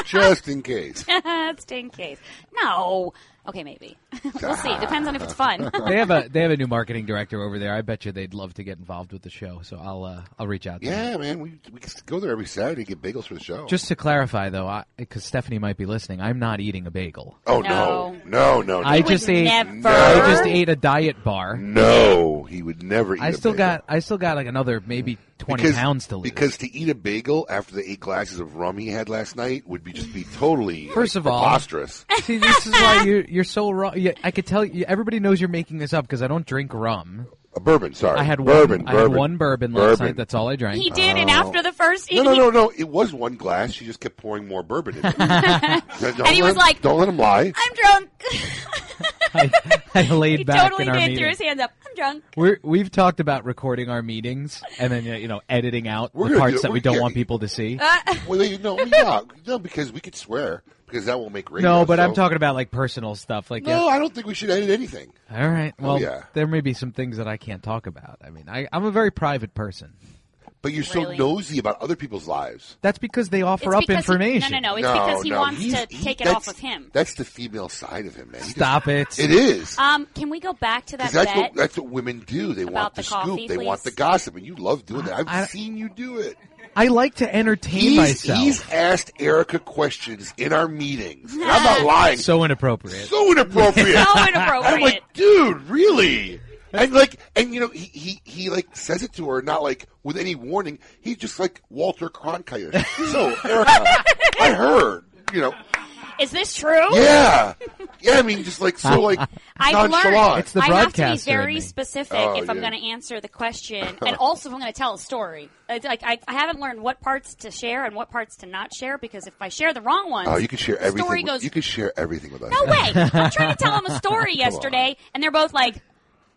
S3: Just in case.
S4: Just in case. No. Okay, maybe. we'll see. Depends on if it's fun.
S5: they have a they have a new marketing director over there. I bet you they'd love to get involved with the show. So I'll uh, I'll reach out. to
S3: Yeah,
S5: them.
S3: man, we we go there every Saturday to get bagels for the show.
S5: Just to clarify though, because Stephanie might be listening, I'm not eating a bagel.
S3: oh no, no, no, no.
S5: I just ate
S4: never.
S5: I just ate a diet bar.
S3: No, Oh, he would never. eat
S5: I
S3: a
S5: still
S3: bagel.
S5: got I still got like another maybe twenty pounds to lose.
S3: Because to eat a bagel after the eight glasses of rum he had last night would be just be totally
S5: First
S3: like,
S5: of all-
S3: preposterous.
S5: See, this is why you you're so wrong. Yeah, I could tell you. Everybody knows you're making this up because I don't drink rum.
S3: A bourbon, sorry.
S5: I had
S3: bourbon.
S5: one. I had
S3: bourbon.
S5: one bourbon last
S3: Bourbon. Oh.
S5: night. That's all I drank.
S4: He did, and after the first,
S3: No,
S4: he-
S3: no, no, no. It was one glass. She just kept pouring more bourbon in. it. and
S4: he was like-
S3: "Don't let him lie."
S4: I'm drunk.
S5: I, I laid
S4: He
S5: back
S4: totally
S5: in our
S4: did. Threw
S5: meeting.
S4: his hands up. I'm drunk.
S5: We're, we've talked about recording our meetings and then you know editing out
S3: We're
S5: the
S3: gonna
S5: parts
S3: do it.
S5: that
S3: We're
S5: we don't
S3: gonna-
S5: want people to see.
S4: Uh,
S3: well, you know, yeah, no, because we could swear because that won't make radio.
S5: no, but I'm
S3: so-
S5: talking about like personal stuff. Like
S3: No,
S5: yeah.
S3: I don't think we should edit anything.
S5: all right,
S3: Oh,
S5: well,
S3: yeah.
S5: there may be some things that I can't talk about. I mean, I, I'm a very private person.
S3: But you're so
S4: Really?
S3: nosy about other people's lives.
S5: That's because they offer
S4: It's
S5: up
S4: because he-
S5: information.
S4: no, no, no. It's because he
S3: no,
S4: wants
S3: he's-
S4: to
S3: he-
S4: take it
S3: that's-
S4: off of him.
S3: That's the female side of him, man. He just-
S5: Stop it.
S3: It is.
S4: Um, can we go back to that
S3: Because that's
S4: bet?
S3: what, that's what women do. They want
S4: About
S3: the,
S4: the
S3: scoop.
S4: coffee,
S3: they want
S4: please?
S3: the gossip, and you love doing that. I've
S5: I-
S3: seen you do it.
S5: I like to entertain
S3: He's,
S5: myself.
S3: he's asked Erica questions in our meetings. And I'm not lying. So,
S5: so inappropriate.
S3: inappropriate.
S4: So inappropriate.
S3: I'm like, dude, really? And like, and you know, he, he he like says it to her, not like with any warning. He's just like Walter Cronkite. so Erica, I heard, you know,
S4: Is this true?
S3: yeah, yeah. I mean, just like so, like
S4: I've
S3: nonchalant.
S4: learned
S5: It's the
S4: I have to be
S5: broadcaster in me.
S4: very specific
S3: Oh,
S4: if I'm
S3: yeah.
S4: going to answer the question, and also if I'm going to tell a story. It's like I, I haven't learned what parts to share and what parts to not share because if I share the wrong ones,
S3: Oh, you can share
S4: the
S3: everything.
S4: Story
S3: with-
S4: goes
S3: you can share everything with us.
S4: no way. I'm trying to tell them a story
S3: Come on.
S4: yesterday, and they're both like,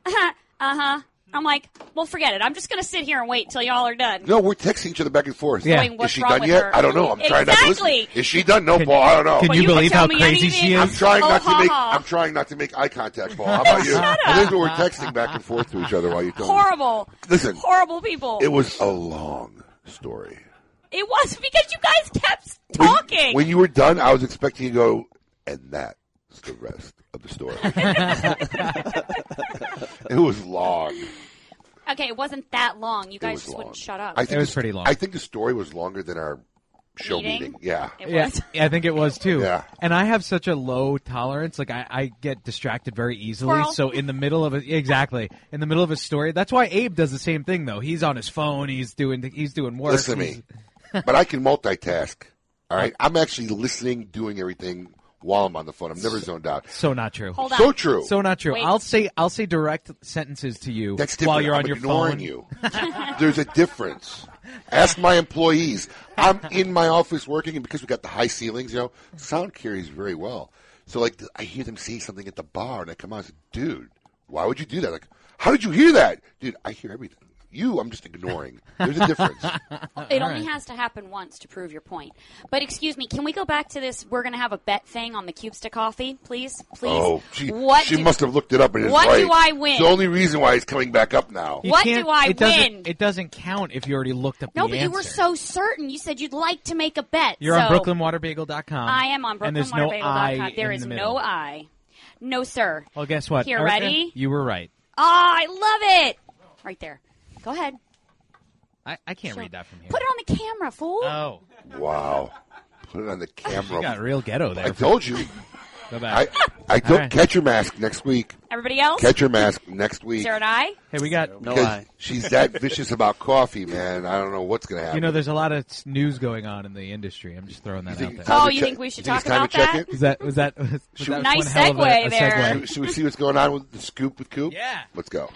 S4: uh huh. I'm like, well, forget it. I'm just going to sit here and wait till y'all are done.
S3: No, we're texting each other back and forth.
S5: Yeah.
S4: Going,
S3: Is
S4: "What's
S3: she
S4: wrong
S3: done
S4: with
S3: yet?
S4: her?"
S3: I don't know. I'm trying not to listen.
S4: Exactly.
S3: Is she done? No, Paul. I don't know.
S5: Can
S4: Well,
S5: you,
S4: you can
S5: believe
S4: tell
S5: how
S4: me
S5: crazy
S4: anything.
S5: she
S3: I'm
S5: is?
S3: trying
S4: Oh,
S3: not to
S4: ha,
S3: make.
S4: ha.
S3: I'm trying not to make eye contact, Paul. How about you?
S4: Shut
S3: I think we're texting back and forth to each other while you're telling me.
S4: Horrible.
S3: Listen.
S4: Horrible people.
S3: It was a long story.
S4: It was because you guys kept
S3: When-
S4: talking.
S3: When, you were done, I was expecting you to go, and that is the rest of the story. it was long.
S4: okay, it wasn't that long. You
S3: It
S4: guys
S3: was
S4: just
S3: long.
S4: wouldn't shut up.
S3: I think
S5: It was
S3: the-
S5: pretty long.
S3: I think the story was longer than our show meeting.
S4: Meeting?
S3: Yeah.
S4: It
S5: Yeah,
S4: was.
S5: I think it was too.
S3: Yeah.
S5: And I have such a low tolerance. Like I, I get distracted very easily.
S4: Squirrel.
S5: So in the middle of a, exactly in the middle of a story, that's why Abe does the same thing though. He's on his phone. He's doing he's doing work.
S3: Listen to me.
S5: he's-
S3: but I can multitask. All right. I'm actually listening, doing everything while I'm on the phone. I'm never zoned out.
S5: So not true.
S4: Hold
S3: so
S4: on.
S3: true.
S5: So not true.
S4: Wait.
S5: I'll say I'll say direct sentences to you
S3: That's different.
S5: while you're on
S3: I'm
S5: your
S3: ignoring
S5: phone.
S3: you. There's a difference. Ask my employees. I'm in my office working, and because we got the high ceilings, you know, sound carries very well. So, like, I hear them say something at the bar, and I come out and say, dude, why would you do that? Like, how did you hear that? Dude, I hear everything. You, I'm just ignoring. There's a difference.
S4: It only has to happen once to prove your point. But excuse me, can we go back to this? We're going to have a bet thing on the cubes to coffee, please, please.
S3: Oh, she,
S4: what
S3: she
S4: do-
S3: must have looked it up and is
S4: what
S3: right.
S4: do I win?
S3: It's The only reason why it's coming back up now.
S5: You
S4: What
S5: can't-
S4: do I
S5: it doesn't-
S4: win?
S5: It doesn't count if you already looked up
S4: No,
S5: the
S4: but you were
S5: answer.
S4: so certain. You said you'd like to make a bet.
S5: You're on
S4: so-
S5: BrooklynWaterBagel.com.
S4: I am on
S5: and there's no
S4: BrooklynWaterBagel.com.
S5: I
S4: There
S5: in
S4: is
S5: the
S4: no
S5: middle.
S4: I. No, sir.
S5: Well, guess what?
S4: Here,
S5: Erica,
S4: ready?
S5: You were right.
S4: Ah, I love it. Right there. Go ahead.
S5: I, I can't
S4: Sure.
S5: read that from here.
S4: Put it on the camera, fool.
S5: Oh,
S3: Wow. Put it on the camera.
S5: you got real ghetto there.
S3: I told you. I,
S5: Bye-bye.
S3: I
S5: All
S3: don't
S5: right.
S3: catch your mask next week.
S4: Everybody else?
S3: Catch your mask next
S4: Is
S3: week.
S4: there an I?
S5: Hey, we got
S12: No
S3: Because
S12: lie.
S3: She's that vicious about coffee, man. I don't know what's going to happen.
S5: You know, there's a lot of s- news going on in the industry. I'm just throwing that
S3: think
S5: out
S3: it's
S5: there.
S3: time
S4: Oh,
S3: to
S4: you
S3: check-
S4: think we should
S3: you think it's time
S4: talk
S3: to
S4: about
S3: check
S4: that?
S5: Was that was that was,
S3: Should-
S5: that
S4: Nice
S5: one hell of a,
S4: segue
S5: a
S4: there.
S5: segue.
S3: Should we see what's going on with the scoop with Coop?
S5: Yeah.
S3: Let's go.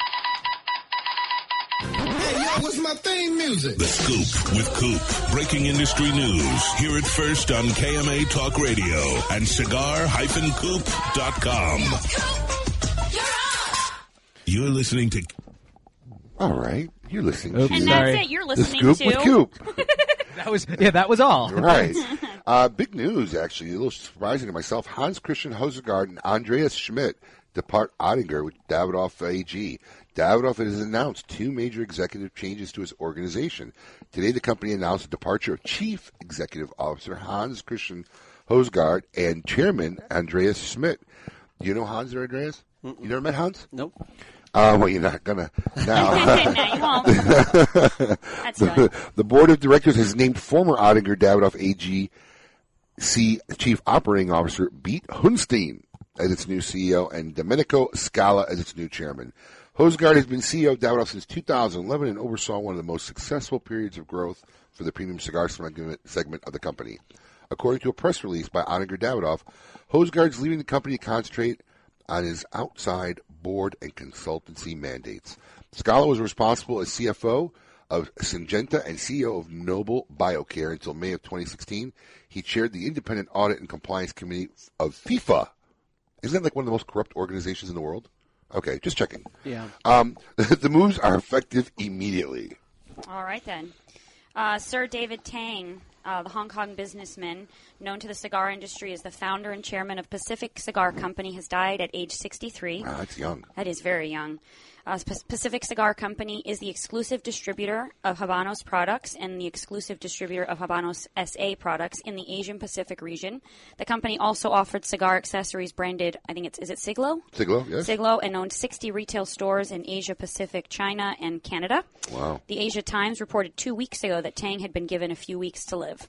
S11: What's my theme music?
S1: The Scoop with Coop. Breaking industry news. Hear it first on KMA Talk Radio and cigar-coop.com. You're listening to
S3: All right. You're listening
S5: Oops,
S3: to
S4: And
S5: Sorry.
S4: that's it. You're
S3: the
S4: listening
S3: scoop
S4: to.
S3: with Coop.
S5: That was yeah, that was all.
S3: right. Uh, big news, actually. A little surprising to myself. Hans Christian Hosegaard and Andreas Schmidt depart Oettinger with Davidoff AG. Davidoff has announced two major executive changes to his organization. Today, the company announced the departure of Chief Executive Officer Hans Christian Hosegaard and Chairman Andreas Schmidt. Do you know Hans or Andreas? You never met Hans?
S12: Nope.
S3: Uh, well, you're not gonna now.
S4: no, you won't. That's good.
S3: the board of directors has named former Oettinger Davidoff AG C Chief Operating Officer Beat Hunstein as its new CEO and Domenico Scala as its new chairman. Hosgaard has been CEO of Davidoff since 2011 and oversaw one of the most successful periods of growth for the premium cigar segment segment of the company. According to a press release by Oettinger Davidoff, Hosgaard's leaving the company to concentrate on his outside board and consultancy mandates. Scala was responsible as CFO of Syngenta and CEO of Noble Biocare until May of 2016. He chaired the Independent Audit and Compliance Committee of FIFA. Isn't that like one of the most corrupt organizations in the world? Okay, just checking.
S12: Yeah.
S3: Um, the moves are effective immediately.
S4: All right then. Uh, Sir David Tang, uh, the Hong Kong businessman known to the cigar industry as the founder and chairman of Pacific Cigar Company, has died at age 63.
S3: Wow, that's young.
S4: That is very young. Uh, P- Pacific Cigar Company is the exclusive distributor of Habanos products and the exclusive distributor of Habanos SA products in the Asian Pacific region. The company also offered cigar accessories branded, I think it's, is it Siglo?
S3: Siglo, yes.
S4: Siglo and owned 60 retail stores in Asia Pacific, China, and Canada.
S3: Wow.
S4: The Asia Times reported two weeks ago that Tang had been given a few weeks to live.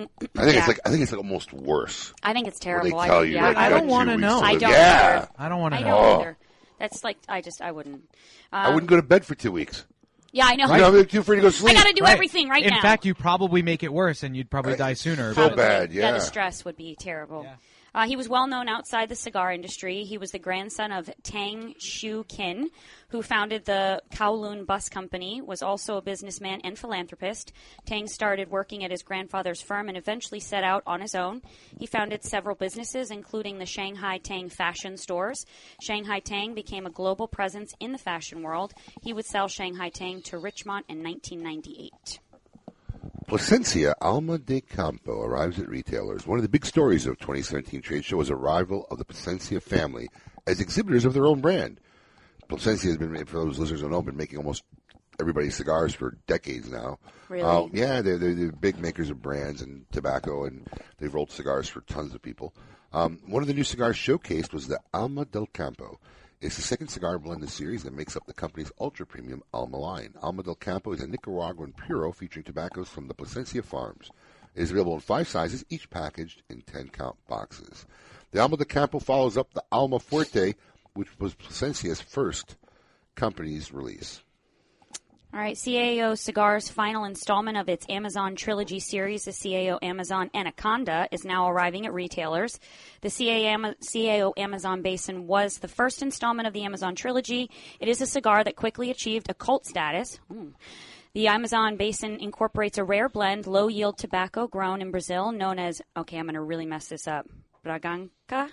S3: I think
S4: Yeah.
S3: it's like I think it's like almost worse.
S4: I think it's
S3: When they
S4: terrible.
S3: tell you,
S4: yeah,
S3: like,
S5: I
S3: you
S5: don't
S3: got two
S5: wanna
S3: weeks
S5: know.
S3: to
S4: I
S3: live.
S4: don't
S3: Yeah,
S4: either.
S5: I don't want to
S4: I
S5: know.
S4: don't
S3: Oh.
S4: either. That's like I just I wouldn't.
S3: I wouldn't go to bed for two weeks.
S4: Yeah, I know.
S3: You know, I'm too afraid to go to
S4: I
S3: sleep.
S4: got to do
S5: Right.
S4: everything right
S5: in
S4: now.
S5: fact, you probably make it worse, and you'd probably die sooner.
S3: So
S5: but-
S3: bad,
S4: yeah,
S3: yeah.
S4: the stress would be terrible. Uh, he was well known outside the cigar industry. He was the grandson of Tang Shu Kin, who founded the Kowloon Bus Company, was also a businessman and philanthropist. Tang started working at his grandfather's firm and eventually set out on his own. He founded several businesses, including the Shanghai Tang fashion stores. Shanghai Tang became a global presence in the fashion world. He would sell Shanghai Tang to Richmond in 1998.
S3: Placencia Alma de Campo arrives at retailers. One of the big stories of 2017 trade show was arrival of the Placencia family as exhibitors of their own brand. Placencia has been, for those listeners who don't know, been making almost everybody's cigars for decades now.
S4: Really?
S3: Uh, yeah, they're, they're, they're big makers of brands and tobacco, and they've rolled cigars for tons of people. Um, one of the new cigars showcased was the Alma del Campo. It's the second cigar blend in the series that makes up the company's ultra premium Alma line. Alma del Campo is a Nicaraguan Puro featuring tobaccos from the Placencia farms. It is available in five sizes, each packaged in 10 count boxes. The Alma del Campo follows up the Alma Fuerte, which was Placencia's first company's release.
S4: All right, CAO Cigars' final installment of its Amazon trilogy series, the CAO Amazon Anaconda, is now arriving at retailers. The CAO, CAO Amazon Basin was the first installment of the Amazon trilogy. It is a cigar that quickly achieved a cult status. Mm. The Amazon Basin incorporates a rare blend, low yield tobacco grown in Brazil, known as, okay, I'm going to really mess this up, Braganca?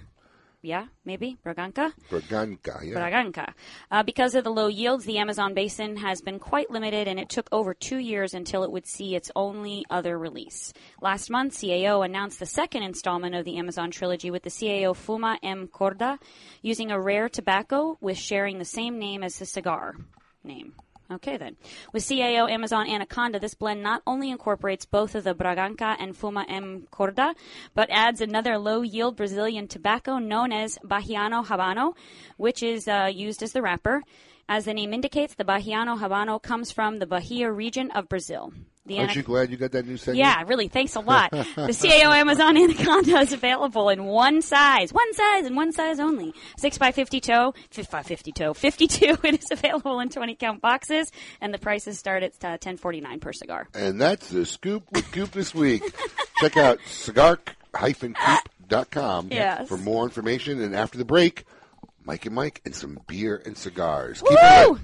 S4: Yeah, maybe? Braganca?
S3: Braganca, yeah.
S4: Braganca. Uh, because of the low yields, the Amazon basin has been quite limited, and it took over two years until it would see its only other release. Last month, CAO announced the second installment of the Amazon trilogy with the CAO Fuma M. Corda, using a rare tobacco with sharing the same name as the cigar name. Okay, then. With CAO Amazon Anaconda, this blend not only incorporates both of the Braganca and Fuma M. Corda, but adds another low yield Brazilian tobacco known as Bahiano Habano, which is uh, used as the wrapper. As the name indicates, the Bahiano Habano comes from the Bahia region of Brazil. The
S3: Aren't you glad you got that new segment?
S4: yeah, really. Thanks a lot. the CAO Amazon Anaconda is available in one size, one size, and one size only. Six by fifty toe, fif- by fifty toe, fifty-two. It is available in twenty count boxes, and the prices start at uh, ten forty-nine per cigar.
S3: And that's the scoop with Coop this week. Check out cigar-coop.com
S4: Yes.
S3: for more information. And after the break, Mike and Mike and some beer and cigars.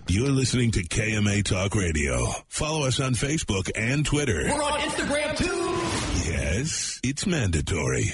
S1: You're listening to KMA Talk Radio. Follow us on Facebook and Twitter.
S16: We're on Instagram too.
S1: Yes, it's mandatory.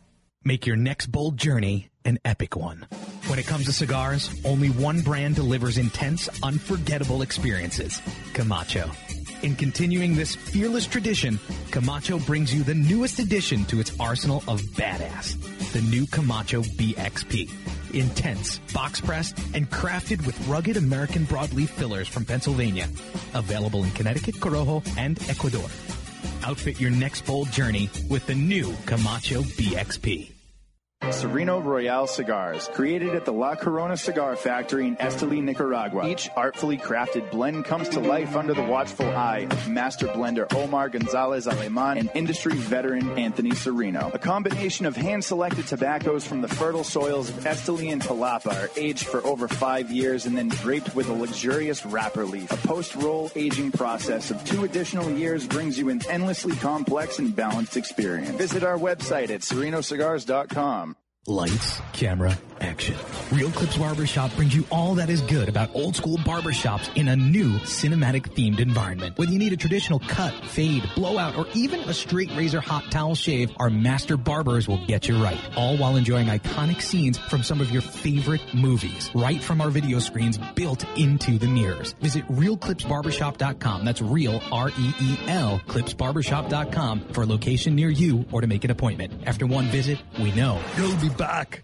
S5: Make your next bold journey an epic one. When it comes to cigars, only one brand delivers intense, unforgettable experiences Camacho. In continuing this fearless tradition, Camacho brings you the newest addition to its arsenal of badass the new Camacho BXP. Intense, box pressed, and crafted with rugged American broadleaf fillers from Pennsylvania. Available in Connecticut, Corojo, and Ecuador. Outfit your next bold journey with the new Camacho BXP.
S8: Sereno Royale cigars, created at the La Corona Cigar Factory in Esteli, Nicaragua. Each artfully crafted blend comes to life under the watchful eye of master blender Omar Gonzalez Aleman and industry veteran Anthony Sereno. A combination of hand selected tobaccos from the fertile soils of Esteli and Palapa are aged for over five years and then draped with a luxurious wrapper leaf. A post roll aging process of two additional years brings you an endlessly complex and balanced experience. Visit our website at serenocigars.com.
S5: Lights, camera, action. Real Clips Barbershop brings you all that is good about old school barbershops in a new cinematic themed environment. Whether you need a traditional cut, fade, blowout, or even a straight razor hot towel shave, our master barbers will get you right. All while enjoying iconic scenes from some of your favorite movies, right from our video screens built into the mirrors. Visit realclipsbarbershop.com. That's real, E R-E-E-L, clipsbarbershop.com for a location near you or to make an appointment. After one visit, we know you'll be back.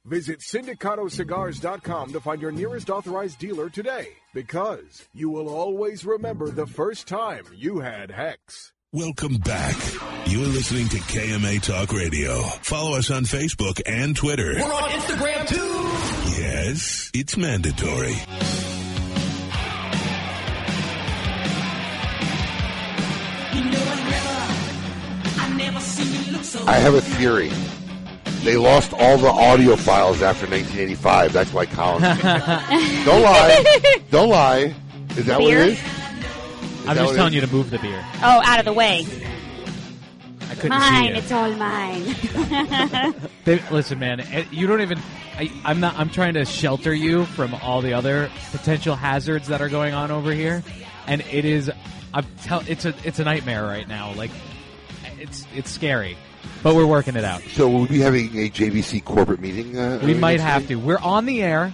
S23: Visit syndicatocigars.com to find your nearest authorized dealer today because you will always remember the first time you had Hex.
S1: Welcome back. You're listening to KMA Talk Radio. Follow us on Facebook and Twitter.
S11: We're on Instagram too.
S1: Yes, it's mandatory.
S3: I have a theory. They lost all the audio files after 1985. That's why Colin. don't lie. Don't lie. Is that what
S4: Beer?
S3: it is?
S5: I'm just telling you to move the beer.
S4: Oh, out of the way.
S5: I couldn't see
S4: mine,
S5: it.
S4: it's all mine.
S5: They- listen, man, eh, you don't even. I, I'm not. I'm trying to shelter you from all the other potential hazards that are going on over here, and it is. I'm tell. It's a. It's a nightmare right now. Like, it's it's scary, but we're working it out.
S3: So we'll be having a JVC corporate meeting. Uh,
S5: We
S3: early
S5: might
S3: next
S5: have
S3: week?
S5: to. We're on the air,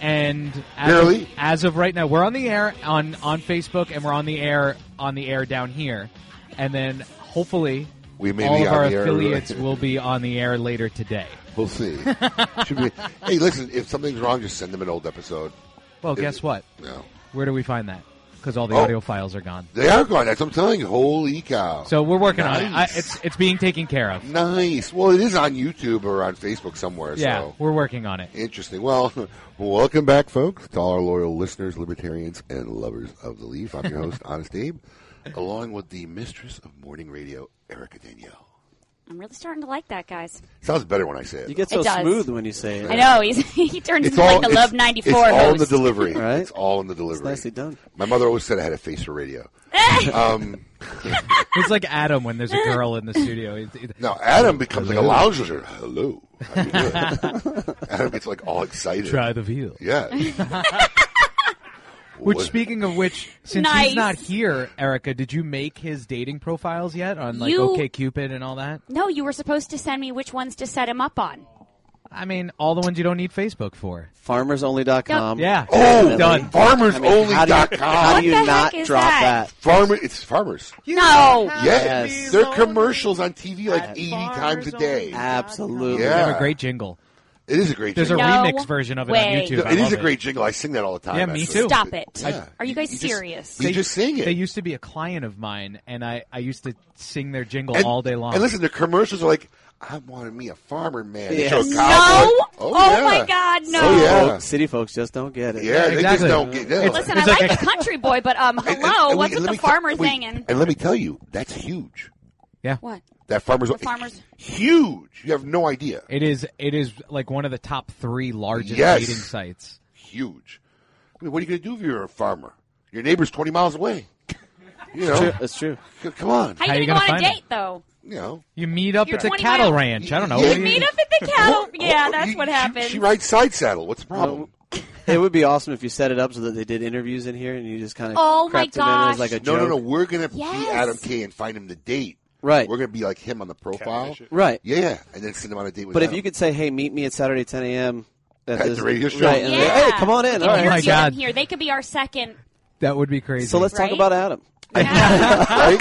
S5: and as
S3: Barely.
S5: of, as of right now, we're on the air on on Facebook, and we're on the air on the air down here, and then hopefully
S3: We may
S5: all
S3: be
S5: of
S3: on
S5: our
S3: the air.
S5: affiliates will be on the air later today.
S3: We'll see. Should be. Hey, listen. If something's wrong, just send them an old episode.
S5: Well,
S3: If-
S5: guess what?
S3: No.
S5: Where do we find that? Because all the
S3: Oh.
S5: audio files are gone.
S3: They are gone. That's what I'm telling you. Holy cow!
S5: So we're working on it. I,
S3: Nice.
S5: it's it's being taken care of.
S3: Nice. Well, it is on YouTube or on Facebook somewhere.
S5: yeah,
S3: So.
S5: we're working on it.
S3: Interesting. Well, welcome back, folks, to all our loyal listeners, libertarians, and lovers of the leaf. I'm your host, Honest Abe, along with the mistress of morning radio, Erica Danielle.
S4: I'm really starting to like that, guys.
S3: Sounds better when I say it.
S12: You get
S4: It so does. smooth
S12: when you say
S4: I know he's, he turns into like the
S3: it's-
S4: Love '94
S3: It's all in
S4: host.
S3: the delivery. It's all in the delivery. nicely
S12: done.
S3: My mother always said I had a face for radio. um,
S5: It's like Adam when there's a girl in the studio. It- it-
S3: now Adam becomes like a
S5: Hello.
S3: lounge lizard. Hello. How you doing? Adam gets like all excited.
S5: Try the veal.
S3: Yeah.
S5: Which,
S3: What-
S5: speaking of which, since
S4: Nice.
S5: he's not here, Erica, did you make his dating profiles yet on like
S4: You-
S5: OK Cupid and all that?
S4: No, you were supposed to send me which ones to set him up on.
S5: I mean, all the ones you don't need Facebook for.
S12: FarmersOnly.com.
S5: Yeah.
S12: Oh,
S5: Definitely.
S12: done.
S5: I
S12: How do you,
S5: mean,
S12: how do you
S4: What the
S12: not
S4: heck is
S12: drop
S4: that?
S12: that?
S3: Farmer, it's farmers.
S4: no.
S3: Yes. They're commercials on TV like 80 times a day.
S12: Absolutely.
S5: They have
S3: Yeah.
S5: a great jingle.
S3: It is a great
S5: There's
S3: jingle.
S5: a remix version of it
S4: way.
S5: on YouTube. I
S3: It is
S5: love
S3: a great jingle. I sing that all the time.
S5: Yeah, me
S3: actually.
S5: too.
S4: Stop it.
S5: Yeah.
S4: Are you guys
S3: You just-
S4: serious?
S3: You just sing it.
S5: They used to be a client of mine, and I, I used to sing their jingle
S3: And-
S5: all day long.
S3: And listen, the commercials are like, I want to be a farmer man. They
S12: Yes.
S3: show a
S12: No!
S3: cowboy.
S4: Oh,
S3: yeah.
S4: my God, no.
S3: Oh, yeah.
S12: Folk- City folks just don't get it.
S3: Yeah, they just don't get it.
S4: Listen, I like, the country boy, but um, hello,
S3: and
S4: what's
S3: we-
S4: with
S3: let
S4: the
S3: me t-
S4: farmer
S3: wait,
S4: thing? And
S3: And let me tell you, that's huge.
S5: Yeah.
S4: What?
S3: That farmer's
S4: The farmers.
S3: huge. You have no idea.
S5: It is it is like one of the top three largest
S3: Yes.
S5: dating sites.
S3: Huge. I mean, what are you going to do if you're a farmer? Your neighbor's 20 miles away. You know?
S12: true. That's true.
S3: C- Come on.
S4: How you gonna go on a date though?
S3: You know.
S5: You meet up
S4: You're
S5: at the
S4: 20
S5: cattle
S4: miles-
S5: ranch. I don't know.
S3: Yeah.
S5: What do you-
S4: Meet up at the cattle. yeah, that's what happened.
S3: She rides side saddle. What's the problem?
S12: It would be awesome if you set it up so that they did interviews in here and you just kind of
S4: Oh my
S12: crept them in as
S4: gosh.
S12: like a
S3: No,
S12: joke.
S3: no, no. We're gonna be
S4: Yes.
S3: Adam K and find him the date.
S12: Right.
S3: We're gonna be like him on the profile.
S12: Right.
S3: Yeah, and then send him on a date with.
S12: But if
S3: Adam.
S12: you could say, "Hey, meet me at Saturday 10 a.m."
S3: At the radio show.
S12: Right, and
S4: yeah.
S12: then, hey, come on
S4: We
S12: in.
S4: can
S12: All right.
S4: interview
S5: Oh my God.
S4: them here. They could be our second.
S5: that would be crazy.
S12: So let's
S4: Right?
S12: talk about Adam.
S3: right?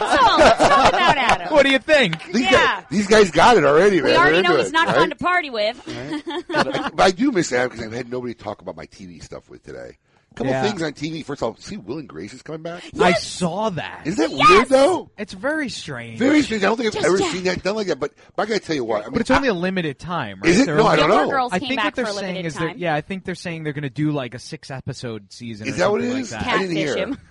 S4: Oh, let's talk about Adam.
S5: what do you think?
S3: These,
S4: Yeah.
S3: guys, these guys got it already, man.
S4: We
S3: They're
S4: already know
S3: into
S4: he's
S3: it,
S4: not
S3: right?
S4: fun to party with.
S3: but, I do miss Adam because I've had nobody to talk about my TV stuff with today. A couple
S5: Yeah.
S3: things on TV. First of all, see Will and Grace is coming back.
S5: I saw that.
S3: Is that weird though?
S5: It's very strange.
S3: Very strange. I don't think I've
S4: Just
S3: ever
S4: yet.
S3: seen that done like that. But, but I gotta tell you what. I mean,
S5: But it's
S3: I-
S5: only a limited time, right?
S3: Is it?
S5: They're
S3: No, I
S5: only-
S3: don't
S4: Gilmore
S3: know.
S4: Girls
S5: I
S4: came
S5: think
S4: back
S5: what they're
S4: for a
S5: saying
S4: limited
S5: is
S4: time.
S5: that yeah, I think they're saying they're going to do like a six episode season.
S3: Is
S5: or
S3: that what
S5: something
S3: it
S5: like
S3: is?
S5: that.
S3: I didn't
S4: Catfish
S3: hear.
S4: him.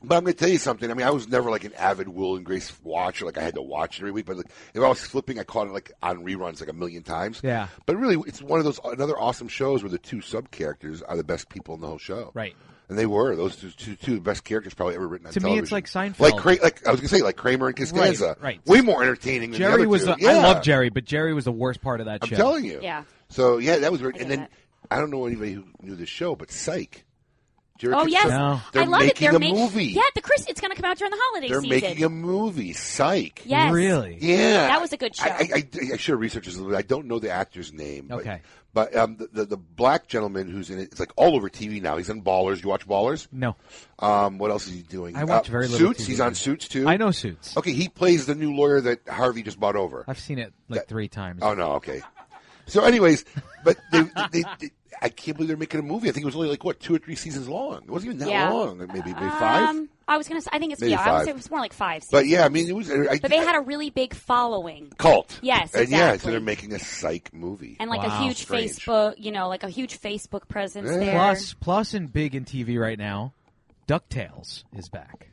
S3: But I'm going to tell you something. I mean, I was never like an avid Will and Grace watcher. Like I had to watch it every week. But like, if I was flipping, I caught it like on reruns like a million times.
S5: Yeah.
S3: But really, it's one of those another awesome shows where the two sub characters are the best people in the whole show.
S5: Right.
S3: And they were those two, two, two of the best characters probably ever written on
S5: To me,
S3: television.
S5: it's like Seinfeld.
S3: Like, Cra- like I was gonna say, like Kramer and Costanza.
S5: Right, right.
S3: Way more entertaining. than the
S5: Jerry
S3: other
S5: was.
S3: two.
S5: The, I
S3: Yeah.
S5: love Jerry, but Jerry was the worst part of that
S3: I'm
S5: show.
S3: telling you. So yeah, that was weird. And then I don't know anybody who knew the show, but Psych. Jerry
S4: Oh
S3: Costanza-
S4: yes,
S3: They're
S4: I love
S3: making
S4: it. They're
S3: a
S4: making
S3: movie.
S4: Yeah, the Chris. It's going to come out during the holiday
S3: They're
S4: season.
S3: making a movie, Psych.
S4: Yes. Really?
S3: Yeah.
S4: That was a good show.
S3: I, I, I, I should have researched this a little bit. I don't know the actor's name. But,
S5: Okay.
S3: But um, the, the the black gentleman who's in it, it's like all over TV now. He's in Ballers. You watch Ballers?
S5: No.
S3: Um, what else is he doing? Uh,
S5: I watch very little
S3: Suits.
S5: TV.
S3: He's on Suits too.
S5: I know Suits.
S3: Okay, he plays the new lawyer that Harvey just bought over.
S5: I've seen it like three times.
S3: Oh no, okay. So, anyways, but they, they, they- I can't believe they're making a movie. I think it was only like what two or three seasons long. It wasn't even that
S4: Yeah.
S3: long. Maybe maybe five.
S4: Um, I was going to. I think it's.
S3: Maybe
S4: yeah, I would say
S3: five.
S4: it was more like five.
S3: But yeah, I mean, it was. I, uh,
S4: But they had a really big following.
S3: cult.
S4: Yes,
S3: and yeah, so
S4: exactly.
S3: they're making a psych movie
S4: And like a huge
S3: Strange.
S4: Facebook, you know, like a huge Facebook presence there.
S5: Plus, plus, and big in TV right now. Ducktales is back.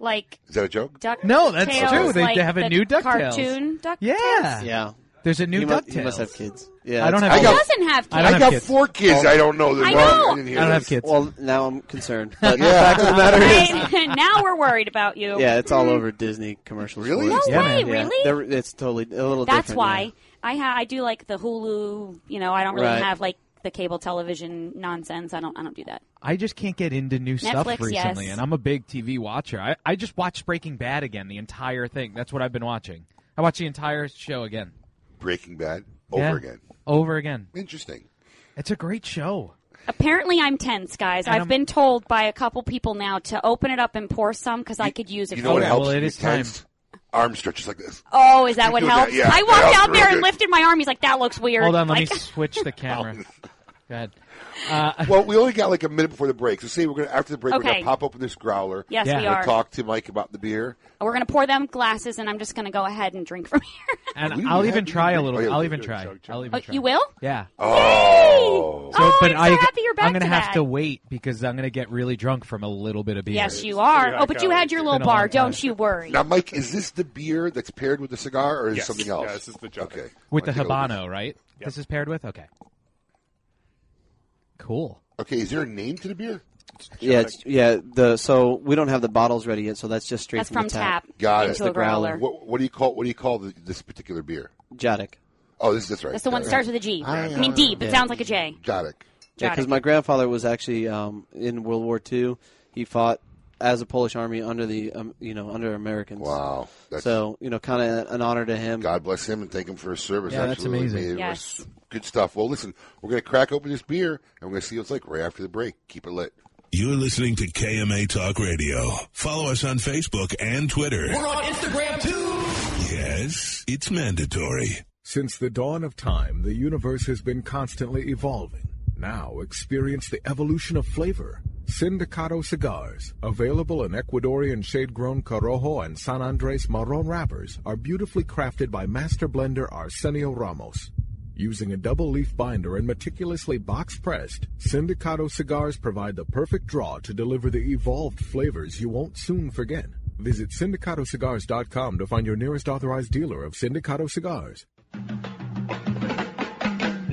S4: like
S3: Is that a joke?
S4: Duck.
S5: No, that's
S4: Tales,
S5: true. They-
S4: like
S5: they have a
S4: the
S5: new DuckTales.
S4: cartoon. Ducktales.
S5: Yeah.
S12: Yeah.
S5: There's a new
S12: He mu-
S5: DuckTales.
S12: he must have kids. Yeah,
S5: I don't have.
S12: that's-
S5: kids.
S12: I got-
S4: Doesn't have
S5: I don't
S3: I
S5: have
S3: got
S5: kids. Oh.
S3: four kids. I don't know. that-
S4: I
S3: well,
S4: know.
S3: didn't hear
S5: I don't have
S3: this.
S5: kids.
S12: Well, now I'm concerned. But the fact of the matter is,
S4: Hey, now we're worried about you.
S12: yeah, it's
S3: Hmm.
S12: all over Disney commercials.
S4: Really?
S12: for it.
S4: No Yeah, way, man. really?
S12: They're- it's totally a little.
S4: That's
S12: different,
S4: why
S12: yeah.
S4: I ha- I do like the Hulu. You know, I don't really
S12: Right.
S4: have like the cable television nonsense. I don't. I don't do that.
S5: I just can't get into new stuff
S4: Netflix,
S5: recently,
S4: yes.
S5: and I'm a big TV watcher. I, I just watched Breaking Bad again, the entire thing. That's what I've been watching. I watched the entire show again.
S3: Breaking Bad over
S5: Yeah.
S3: again.
S5: Over again.
S3: Interesting.
S5: It's a great show.
S4: Apparently, I'm tense, guys.
S5: And
S4: I've
S5: I'm-
S4: been told by a couple people now to open it up and pour some because I could use it.
S3: You
S4: for
S3: know what
S4: it.
S3: helps? Well, it is tense. Arm stretches like this.
S4: Oh, is that what
S3: You do that,
S4: helps?
S3: yeah.
S4: I walked
S3: Yeah,
S4: out
S3: real
S4: there and
S3: good.
S4: lifted my arm. He's like, "That looks weird."
S5: Hold on, let
S4: like,
S5: me switch the camera. Go ahead.
S3: well, we only got like a minute before the break. So say we're gonna after the break we're
S4: Okay.
S3: gonna pop open this growler.
S4: Yes,
S5: Yeah. we
S3: We'll
S4: are.
S3: Talk to Mike about the beer.
S4: We're gonna pour them glasses, and I'm just gonna go ahead and drink from here.
S5: And
S3: We
S5: I'll
S3: have-
S5: even try a
S3: Oh,
S5: little.
S3: yeah, we
S5: I'll
S3: can
S5: even
S3: do it.
S5: try.
S3: Chug,
S5: I'll even
S4: Oh,
S5: try.
S4: you will?
S5: Yeah.
S3: Oh.
S5: So,
S4: Oh,
S5: but
S4: I'm so
S5: I,
S4: happy you're back
S5: I'm gonna
S4: to
S5: have
S4: that.
S5: to wait because I'm gonna get really drunk from a little bit of beer.
S4: Yes, you are. Oh, but you had your little
S5: Been a long
S4: bar.
S5: time.
S4: Don't you worry.
S3: Now, Mike, is this the beer that's paired with the cigar, or is
S26: Yes.
S3: it something else?
S26: Yeah, this is the jug.
S3: Okay.
S5: with the
S3: Wanna take a look at
S5: habano, right? This is paired with. Okay. Cool.
S3: Okay, is there a name to the beer?
S12: Yeah, it's, yeah. The so we don't have the bottles ready yet, so that's just straight
S4: That's
S12: from, the
S4: from
S12: tap.
S4: tap Got it. into
S12: the
S4: a growler.
S12: growler.
S3: What, what do you call what do you call the, this particular beer?
S12: Jadic.
S3: Oh, this that's right.
S4: That's the one that starts with a G. I mean, deep. It
S12: Yeah.
S4: sounds like a J.
S3: Jadic.
S12: Yeah, because my grandfather was actually um, in World War II. He fought as a Polish army under the um, you know under Americans.
S3: Wow.
S12: so you know, kind of an honor to him.
S3: God bless him and thank him for his service.
S12: Yeah, that's
S3: Absolutely.
S12: amazing.
S3: It was
S12: Yes.
S3: Good stuff. Well, listen, we're going to crack open this beer and we're going to see what it's like right after the break. Keep it lit.
S1: You're listening to KMA Talk Radio. Follow us on Facebook and Twitter.
S16: We're on Instagram too.
S1: Yes, it's mandatory.
S10: Since the dawn of time, the universe has been constantly evolving. Now experience the evolution of flavor. Sindicato cigars, available in Ecuadorian shade-grown Corojo and San Andres Marron wrappers, are beautifully crafted by master blender Arsenio Ramos. Using a double leaf binder and meticulously box pressed, Sindicato cigars provide the perfect draw to deliver the evolved flavors you won't soon forget. Visit syndicatocigars.com to find your nearest authorized dealer of Sindicato cigars.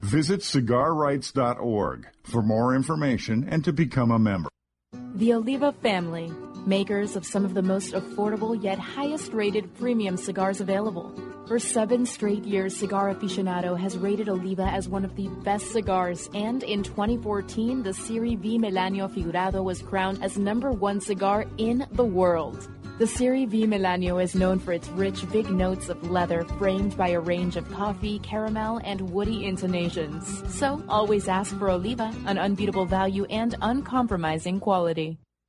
S19: Visit cigarrights.org for more information and to become a member.
S9: The Oliva family, makers of some of the most affordable yet highest rated premium cigars available. For seven straight years, Cigar Aficionado has rated Oliva as one of the best cigars, and in 2014, the Siri V Melanio Figurado was crowned as number one cigar in the world. The Siri V Melanio is known for its rich, big notes of leather framed by a range of coffee, caramel, and woody intonations. So always ask for Oliva, an unbeatable value and uncompromising quality.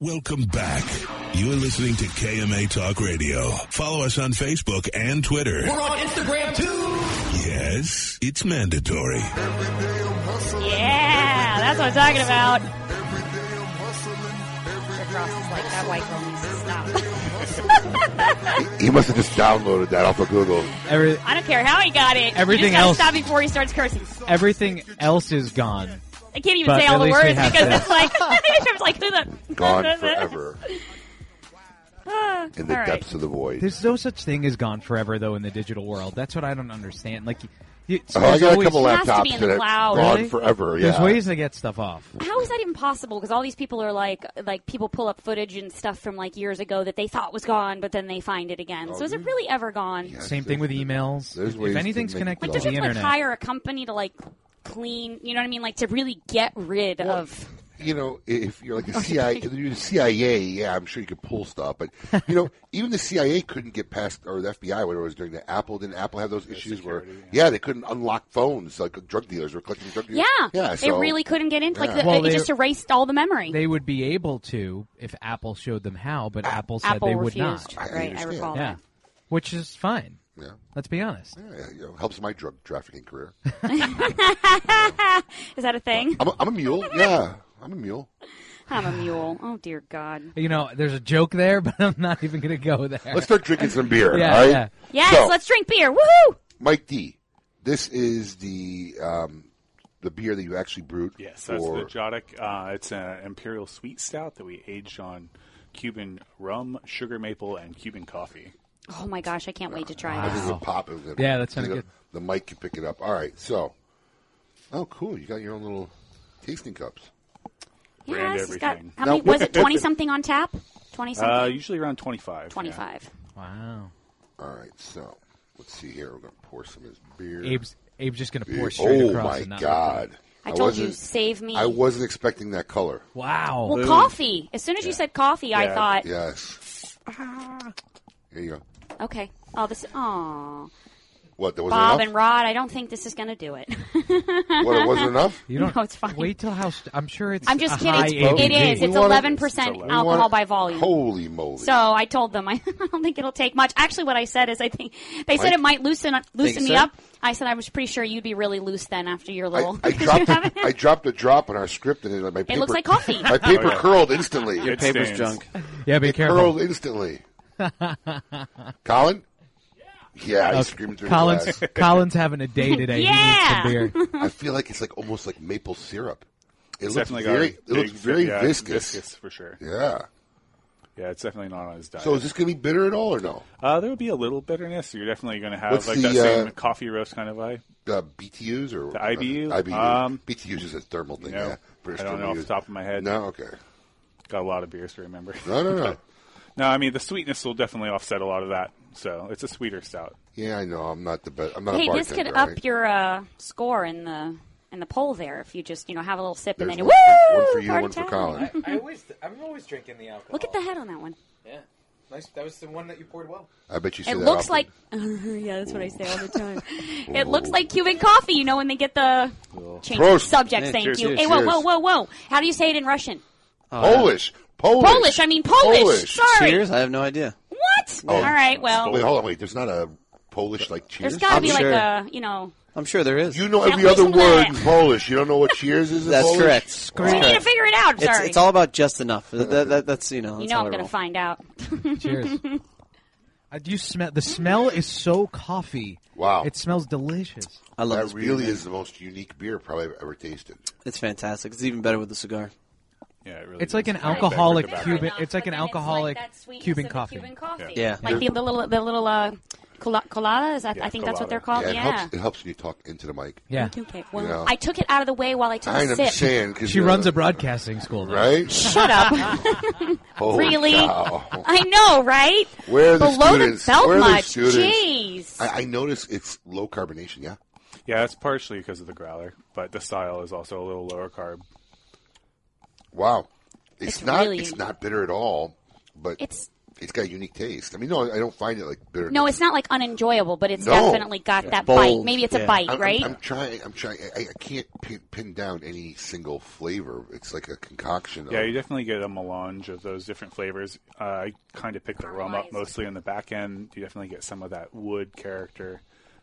S1: Welcome back. You're listening to KMA Talk Radio. Follow us on Facebook and Twitter.
S11: We're on Instagram too.
S1: Yes, it's mandatory.
S4: Yeah, that's what I'm talking about. The cross is like that white girl needs to stop.
S3: He must have just downloaded that off of Google.
S5: Every,
S4: I don't care how he got it.
S5: Everything
S4: you just
S5: else-
S4: gotta Stop before he starts cursing.
S5: everything else is gone.
S4: I can't even
S5: But
S4: say all
S5: at
S4: the
S5: least we
S4: words
S5: have
S4: because
S5: this.
S4: it's like it's like who the
S3: Gone forever
S4: Ah,
S3: in the
S4: all right.
S3: depths of the void.
S5: There's no such thing as gone forever though in the digital world. That's what I don't understand. Like, you,
S3: Oh, I
S5: there's
S3: got a
S5: always-
S3: couple
S4: It has to be
S3: laptops
S4: in the
S3: that have
S4: cloud.
S3: gone
S4: Really?
S3: forever. Yeah.
S5: There's ways to get stuff off.
S4: How is that even possible? Because all these people are like, like people pull up footage and stuff from like years ago that they thought was gone, but then they find it again.
S3: Oh,
S4: so is it really ever gone?
S5: Same thing with emails.
S3: there's ways
S5: If
S3: to
S5: anything's
S3: make it
S5: connected
S3: gone.
S5: to
S3: Like,
S5: the
S3: there's
S4: Like
S5: internet,
S4: hire a company to like clean. You know what I mean? Like to really get rid of.
S3: you know, if you're like a CIA, if you're the CIA, yeah, I'm sure you could pull stuff. But you know, even the CIA couldn't get past, or the FBI, whatever it was during the Apple. Didn't Apple have those issues where, yeah. they couldn't unlock phones like drug dealers were collecting drug
S4: Yeah,
S3: dealers. yeah, so,
S4: it really couldn't get in. Like
S3: Yeah.
S4: the,
S5: Well,
S4: it
S5: they-
S4: just erased all the memory.
S5: they would be able to if Apple showed them how, but Apple said
S4: Apple
S5: they would
S4: refused.
S5: not.
S4: I- I Right, I understand. recall
S5: Yeah,
S4: that.
S5: which is fine.
S3: Yeah.
S5: Let's be honest.
S3: Yeah, you know, helps my drug trafficking career.
S4: is that a thing?
S3: I'm a, I'm a mule. Yeah, I'm a mule.
S4: I'm a mule. Oh dear God.
S5: You know, there's a joke there, but I'm not even going to go there.
S3: Let's start drinking some beer.
S5: Yeah,
S3: all right.
S5: yeah.
S4: Yes,
S3: So-
S4: let's drink beer. Woohoo!
S3: Mike D, this is the um, the beer that you actually brewed.
S15: Yes, that's
S3: for
S15: the Jodic. Uh, it's an imperial sweet stout that we aged on Cuban rum, sugar maple, and Cuban coffee.
S4: Oh my gosh, I can't wait to try
S3: I think
S4: this.
S3: it would pop. It would-
S5: Yeah, that sounded
S3: the,
S5: good.
S3: The mic could pick it up. All right, so oh, cool. You got your own little tasting cups.
S4: Yes,
S15: Brand
S4: it's got-
S15: everything.
S4: how
S3: Now,
S4: many, was it
S3: what-
S4: twenty something on tap? Twenty something.
S15: Uh, usually around twenty-five. yeah.
S4: twenty five.
S5: Wow.
S3: All right, so let's see here. We're gonna pour some of this beer.
S5: Abe's Abe's just going to
S3: Beer.
S5: pour straight
S3: oh
S5: across.
S3: my
S5: and not look at
S3: god!
S5: it.
S4: I told you,
S3: wasn't-
S4: save me.
S3: I wasn't expecting that color.
S5: Wow.
S4: Well, coffee. As soon as you said coffee, I
S3: Yeah.
S4: thought, "Ah."
S3: Yes. Here you go.
S4: okay. Oh, this. Aw.
S3: What? There wasn't
S4: Bob and
S3: enough.
S4: Rod, I don't think this is going to do it.
S3: what? It wasn't enough.
S5: You don't.
S4: No, it's fine.
S5: Wait till how. St- I'm sure it's.
S4: I'm just
S5: a
S4: kidding.
S5: high
S4: It's, it
S5: ABV.
S4: is. It's
S3: We wanna-
S4: 11 percent
S3: We
S4: alcohol
S3: wanna-
S4: by volume.
S3: Holy moly!
S4: So I told them I, I don't think it'll take much. Actually, what I said is I think they said
S3: Mike?
S4: it might loosen loosen
S3: Think
S4: me
S3: so?
S4: up. I said I was pretty sure you'd be really loose then after your
S3: I,
S4: little.
S3: I dropped. A, I dropped a drop on our script, and it, my paper,
S4: looks like coffee.
S3: My paper
S15: Oh, yeah.
S3: curled instantly.
S12: Your paper's junk.
S5: Yeah, be
S3: Curled
S5: careful.
S3: instantly. Colin, Yeah,
S5: Okay.
S3: he's screaming through
S5: Uh, Colin's,
S3: his glass.
S5: Colin's having a day today. He needs some beer.
S3: I feel like it's like almost like maple syrup. It
S15: It's
S3: looks
S15: definitely got
S3: very,
S15: a
S3: it looks
S15: big-
S3: very
S15: yeah,
S3: viscous.
S15: viscous for sure.
S3: Yeah.
S15: Yeah, it's definitely not on his diet.
S3: So is this going to be bitter at all or no?
S15: Uh, there will be a little bitterness. You're definitely going to have
S3: What's
S15: like
S3: the,
S15: that same
S3: uh,
S15: coffee roast kind of vibe.
S3: Uh, BTUs or uh,
S15: The IBU?
S3: IBU.
S15: Um,
S3: BTUs is a thermal thing.
S15: You know,
S3: yeah. British
S15: I don't know off
S3: Columbia.
S15: the top of my head.
S3: No, okay.
S15: Got a lot of beers to remember.
S3: No, no, no.
S15: But- no, I mean the sweetness will definitely offset a lot of that. So it's a sweeter stout.
S3: Yeah, I know. I'm not the best. I'm not a
S4: hey,
S3: bartender.
S4: this could
S3: right?
S4: up your uh, score in the in the poll there if you just you know have a little sip and
S3: There's
S4: then you
S3: one for-
S4: woo
S3: one for you,
S4: party
S3: one for
S4: time.
S3: Colin.
S2: I always, I'm always drinking the alcohol.
S4: Look at the head on that one.
S2: Yeah, nice. That was the one that you poured well.
S3: I bet you. Say
S4: it
S3: that
S4: looks
S3: often.
S4: like yeah, that's what I say all the time. it looks like Cuban coffee, you know, when they get the change the
S3: Prost.
S4: subject.
S3: Yeah,
S4: thank
S3: cheers,
S4: you.
S3: cheers,
S4: hey, whoa,
S3: cheers.
S4: whoa, whoa, whoa! How do you say it in Russian?
S3: Oh, Polish. Polish.
S4: Polish, I mean Polish. Sorry.
S12: Cheers? I have no idea.
S4: What?
S12: Oh.
S4: All right. Well,
S3: wait, hold on. Wait, there's not a Polish like cheers.
S4: there's got to be like a you know.
S12: I'm sure there is.
S3: You know
S4: At
S3: every other
S4: least
S3: word
S4: that.
S3: in Polish. You don't know what cheers is. In
S12: That's
S3: Polish?
S12: correct.
S4: We need to figure it out.
S12: It's,
S4: Sorry.
S12: it's all about just enough. That- that- that- that's you know.
S4: you
S12: that's
S4: know,
S12: how
S4: I'm
S12: I
S4: going
S12: roll.
S4: to find out.
S5: Cheers. I Uh, do smell. The smell is so coffee.
S3: Wow.
S5: It smells delicious.
S12: I love
S3: that
S12: this beer,
S3: really
S12: man.
S3: is the most unique beer probably I've ever tasted.
S12: It's fantastic. It's even better with the cigar.
S15: Yeah, it really
S5: It's like an alcoholic Cuban. It's like an alcoholic Cuban coffee.
S4: Cuban coffee.
S12: Yeah.
S4: Like the, the little the little uh, cola- coladas. I, I think that's what they're called.
S3: Yeah,
S4: Yeah.
S3: it helps. It helps when you talk into the mic.
S4: Okay. Well,
S3: You know?
S4: I took it out of the way while I took a
S3: I'm
S4: sip.
S3: saying 'cause
S5: she
S3: you're
S5: runs
S3: the-
S5: a broadcasting school, though.
S3: right?
S4: Shut up.
S3: Holy
S4: really?
S3: cow.
S4: I know, right?
S3: Where are the
S4: Below
S3: students?
S4: the belt
S3: Where are the
S4: much.
S3: students?
S4: Jeez.
S3: I, I notice it's low carbonation. Yeah.
S15: Yeah, it's partially because of the growler, but the style is also a little lower carb.
S3: Wow. It's, not.
S4: really-
S3: It's not bitter at all, but
S4: It's-
S3: it's got a unique taste. I mean, no, I don't find it like bitter.
S4: No, it's not like unenjoyable, but it's
S3: No.
S4: definitely got
S3: Yeah.
S4: that bite.
S3: Bold.
S4: Maybe it's
S3: Yeah.
S4: a bite,
S3: I'm- I'm-
S4: right?
S3: I'm, trying. I'm trying. I, I can't pin, pin down any single flavor. It's like a concoction. Of,
S15: Yeah, you definitely get a melange of those different flavors. Uh, I kind of pick the rum up mostly in the back end. You definitely get some of that wood character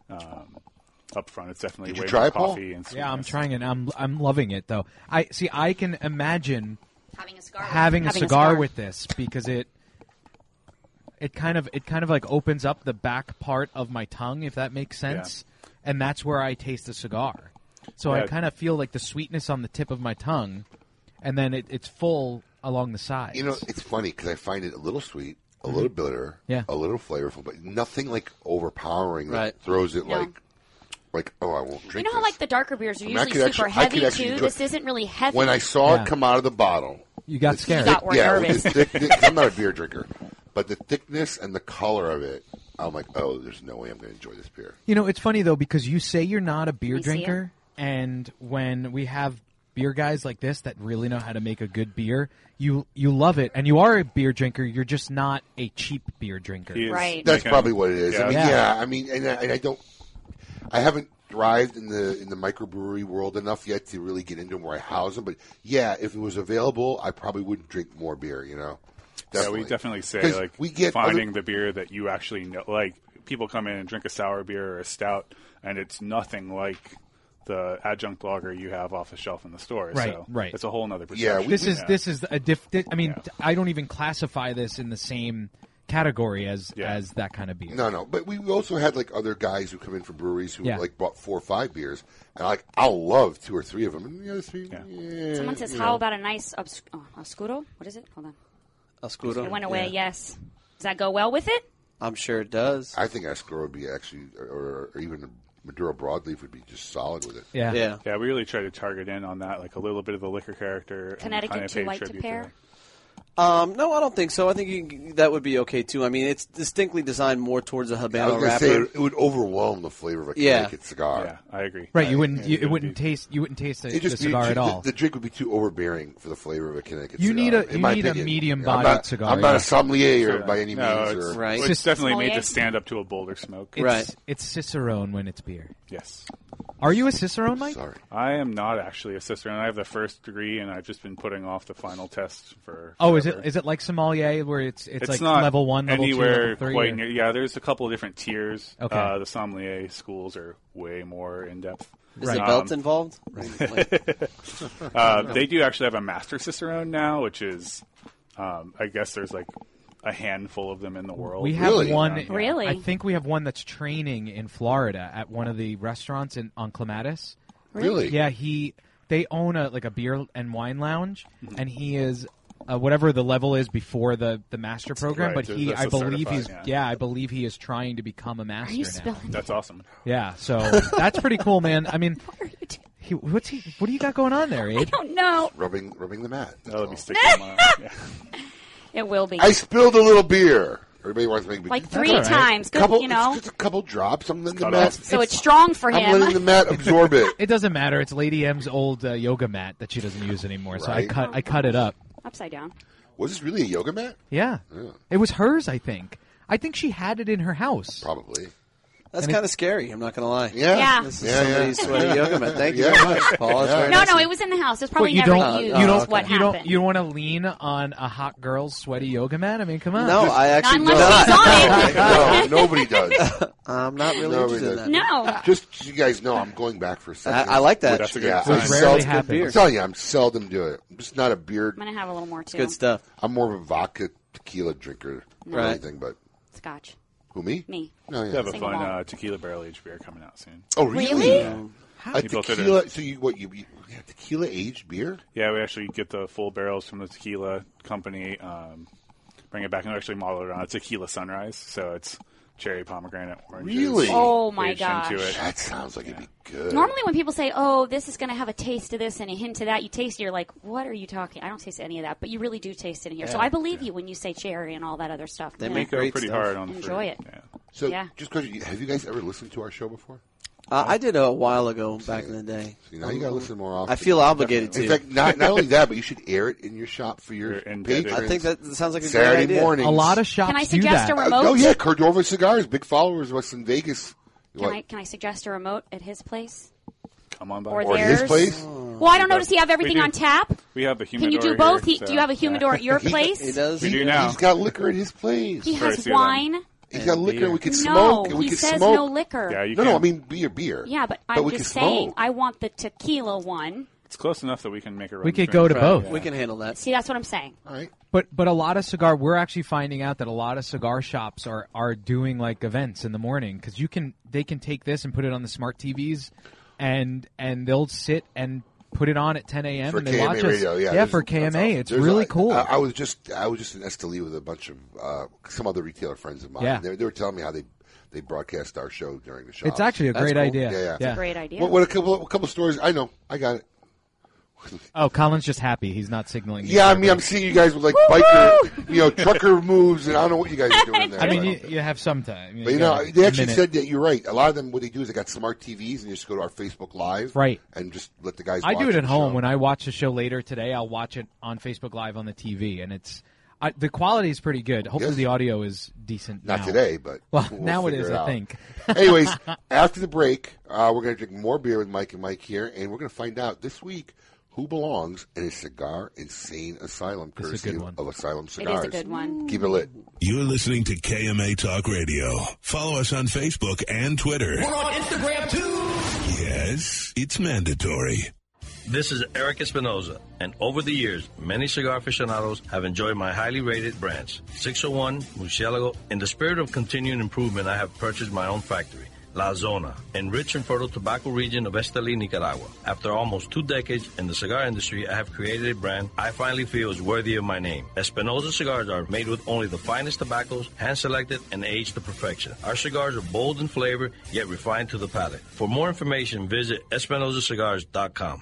S15: um, up front. It's definitely
S5: Did you
S15: way
S5: try
S15: more
S5: it, Paul?
S15: coffee and
S5: Yeah, I'm
S15: sweetness.
S5: trying it. I'm I'm loving it though. I see. I can imagine
S4: having a cigar,
S5: having a
S4: having a
S5: cigar
S4: cigar.
S5: with this because it it kind of it kind of like opens up the back part of my tongue, if that makes sense, and that's where I taste the cigar. So I
S15: Yeah.
S5: kind of feel like the sweetness on the tip of my tongue, and then it, it's full along the sides.
S3: You know, it's funny because I find it a little sweet, a little bitter,
S5: Mm-hmm. Yeah.
S3: a little flavorful, but nothing like overpowering that
S5: Right.
S3: throws it
S4: No.
S3: like, like oh, I won't
S4: you
S3: drink.
S4: know how
S3: this.
S4: like the darker beers are
S3: I mean, I
S4: usually
S3: could
S4: super
S3: actually- I
S4: heavy
S3: could actually
S4: too.
S3: enjoy-
S4: This isn't really heavy.
S3: when I saw
S5: Yeah.
S3: it come out of the bottle,
S5: You got scared.
S4: got more
S3: yeah,
S4: nervous.
S3: the thick- thick- I'm not a beer drinker, but the thickness and the color of it, I'm like, oh, there's no way I'm going to enjoy this beer.
S5: You know, it's funny though because you say you're not a beer
S3: You see it?
S5: drinker, and when we have beer guys like this that really know how to make a good beer, you you love it, and you are a beer drinker. You're just not a cheap beer drinker,
S3: He is Right. That's probably what it is. I mean, yeah. I mean, and I, and I don't, I haven't thrived in the in the microbrewery world enough yet to really get into them where I house them. But yeah, if it was available, I probably wouldn't drink more beer. You know,
S15: Yeah, we definitely say
S3: 'Cause
S15: like
S3: we get
S15: finding
S3: other-
S15: the beer that you actually know. Like people come in and drink a sour beer or a stout, and it's nothing like the adjunct lager you have off the shelf in the store.
S5: Right,
S15: so
S5: right.
S15: It's a whole other perception.
S5: this is
S15: Yeah.
S5: this is a diff. di- I mean, I don't even classify this in the same category as as that kind of beer.
S3: No, no, but we also had like other guys who come in from breweries who
S5: Yeah.
S3: like bought four or five beers, and like I'll love two or three of them, and the other three. yeah,
S4: Someone says,
S3: you
S4: "How
S3: know.
S4: about a nice obs- oh, oscuro? What is it? Hold on.
S12: Oscuro.
S4: It went away.
S12: Yeah.
S4: Yes. Does that go well with it?
S12: I'm sure it does.
S3: I think Escrow would be actually, or, or even Maduro Broadleaf would be just solid with it.
S12: Yeah.
S15: Yeah, we really try to target in on that, like a little bit of the liquor character. and
S4: Connecticut
S15: kinda
S4: too
S15: pay
S4: light to
S15: tribute
S4: pair?
S15: that.
S12: Um, no, I don't think so. I think you, can- that would be okay too. I mean, it's distinctly designed more towards a
S3: I was
S12: Habano
S3: going to say
S12: wrapper.
S3: it, it would overwhelm the flavor of a
S12: Yeah.
S3: Connecticut cigar.
S12: Yeah,
S15: I agree.
S5: Right, you wouldn't. You, it wouldn't taste. You wouldn't taste the,
S3: It
S5: the
S3: just
S5: cigar
S3: the,
S5: at all.
S3: The, drink would be too overbearing for the flavor of a Connecticut.
S5: You
S3: cigar,
S5: need a-
S3: in
S5: you
S3: my
S5: need a
S3: opinion.
S5: medium-bodied
S3: I'm not-
S5: cigar,
S3: I'm not
S5: yeah.
S3: a sommelier
S5: Sure.
S3: by any
S15: No,
S3: means.
S15: it's,
S3: or,
S15: it's
S5: Just-
S15: definitely made
S5: Sommelier?
S15: to stand up to a bolder smoke.
S5: It's, It's Cicerone when it's beer.
S15: Yes.
S5: Are you a Cicerone, Mike?
S3: Sorry.
S15: I am not actually a sister, and I have the first degree, and I've just been putting off the final test for.
S5: Oh, is
S15: forever.
S5: it is it like sommelier where it's it's, like
S15: not
S5: level one, level
S15: anywhere
S5: two, level three?
S15: quite
S5: or-
S15: near. Yeah, there's a couple of different tiers.
S5: Okay.
S15: Uh, the sommelier schools are way more in depth.
S12: Is the belt involved?
S15: uh, they do actually have a master cicerone now, which is, um, I um, guess there's like a handful of them in the world.
S5: We have one.
S15: Yeah.
S4: Really?
S5: I think we have one that's training in Florida at one of the restaurants in on Clematis.
S4: Really?
S5: Yeah. He they own a like a beer and wine lounge,
S15: Hmm.
S5: and he is. Uh, whatever the level is before the, the master program,
S15: Right,
S5: but
S15: there's-
S5: he,
S15: that's
S5: I
S15: a
S5: believe
S15: certified,
S5: he's,
S15: yeah.
S5: yeah. I believe he is trying to become a master. now.
S15: That's awesome.
S5: Yeah, so that's pretty cool, man. I mean, he, what's he? What do you got going on there, Abe?
S4: don't know.
S3: Rubbing, rubbing the mat.
S15: That'll be sticking in my eye. Yeah.
S4: It will be.
S3: I spilled a little beer. Everybody wants to make me
S4: Like three times, good,
S3: couple,
S4: you know.
S3: it's just a couple drops. I'm letting the
S5: Cut
S3: mat.
S5: off.
S4: So it's, strong for him.
S3: I'm letting the mat absorb it.
S5: It doesn't matter. It's Lady M's old uh, yoga mat that she doesn't use anymore. So I
S3: Right.
S5: cut I cut it up.
S4: Upside oh, down.
S3: Was this really a yoga mat?
S5: Yeah. it was hers. I think. I think she had it in her house.
S3: Probably.
S12: That's
S5: And it-
S12: kind of scary. I'm not going to lie.
S3: Yeah.
S4: Yeah.
S12: This is
S3: Yeah,
S12: somebody's
S3: yeah.
S12: sweaty yoga mat. Thank you
S3: Yeah.
S12: very much, Paul. That's
S3: Yeah.
S12: very
S4: No,
S12: nice
S4: no,
S12: of
S4: it was in the house. It's probably
S5: you
S4: never
S5: don't,
S4: used.
S5: You don't.
S4: is what
S5: you
S4: happened.
S5: don't. You don't want to lean on a hot girl's sweaty yoga mat. I mean, come on.
S12: No, I actually
S4: unless
S12: don't.
S3: No, nobody does.
S12: I'm not really
S3: Nobody
S12: interested in
S3: does.
S12: that.
S4: No.
S3: Just so you guys know, I'm going back for a second.
S12: I- I like that.
S3: Which-
S12: That's a good
S3: yeah,
S12: sign.
S3: I
S12: Which rarely
S3: seldom-
S12: happens.
S3: I'm telling you, I'm seldom do it. I'm just not a beer.
S4: I'm gonna have a little more too.
S12: good stuff.
S3: I'm more of a vodka tequila drinker than
S4: Right.
S3: anything. But
S4: Scotch.
S3: who me?
S4: Me.
S3: No,
S15: We
S3: yeah.
S15: have a
S4: Sing
S15: fun
S4: along.
S15: uh, tequila barrel aged beer coming out soon.
S3: Oh, really?
S4: Really?
S3: Yeah.
S15: How-
S3: A
S15: People said it.
S3: tequila. So you what you, you yeah, tequila aged beer?
S15: Yeah, we actually get the full barrels from the tequila company, um, bring it back, and actually model it on a tequila sunrise. So it's cherry, pomegranate, oranges.
S3: Really?
S4: Oh, my
S15: aged into
S4: gosh.
S15: it.
S3: That sounds like it'd be good.
S4: Normally, when people say, "Oh, this is going to have a taste of this and a hint of that," you taste it. You're like, "What are you talking? I don't taste any of that." But you really do taste it in here. So
S12: Yeah.
S4: I believe you when you say cherry and all that other stuff.
S12: They
S4: Yeah.
S12: make
S15: Go
S12: Great
S15: pretty
S12: stuff.
S15: hard on the
S4: Enjoy
S15: fruit.
S4: it.
S15: Yeah.
S3: So
S4: Yeah.
S3: just because you, have you guys ever listened to our show before?
S12: Uh, I did a while ago back in the day.
S3: See, now you gotta listen more often.
S12: I feel obligated
S3: In
S12: to.
S3: fact, not, not only that, but you should air it in your shop for your
S15: Your indebted.
S3: patrons.
S12: I think that sounds like a great
S3: Saturday
S12: idea.
S3: morning.
S5: A lot of shops
S4: Can
S5: do
S4: I suggest
S5: that.
S4: a remote?
S3: Oh yeah, Cordova Cigars, big followers of us in Vegas.
S4: Can
S3: What?
S4: I, can I suggest a remote at his place
S15: Come on by.
S4: or,
S3: Or
S4: theirs?
S3: his place?
S4: Well, I don't know. Does he have
S15: We
S4: everything
S15: do.
S4: on tap?
S15: We have a
S4: Can
S15: humidor.
S4: you do both?
S15: Here,
S4: He-
S15: so-
S4: do you have a humidor at your place?
S12: He does.
S15: We do
S3: He's
S15: now.
S3: got liquor at his place.
S4: He
S15: Sorry,
S4: has
S15: see you
S4: wine.
S3: He's got liquor. We could
S4: no,
S3: smoke. and we
S4: he
S3: could
S4: says
S3: smoke.
S4: no liquor.
S15: Yeah, you
S3: no,
S15: can.
S3: no, I mean beer, beer.
S4: Yeah, but
S3: But
S4: I'm
S3: we
S4: just
S3: could
S4: saying,
S3: smoke.
S4: I want the tequila one.
S15: It's close enough that we can make a run
S5: We could
S15: through
S5: go
S15: it.
S5: to both.
S12: We can handle that.
S4: See, that's what I'm saying.
S3: All right.
S5: But but a lot of cigar. We're actually finding out that a lot of cigar shops are are doing like events in the morning because you can they can take this and put it on the smart TVs, and and they'll sit and put it on at 10 a.m.
S3: For
S5: and they
S3: KMA
S5: watch
S3: radio,
S5: us.
S3: yeah, there's-
S5: for
S3: that's
S5: KMA,
S3: awesome.
S5: it's
S3: There's
S5: really
S3: a-
S5: cool.
S3: I, I was just I was just in Esteli E with a bunch of uh, some other retailer friends of mine.
S5: Yeah.
S3: They, they were telling me how they they broadcast our show during the show.
S5: it's actually a
S12: That's
S5: great
S12: cool.
S5: idea.
S3: Yeah, yeah. It's a
S4: Great idea.
S3: What, what a couple a couple stories. I know. I got it.
S5: Oh, Colin's just happy. He's not signaling. me.
S3: Yeah, I mean, I'm seeing you guys with like biker, you know, trucker moves, and I don't know what you guys are doing there.
S5: I mean,
S3: but-
S5: you, you have some time.
S3: But you know, they actually said that you're right. A lot of them, what they do is they got smart TVs and they just go to our Facebook Live,
S5: Right.
S3: and just let the guys.
S5: I
S3: watch
S5: do it at
S3: the
S5: home.
S3: show.
S5: When I watch a show later today, I'll watch it on Facebook Live on the TV, and it's I, the quality is pretty good. Hopefully,
S3: Yes.
S5: the audio is decent.
S3: Not
S5: now.
S3: today, but
S5: Well,
S3: we'll
S5: now it
S3: figure
S5: is,
S3: it
S5: I
S3: out.
S5: think.
S3: Anyways, after the break, uh, we're going to drink more beer with Mike and Mike here, and we're going to find out this week who belongs in a cigar insane asylum,
S5: This is a
S3: courtesy
S5: good one.
S3: of Asylum
S4: It is
S3: Cigars.
S4: a good one.
S3: Keep it lit.
S1: You're listening to KMA Talk Radio. Follow us on Facebook and Twitter.
S16: We're on Instagram too.
S1: Yes, it's mandatory.
S27: This is Eric Espinoza, and over the years, many cigar aficionados have enjoyed my highly rated brands 601, Mucielago. In the spirit of continuing improvement, I have purchased my own factory. La Zona, in rich and fertile tobacco region of Esteli, Nicaragua. After almost two decades in the cigar industry, I have created a brand I finally feel is worthy of my name. Espinosa cigars are made with only the finest tobaccos, hand selected and aged to perfection. Our cigars are bold in flavor, yet refined to the palate. For more information, visit espinozacigars.com.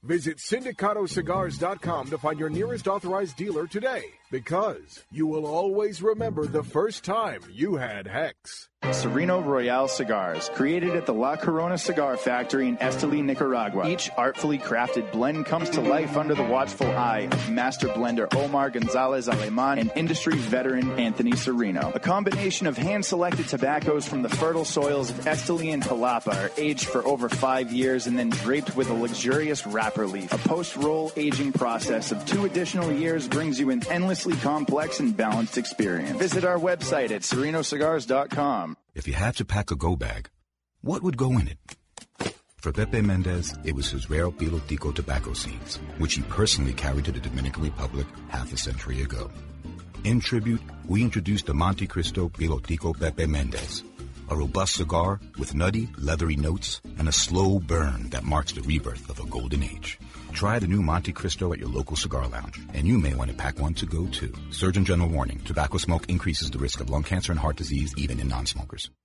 S10: Visit syndicatocigars.com to find your nearest authorized dealer today because you will always remember the first time you had Hex.
S8: Sereno Royale cigars, created at the La Corona Cigar Factory in Esteli, Nicaragua. Each artfully crafted blend comes to life under the watchful eye of master blender Omar Gonzalez Aleman and industry veteran Anthony Sereno. A combination of hand selected tobaccos from the fertile soils of Esteli and Jalapa are aged for over five years and then draped with a luxurious wrapper wrapper leaf. A post-roll aging process of two additional years brings you an endlessly complex and balanced experience. Visit our website at serenocigars.com.
S20: If you had to pack a go bag, what would go in it? For Pepe Mendez, it was his rare Pilo Tico tobacco seeds, which he personally carried to the Dominican Republic half a century ago. In tribute, we introduced the Monte Cristo Pilo Tico Pepe Mendez, a robust cigar with nutty, leathery notes and a slow burn that marks the rebirth of a golden age. Try the new Monte Cristo at your local cigar lounge, and you may want to pack one to go too. Surgeon General warning, tobacco smoke increases the risk of lung cancer and heart disease even in non-smokers.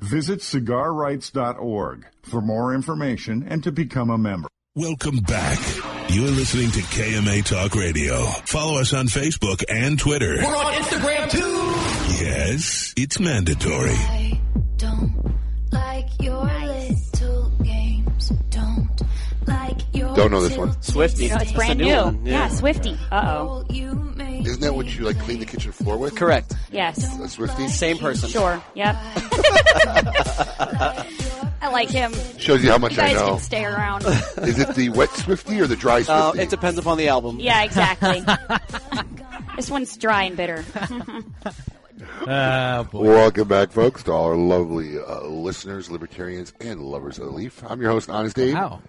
S19: Visit cigarrights.org for more information and to become a member.
S1: Welcome back. You're listening to KMA Talk Radio. Follow us on Facebook and Twitter.
S28: We're on Instagram too.
S1: Yes, it's mandatory.
S24: Like your little games. Don't like your
S3: Don't know this one.
S12: Swifty.
S4: You know, it's brand new. Yeah, Swifty. Uh oh.
S3: Isn't that what you like clean the kitchen floor with?
S12: Correct.
S4: Yes.
S3: A Swifty?
S12: Same person.
S4: Sure. Yep. I like him.
S3: Shows you how much
S4: you guys
S3: I know.
S4: can stay around.
S3: Is it the wet Swifty or the dry
S12: Uh,
S3: Swifty?
S12: it depends upon the album.
S4: yeah, exactly. this one's dry and bitter.
S5: Ah,
S3: Welcome back, folks, to all our lovely uh, listeners, libertarians, and lovers of the leaf. I'm your host, Honest Dave.
S5: Wow.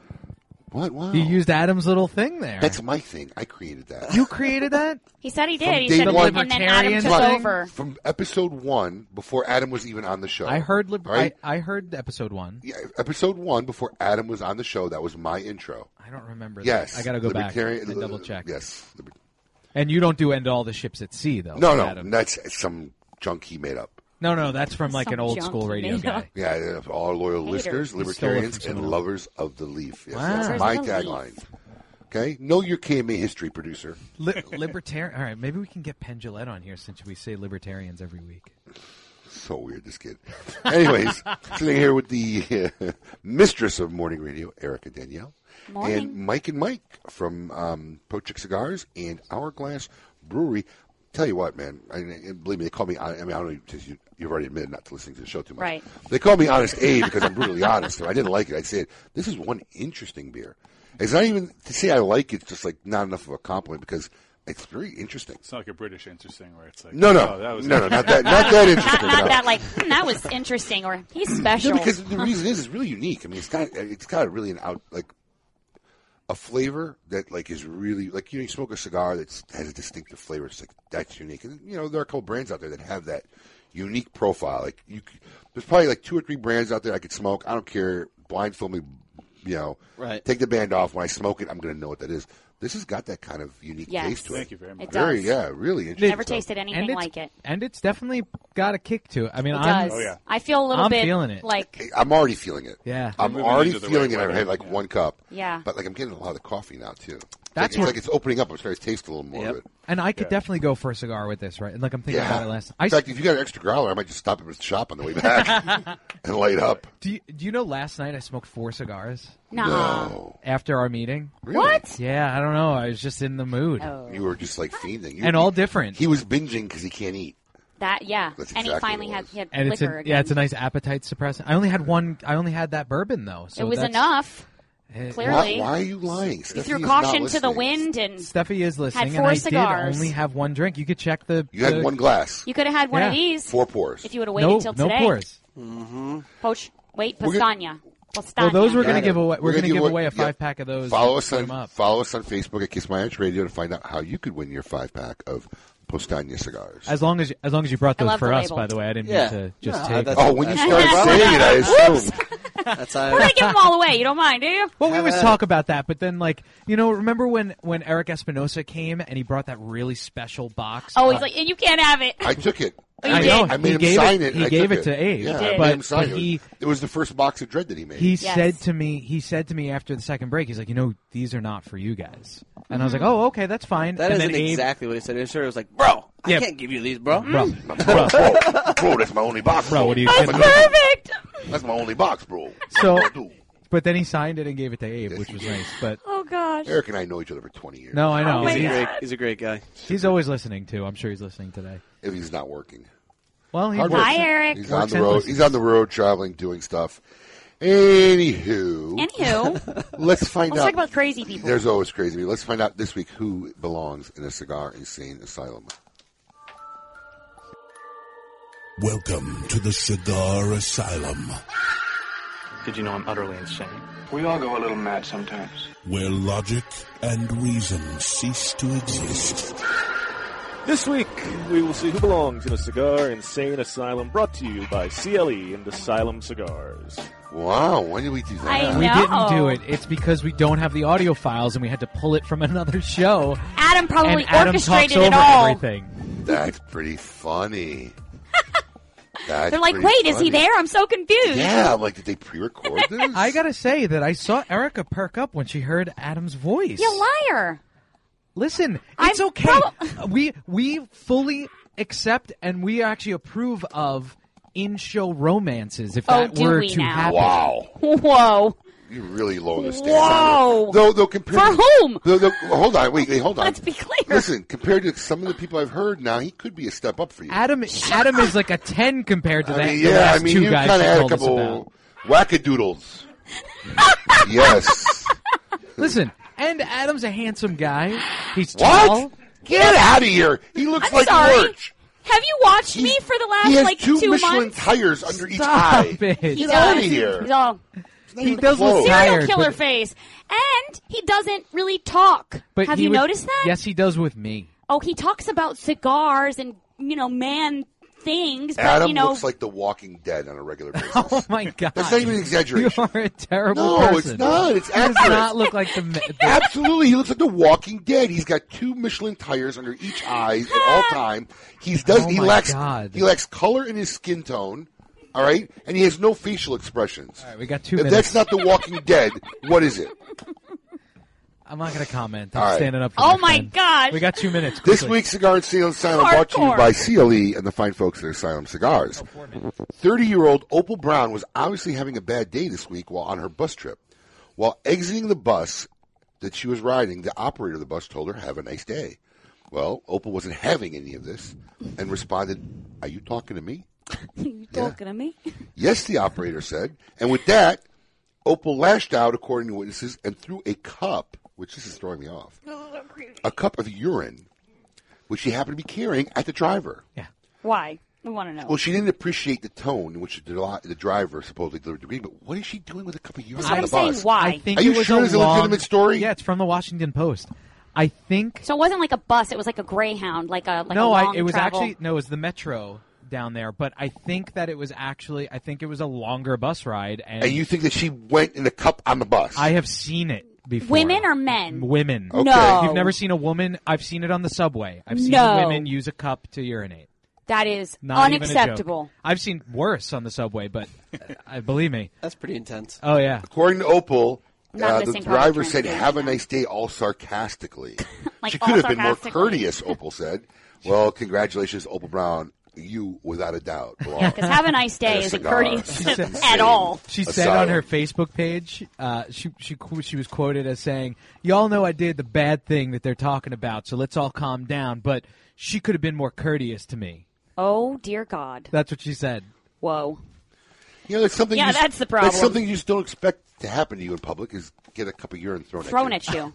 S3: What? Wow.
S5: You used Adam's little thing there.
S3: That's my thing. I created that.
S5: you created that?
S4: he said he did.
S3: From
S4: he
S3: day
S4: said,
S3: one-
S4: and then Adam took
S3: Look,
S4: over.
S3: From episode one, before Adam was even on the show.
S5: I heard. Lib-
S3: All right?
S5: I, I heard episode one.
S3: Yeah, episode one, before Adam was on the show, that was my intro.
S5: I don't remember.
S3: Yes.
S5: that. I got to go back
S3: Libertarian-
S5: and double check.
S3: Yes.
S5: And you don't do end all the ships at sea though.
S3: No, no.
S5: Adam.
S3: That's some junk he made up.
S5: no, no. That's from like
S3: Some
S5: an old school
S3: junk
S5: radio
S3: made
S5: guy.
S3: Yeah, all our loyal
S5: Hater.
S3: listeners,
S5: He stole it
S3: libertarians,
S5: from
S3: and
S5: someone else.
S3: lovers of the leaf. Yes,
S5: Wow.
S3: That's
S5: Lovers
S3: my
S5: of the
S3: tagline. Okay? Know your KMA history, producer.
S5: Li- libertarian. All right, maybe we can get Penn Jillette on here since we say libertarians every week.
S3: So weird, this kid. Anyways, sitting here with the uh, mistress of morning radio, Erica Danielle, and
S4: Morning.
S3: Mike and Mike from um, Pochick Cigars and Hourglass Brewery. Tell you what, man, I, I- believe me, they call me. I, I mean, I don't know because you, you've already admitted not to listening to the show too much.
S4: Right.
S3: They call me Honest Abe because I'm brutally honest. If I didn't like it, I'd say it. This is one interesting beer. It's not even to say I like it. It's just like not enough of a compliment because it's very interesting.
S15: It's not like a British interesting where it's like
S3: No, no,
S15: oh, that was
S3: no, no, not that, not that interesting.
S4: Not
S3: no.
S4: that like hmm, that was interesting or he's special.
S3: No, because the reason is it's really unique. I mean, it's got it's got really an out like a flavor that like is really like you, know, you smoke a cigar that has a distinctive flavor. It's like that's unique, and you know there are a couple brands out there that have that unique profile. Like you, c- there's probably like two or three brands out there I could smoke. I don't care, blindfold me, you know,
S12: Right.
S3: take the band off. When I smoke it, I'm going to know what that is. This has got that kind of unique
S4: Yes.
S3: taste to it.
S4: Thank you very much. It
S3: Very,
S4: does.
S3: yeah, really interesting.
S4: Never
S3: stuff.
S4: tasted anything
S5: it's-
S4: like it.
S5: And it's definitely got a kick to it. I mean,
S4: It
S5: I'm,
S4: does. I feel a little
S5: I'm
S4: bit
S5: feeling it.
S4: like
S3: I'm already feeling it.
S5: Yeah.
S3: Oh, I'm
S5: We're moving
S3: already
S5: into the
S3: feeling
S5: right
S3: it. I've
S5: weather.
S3: had like one cup.
S4: Yeah.
S3: But like I'm getting a lot of coffee now too. It's
S5: That's
S3: like,
S5: what-
S3: it's, like it's opening up. I'm starting to taste a little more of it.
S5: And I could
S3: Yeah.
S5: definitely go for a cigar with this, right? And like I'm thinking
S3: Yeah.
S5: about it last.
S3: In fact, if you got an extra growler, I might just stop at the shop on the way back and light up.
S5: Do you, do you know last night I smoked four cigars?
S4: Nuh-uh.
S5: After our meeting.
S4: Really? What? Oh.
S5: Yeah, I don't know. I was just in the mood.
S3: You were just like fiending. You,
S5: And all different.
S3: He was binging because he can't eat.
S4: that. Yeah,
S3: That's
S4: and he
S3: exactly
S4: finally had, he had
S5: And it's
S4: liquor
S5: a,
S4: again.
S5: yeah, it's a nice appetite suppressant. I only had one. I only had that bourbon though. So
S4: it was
S5: that's-
S4: enough.
S5: Eh,
S4: Clearly, You threw caution to the wind, and
S5: Steffi is listening,
S4: Had
S5: and
S4: four
S5: I
S4: cigars.
S5: did only have one drink. You could check the.
S3: You had
S5: the-
S3: one glass.
S4: you could have had one of
S5: Yeah.
S4: these.
S3: Four pours.
S4: If you would have waited
S5: No-
S4: till
S5: no
S4: today.
S5: pours.
S3: Mm-hmm.
S4: Poach, wait,
S3: We're gonna-
S4: pastagna.
S5: Well,
S4: Pastagna.
S5: those we're gonna
S3: Got it.
S5: give away. We're,
S3: gonna
S5: gonna, give away
S3: yeah.
S5: a five pack of those.
S3: Follow
S5: and
S3: us
S5: put 'em
S3: on
S5: up.
S3: follow us on Facebook at Kiss My Ass Radio to find out how you could win your five pack of Postania cigars.
S5: As long as you, as long as you brought
S12: I
S5: those
S12: love
S5: for
S12: the
S5: us,
S12: label.
S5: by the way, I didn't
S12: Yeah.
S5: mean to just
S12: No,
S5: take.
S12: that's-
S3: oh, when you
S12: that's-
S3: started saying it, I assumed.
S12: That's
S4: We're gonna give them all away. You don't mind, do you?
S5: Well, we always talk about that, but then, like, you know, remember when when Eric Espinosa came and he brought that really special box?
S4: Oh,
S5: Uh,
S4: he's like, you can't have it.
S3: I took it.
S4: Oh, you
S5: I
S4: did?
S5: know.
S3: I made
S5: He
S3: him
S5: gave
S3: sign
S5: it-
S3: it.
S5: he
S3: I
S5: gave
S3: took
S5: it to Abe.
S3: Yeah,
S5: He
S3: I
S5: did.
S3: made him
S5: But-
S3: sign it.
S5: but he-
S3: It was the first box of dread that he made.
S5: He said to me, he said to me after the second break, he's like, you know, these are not for you guys. And I was like,
S4: Mm-hmm.
S5: oh, okay, that's fine.
S12: That
S5: and
S12: isn't
S5: then Abe-
S12: exactly what he said. I'm sure it was like, bro,
S5: Yeah.
S12: I can't give you these, bro.
S5: Bro.
S3: bro, bro, bro, that's my only box.
S5: Bro, what are you
S3: That's
S5: kidding
S3: my-
S5: me?
S3: That's my only box, bro.
S5: So, but then he signed it and gave it to Abe, which was nice. But
S4: Oh gosh. Oh,
S3: Eric and I know each other for 20 years.
S5: No, I know.
S12: He's, a
S5: He's-
S12: great, he's a great guy.
S5: he's always listening too. I'm sure he's listening today.
S3: If he's not working.
S5: Well, he
S3: Hard
S5: works.
S3: work.
S4: Eric.
S3: He's on
S5: Works
S3: the
S5: and
S3: road.
S5: listens.
S3: He's on the road traveling, doing stuff. Anywho,
S4: Anywho.
S3: let's find
S4: Let's
S3: out.
S4: talk about crazy people.
S3: There's always crazy people. Let's find out this week who belongs in a cigar insane asylum.
S1: Welcome to the Cigar Asylum,
S18: Did you know I'm utterly insane? We all go a little mad sometimes.
S1: where logic and reason cease to exist.
S14: This week, we will see who belongs in a cigar insane asylum brought to you by CLE and Asylum Cigars.
S3: Wow, when did we do that?
S4: I
S5: We
S4: know.
S5: didn't do it. It's because we don't have the audio files and we had to pull it from another show.
S4: Adam probably
S5: and Adam
S4: orchestrated
S5: talks
S4: it
S5: over
S4: all.
S5: everything.
S3: That's pretty funny. That's
S4: They're like,
S3: pretty
S4: wait, is
S3: funny.
S4: he there? I'm so confused.
S3: Yeah, I'm like, did they pre-record this?
S5: I gotta say that I saw Erica perk up when she heard Adam's voice.
S4: You liar.
S5: Listen, it's okay. we we fully accept and we actually approve of in-show romances if
S4: Oh,
S5: that
S4: do
S5: were
S4: we
S5: to
S4: now?
S5: happen.
S3: Wow.
S4: Whoa.
S3: You're really low on the standard.
S4: Whoa.
S3: Though, though, compared
S4: For
S3: to,
S4: whom?
S3: Though, though, hold on, wait, wait, hold on.
S4: Let's be clear.
S3: Listen, compared to some of the people I've heard now, he could be a step up for you.
S5: Adam Adam is like a 10 compared to that.
S3: I mean,
S5: the
S3: yeah, I
S5: last
S3: mean,
S5: two
S3: you
S5: guys
S3: kind of
S5: she
S3: had a
S5: told us about.
S3: couple wackadoodles. yes.
S5: Listen, and Adam's a handsome guy. He's
S3: What?
S5: tall.
S3: Get out of here. He looks
S4: I'm
S3: like
S4: sorry.
S3: Lurch.
S4: Have you watched me for the last
S3: He has
S4: like
S3: two, Michelin
S4: months?
S3: tires under each
S5: Stop
S3: eye.
S5: it. He
S3: Get
S4: does.
S3: out of here.
S4: He's all
S5: He does
S3: Whoa.
S5: look
S4: serial
S5: tired.
S4: killer
S5: but,
S4: face, and he doesn't really talk.
S5: but
S4: Have
S5: he
S4: you
S5: would-
S4: noticed that?
S5: Yes, he does with me.
S4: Oh, he talks about cigars and you know man things, but
S3: Adam
S4: you know
S3: looks like The Walking Dead on a regular basis.
S5: Oh my god.
S3: That's not even an
S5: You
S3: exaggeration.
S5: are a terrible
S3: No, it's
S5: person.
S3: not. It's
S5: He does
S3: accurate.
S5: not look like the, the
S3: Absolutely, he looks like The Walking Dead. He's got two Michelin tires under each eye at all time. He does.
S5: Oh
S3: he
S5: my
S3: lacks.
S5: God.
S3: He lacks color in his skin tone. All right, and he has no facial expressions. All
S5: right, we got two
S3: If
S5: minutes.
S3: that's not The Walking Dead, what is it?
S5: I'm not going to comment. I'm
S3: All right.
S5: standing up. For my
S4: Oh my
S5: friend.
S4: gosh.
S5: We got two minutes.
S3: This
S5: quickly.
S3: week's Cigar and Seal Asylum brought to you
S4: Hardcore.
S3: by CLE and the fine folks at Asylum Cigars. 30 year old Opal Brown was obviously having a bad day this week while on her bus trip. While exiting the bus that she was riding, the operator of the bus told her, Have a nice day. Well, Opal wasn't having any of this and responded, Are you talking to me?
S4: you talking to me.
S3: Yes, the operator said. And with that, Opal lashed out, according to witnesses, and threw a cup, which this is throwing me off, a cup of urine, which she happened to be carrying, at the driver.
S4: Why? We want to know.
S3: Well, she didn't appreciate the tone in which the, deli- the driver supposedly delivered the green, but what is she doing with a cup of urine
S4: That's
S3: on
S4: what
S3: the
S4: I'm saying.
S3: bus?
S4: Why?
S5: I think
S3: Are you
S5: it was
S3: sure
S5: a
S3: it's a
S5: long-
S3: legitimate story?
S5: Yeah, it's from the Washington Post. I think
S4: So it wasn't like a bus; it was like a Greyhound, like a like
S5: no.
S4: a long
S5: I it was
S4: travel.
S5: actually no. It was the Metro down there, but I think that it was actually I think it was a longer bus ride, and,
S3: And you think that she went in a cup on the bus?
S5: I have seen it before.
S4: Women or men?
S5: Women.
S4: Okay. No.
S5: If you've never seen a woman, I've seen it on the subway. I've seen
S4: No.
S5: women use a cup to urinate.
S4: That is
S5: Not even a joke.
S4: unacceptable.
S5: I've seen worse on the subway, but uh, I believe me.
S12: That's pretty intense.
S5: Oh yeah.
S3: According to Opal,
S5: Not
S3: uh, the
S5: missing public
S3: driver said,
S5: transportation.
S3: "Have a nice day," all sarcastically.
S4: Like,
S3: she
S4: all
S3: could have been more
S4: sarcastically.
S3: courteous. Opal said. Well, congratulations, Opal Brown. You, without a doubt, belong.
S4: Because have a nice
S3: And
S4: day
S3: a
S4: isn't
S3: cigar.
S4: courteous
S3: Insane.
S4: at all.
S5: She
S3: A
S5: said on her Facebook page, uh, she she qu- she was quoted as saying, "Y'all know I did the bad thing that they're talking about, so let's all calm down." But she could have been more courteous to me.
S4: Oh dear God.
S5: That's what she said.
S4: Whoa.
S3: You know, that's something.
S4: Yeah,
S3: you s-
S4: that's the problem.
S3: That's something you just don't expect to happen to you in public is get a cup of urine thrown,
S4: Thrown
S3: at
S4: at
S3: you.
S4: you.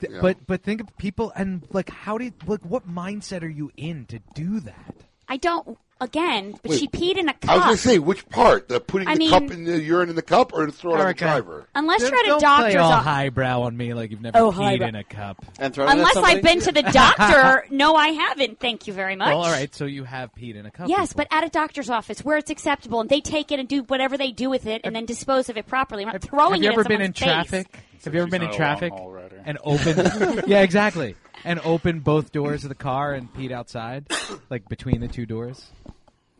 S5: Th-
S3: Yeah.
S5: But but think of people and like how did like what mindset are you in to do that?
S4: I don't. Again, but
S3: Wait,
S4: she peed in a cup.
S3: I was going to say which part: the putting
S4: I
S3: the
S4: mean-
S3: cup in the urine in the cup, or to throw it on the
S5: Erica.
S3: driver.
S4: Unless
S5: Don't-
S4: you're at a
S5: don't
S4: doctor's
S5: play all
S4: office.
S5: highbrow on me like you've never
S4: Oh,
S5: peed
S4: highbrow.
S5: in a cup.
S12: And throw
S4: Unless I've been to the doctor. no, I haven't. Thank you very much.
S5: Well, all right, so you have peed in a cup.
S4: Yes,
S5: before.
S4: but at a doctor's office where it's acceptable, and they take it and do whatever they do with it, and then dispose of it properly. We're not
S5: have
S4: throwing
S5: you
S4: it
S5: ever
S4: at
S5: been in
S4: someone's face.
S5: traffic? Have you ever
S15: she's
S5: been in
S15: not a
S5: traffic
S15: long-haul rider.
S5: and opened? yeah, exactly. And opened both doors of the car and peed outside, like between the two doors.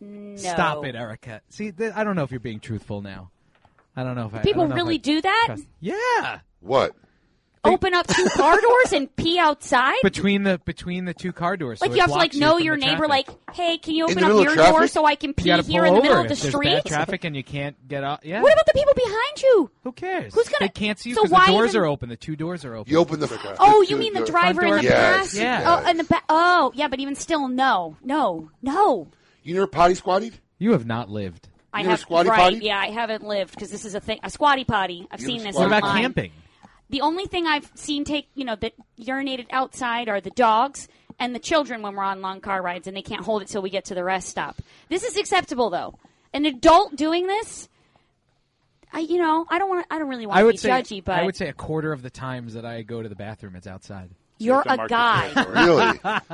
S4: No.
S5: Stop it, Erica. See, th- I don't know if you're being truthful now. I don't know if I, I
S4: People
S5: don't know if
S4: really
S5: I
S4: do that?
S5: trust- Yeah,
S3: What
S4: Open up two car doors and pee outside.
S5: between the between the two car doors.
S4: like
S5: so
S4: you
S5: it
S4: have to like
S5: blocks you
S4: know
S5: from
S4: your
S5: the
S4: neighbor.
S5: traffic.
S4: Like, hey, can you
S5: In the
S4: open up
S5: middle of
S4: your
S5: traffic?
S4: door so I can
S5: You
S4: pee
S5: gotta
S4: here
S5: pull
S4: in the middle
S5: over
S4: of the
S5: if there's bad
S4: street?
S5: traffic and you can't get off. Yeah.
S4: What about the people behind you?
S5: Who cares?
S4: Who's gonna?
S5: They can't see you
S4: so
S5: because
S4: why
S5: the doors
S4: even-
S5: are open. The two doors are open.
S3: You open the.
S4: Oh, you mean the driver in
S5: door
S4: the
S3: Yes.
S4: past?
S3: Yeah.
S4: Oh, in the ba- oh, yeah, but even still, no, no, no.
S3: You never potty squatted?
S5: You have not lived.
S4: I
S3: never
S4: have
S3: squatty
S4: right,
S3: pottied?
S4: yeah, I haven't lived because this is a thing. A squatty potty. I've seen this.
S5: What about
S4: online.
S5: camping?
S4: The only thing I've seen take, you know, that urinated outside are the dogs and the children when we're on long car rides and they can't hold it till we get to the rest stop. This is acceptable though. An adult doing this, I, you know, I don't want. I don't really want
S5: I
S4: to
S5: would
S4: be
S5: say
S4: judgy, but
S5: I would say a quarter of the times that I go to the bathroom, it's outside.
S4: you're a guy.
S3: Really? All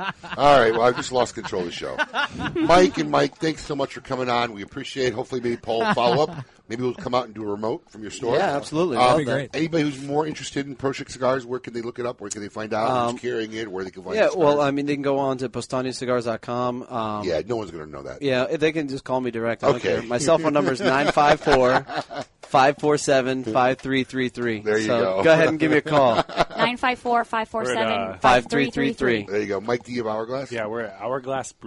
S3: right. Well, I've just lost control of the show. Mike and Mike, thanks so much for coming on. We appreciate. it. Hopefully, maybe Paul will follow up. Maybe we'll come out and do a remote from your store.
S12: Yeah, absolutely.
S3: Uh,
S12: Love That'd be that. great.
S3: Anybody who's more interested in Proshik cigars, where can they look it up? Where can they find out
S12: Um,
S3: who's carrying it? Where they can find
S12: Yeah,
S3: the
S12: well,
S3: cigars?
S12: I mean, they can go on to postaniacigars.com. Um,
S3: yeah, no one's going to know that.
S12: Yeah, if they can just call me direct. I don't
S3: Okay.
S12: care. My cell phone number is 954 547 5333.
S3: There you
S12: so
S3: go.
S12: Go ahead and give me a call.
S4: 954
S15: uh,
S4: 547
S12: 5333.
S3: There you go, Mike. Do you have hourglass?
S15: Yeah, we're at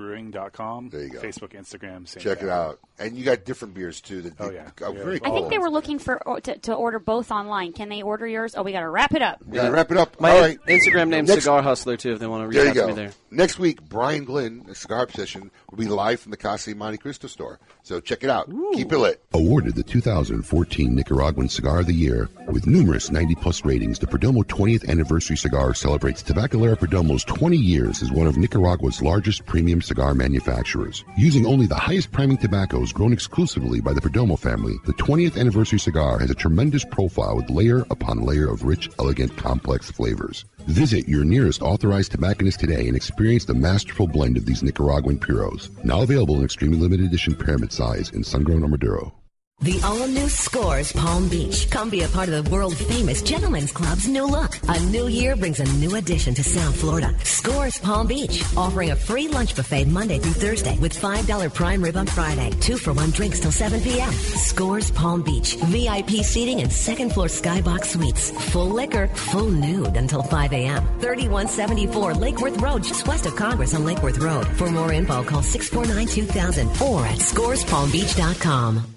S15: hourglassbrewing.com. There you go. Facebook, Instagram, same
S3: Check it
S15: thing.
S3: out. And you got different beers too. That oh yeah, very
S4: I
S3: cool.
S4: think they were looking for or- to, to order both online. Can they order yours? Oh, we got to wrap it up.
S3: We gotta wrap it up.
S12: My
S3: All right.
S12: Instagram name
S3: Next-
S12: Cigar Hustler, too, if they want to reach
S3: There you
S12: out
S3: go.
S12: to me there.
S3: Next week, Brian Glynn, a cigar obsession, will be live from the Casa Monte Cristo store. So check it out. Keep it lit.
S10: Awarded the 2014 Nicaraguan Cigar of the Year with numerous 90 plus ratings, the Perdomo 20th Anniversary Cigar celebrates Tabacalera Perdomo's 20 years as one of Nicaragua's largest premium cigar manufacturers. Using only the highest priming tobaccos grown exclusively by the Perdomo family, the 20th Anniversary Cigar has a tremendous profile with layer upon layer of rich, elegant, complex flavors. Visit your nearest authorized tobacconist today and experience the masterful blend of these Nicaraguan puros, now available in extremely limited edition pyramid size in Sungrown or Maduro.
S29: The all-new Scores Palm Beach. Come be a part of the world-famous Gentlemen's Club's new look. A new year brings a new addition to South Florida. Scores Palm Beach, offering a free lunch buffet Monday through Thursday with $5 prime rib on Friday. Two for one drinks till 7 p.m. Scores Palm Beach. VIP seating and second floor skybox suites. Full liquor, full nude until 5 a.m. 3174 Lake Worth Road, just west of Congress on Lake Worth Road. For more info, call 649-2000 or at scorespalmbeach.com.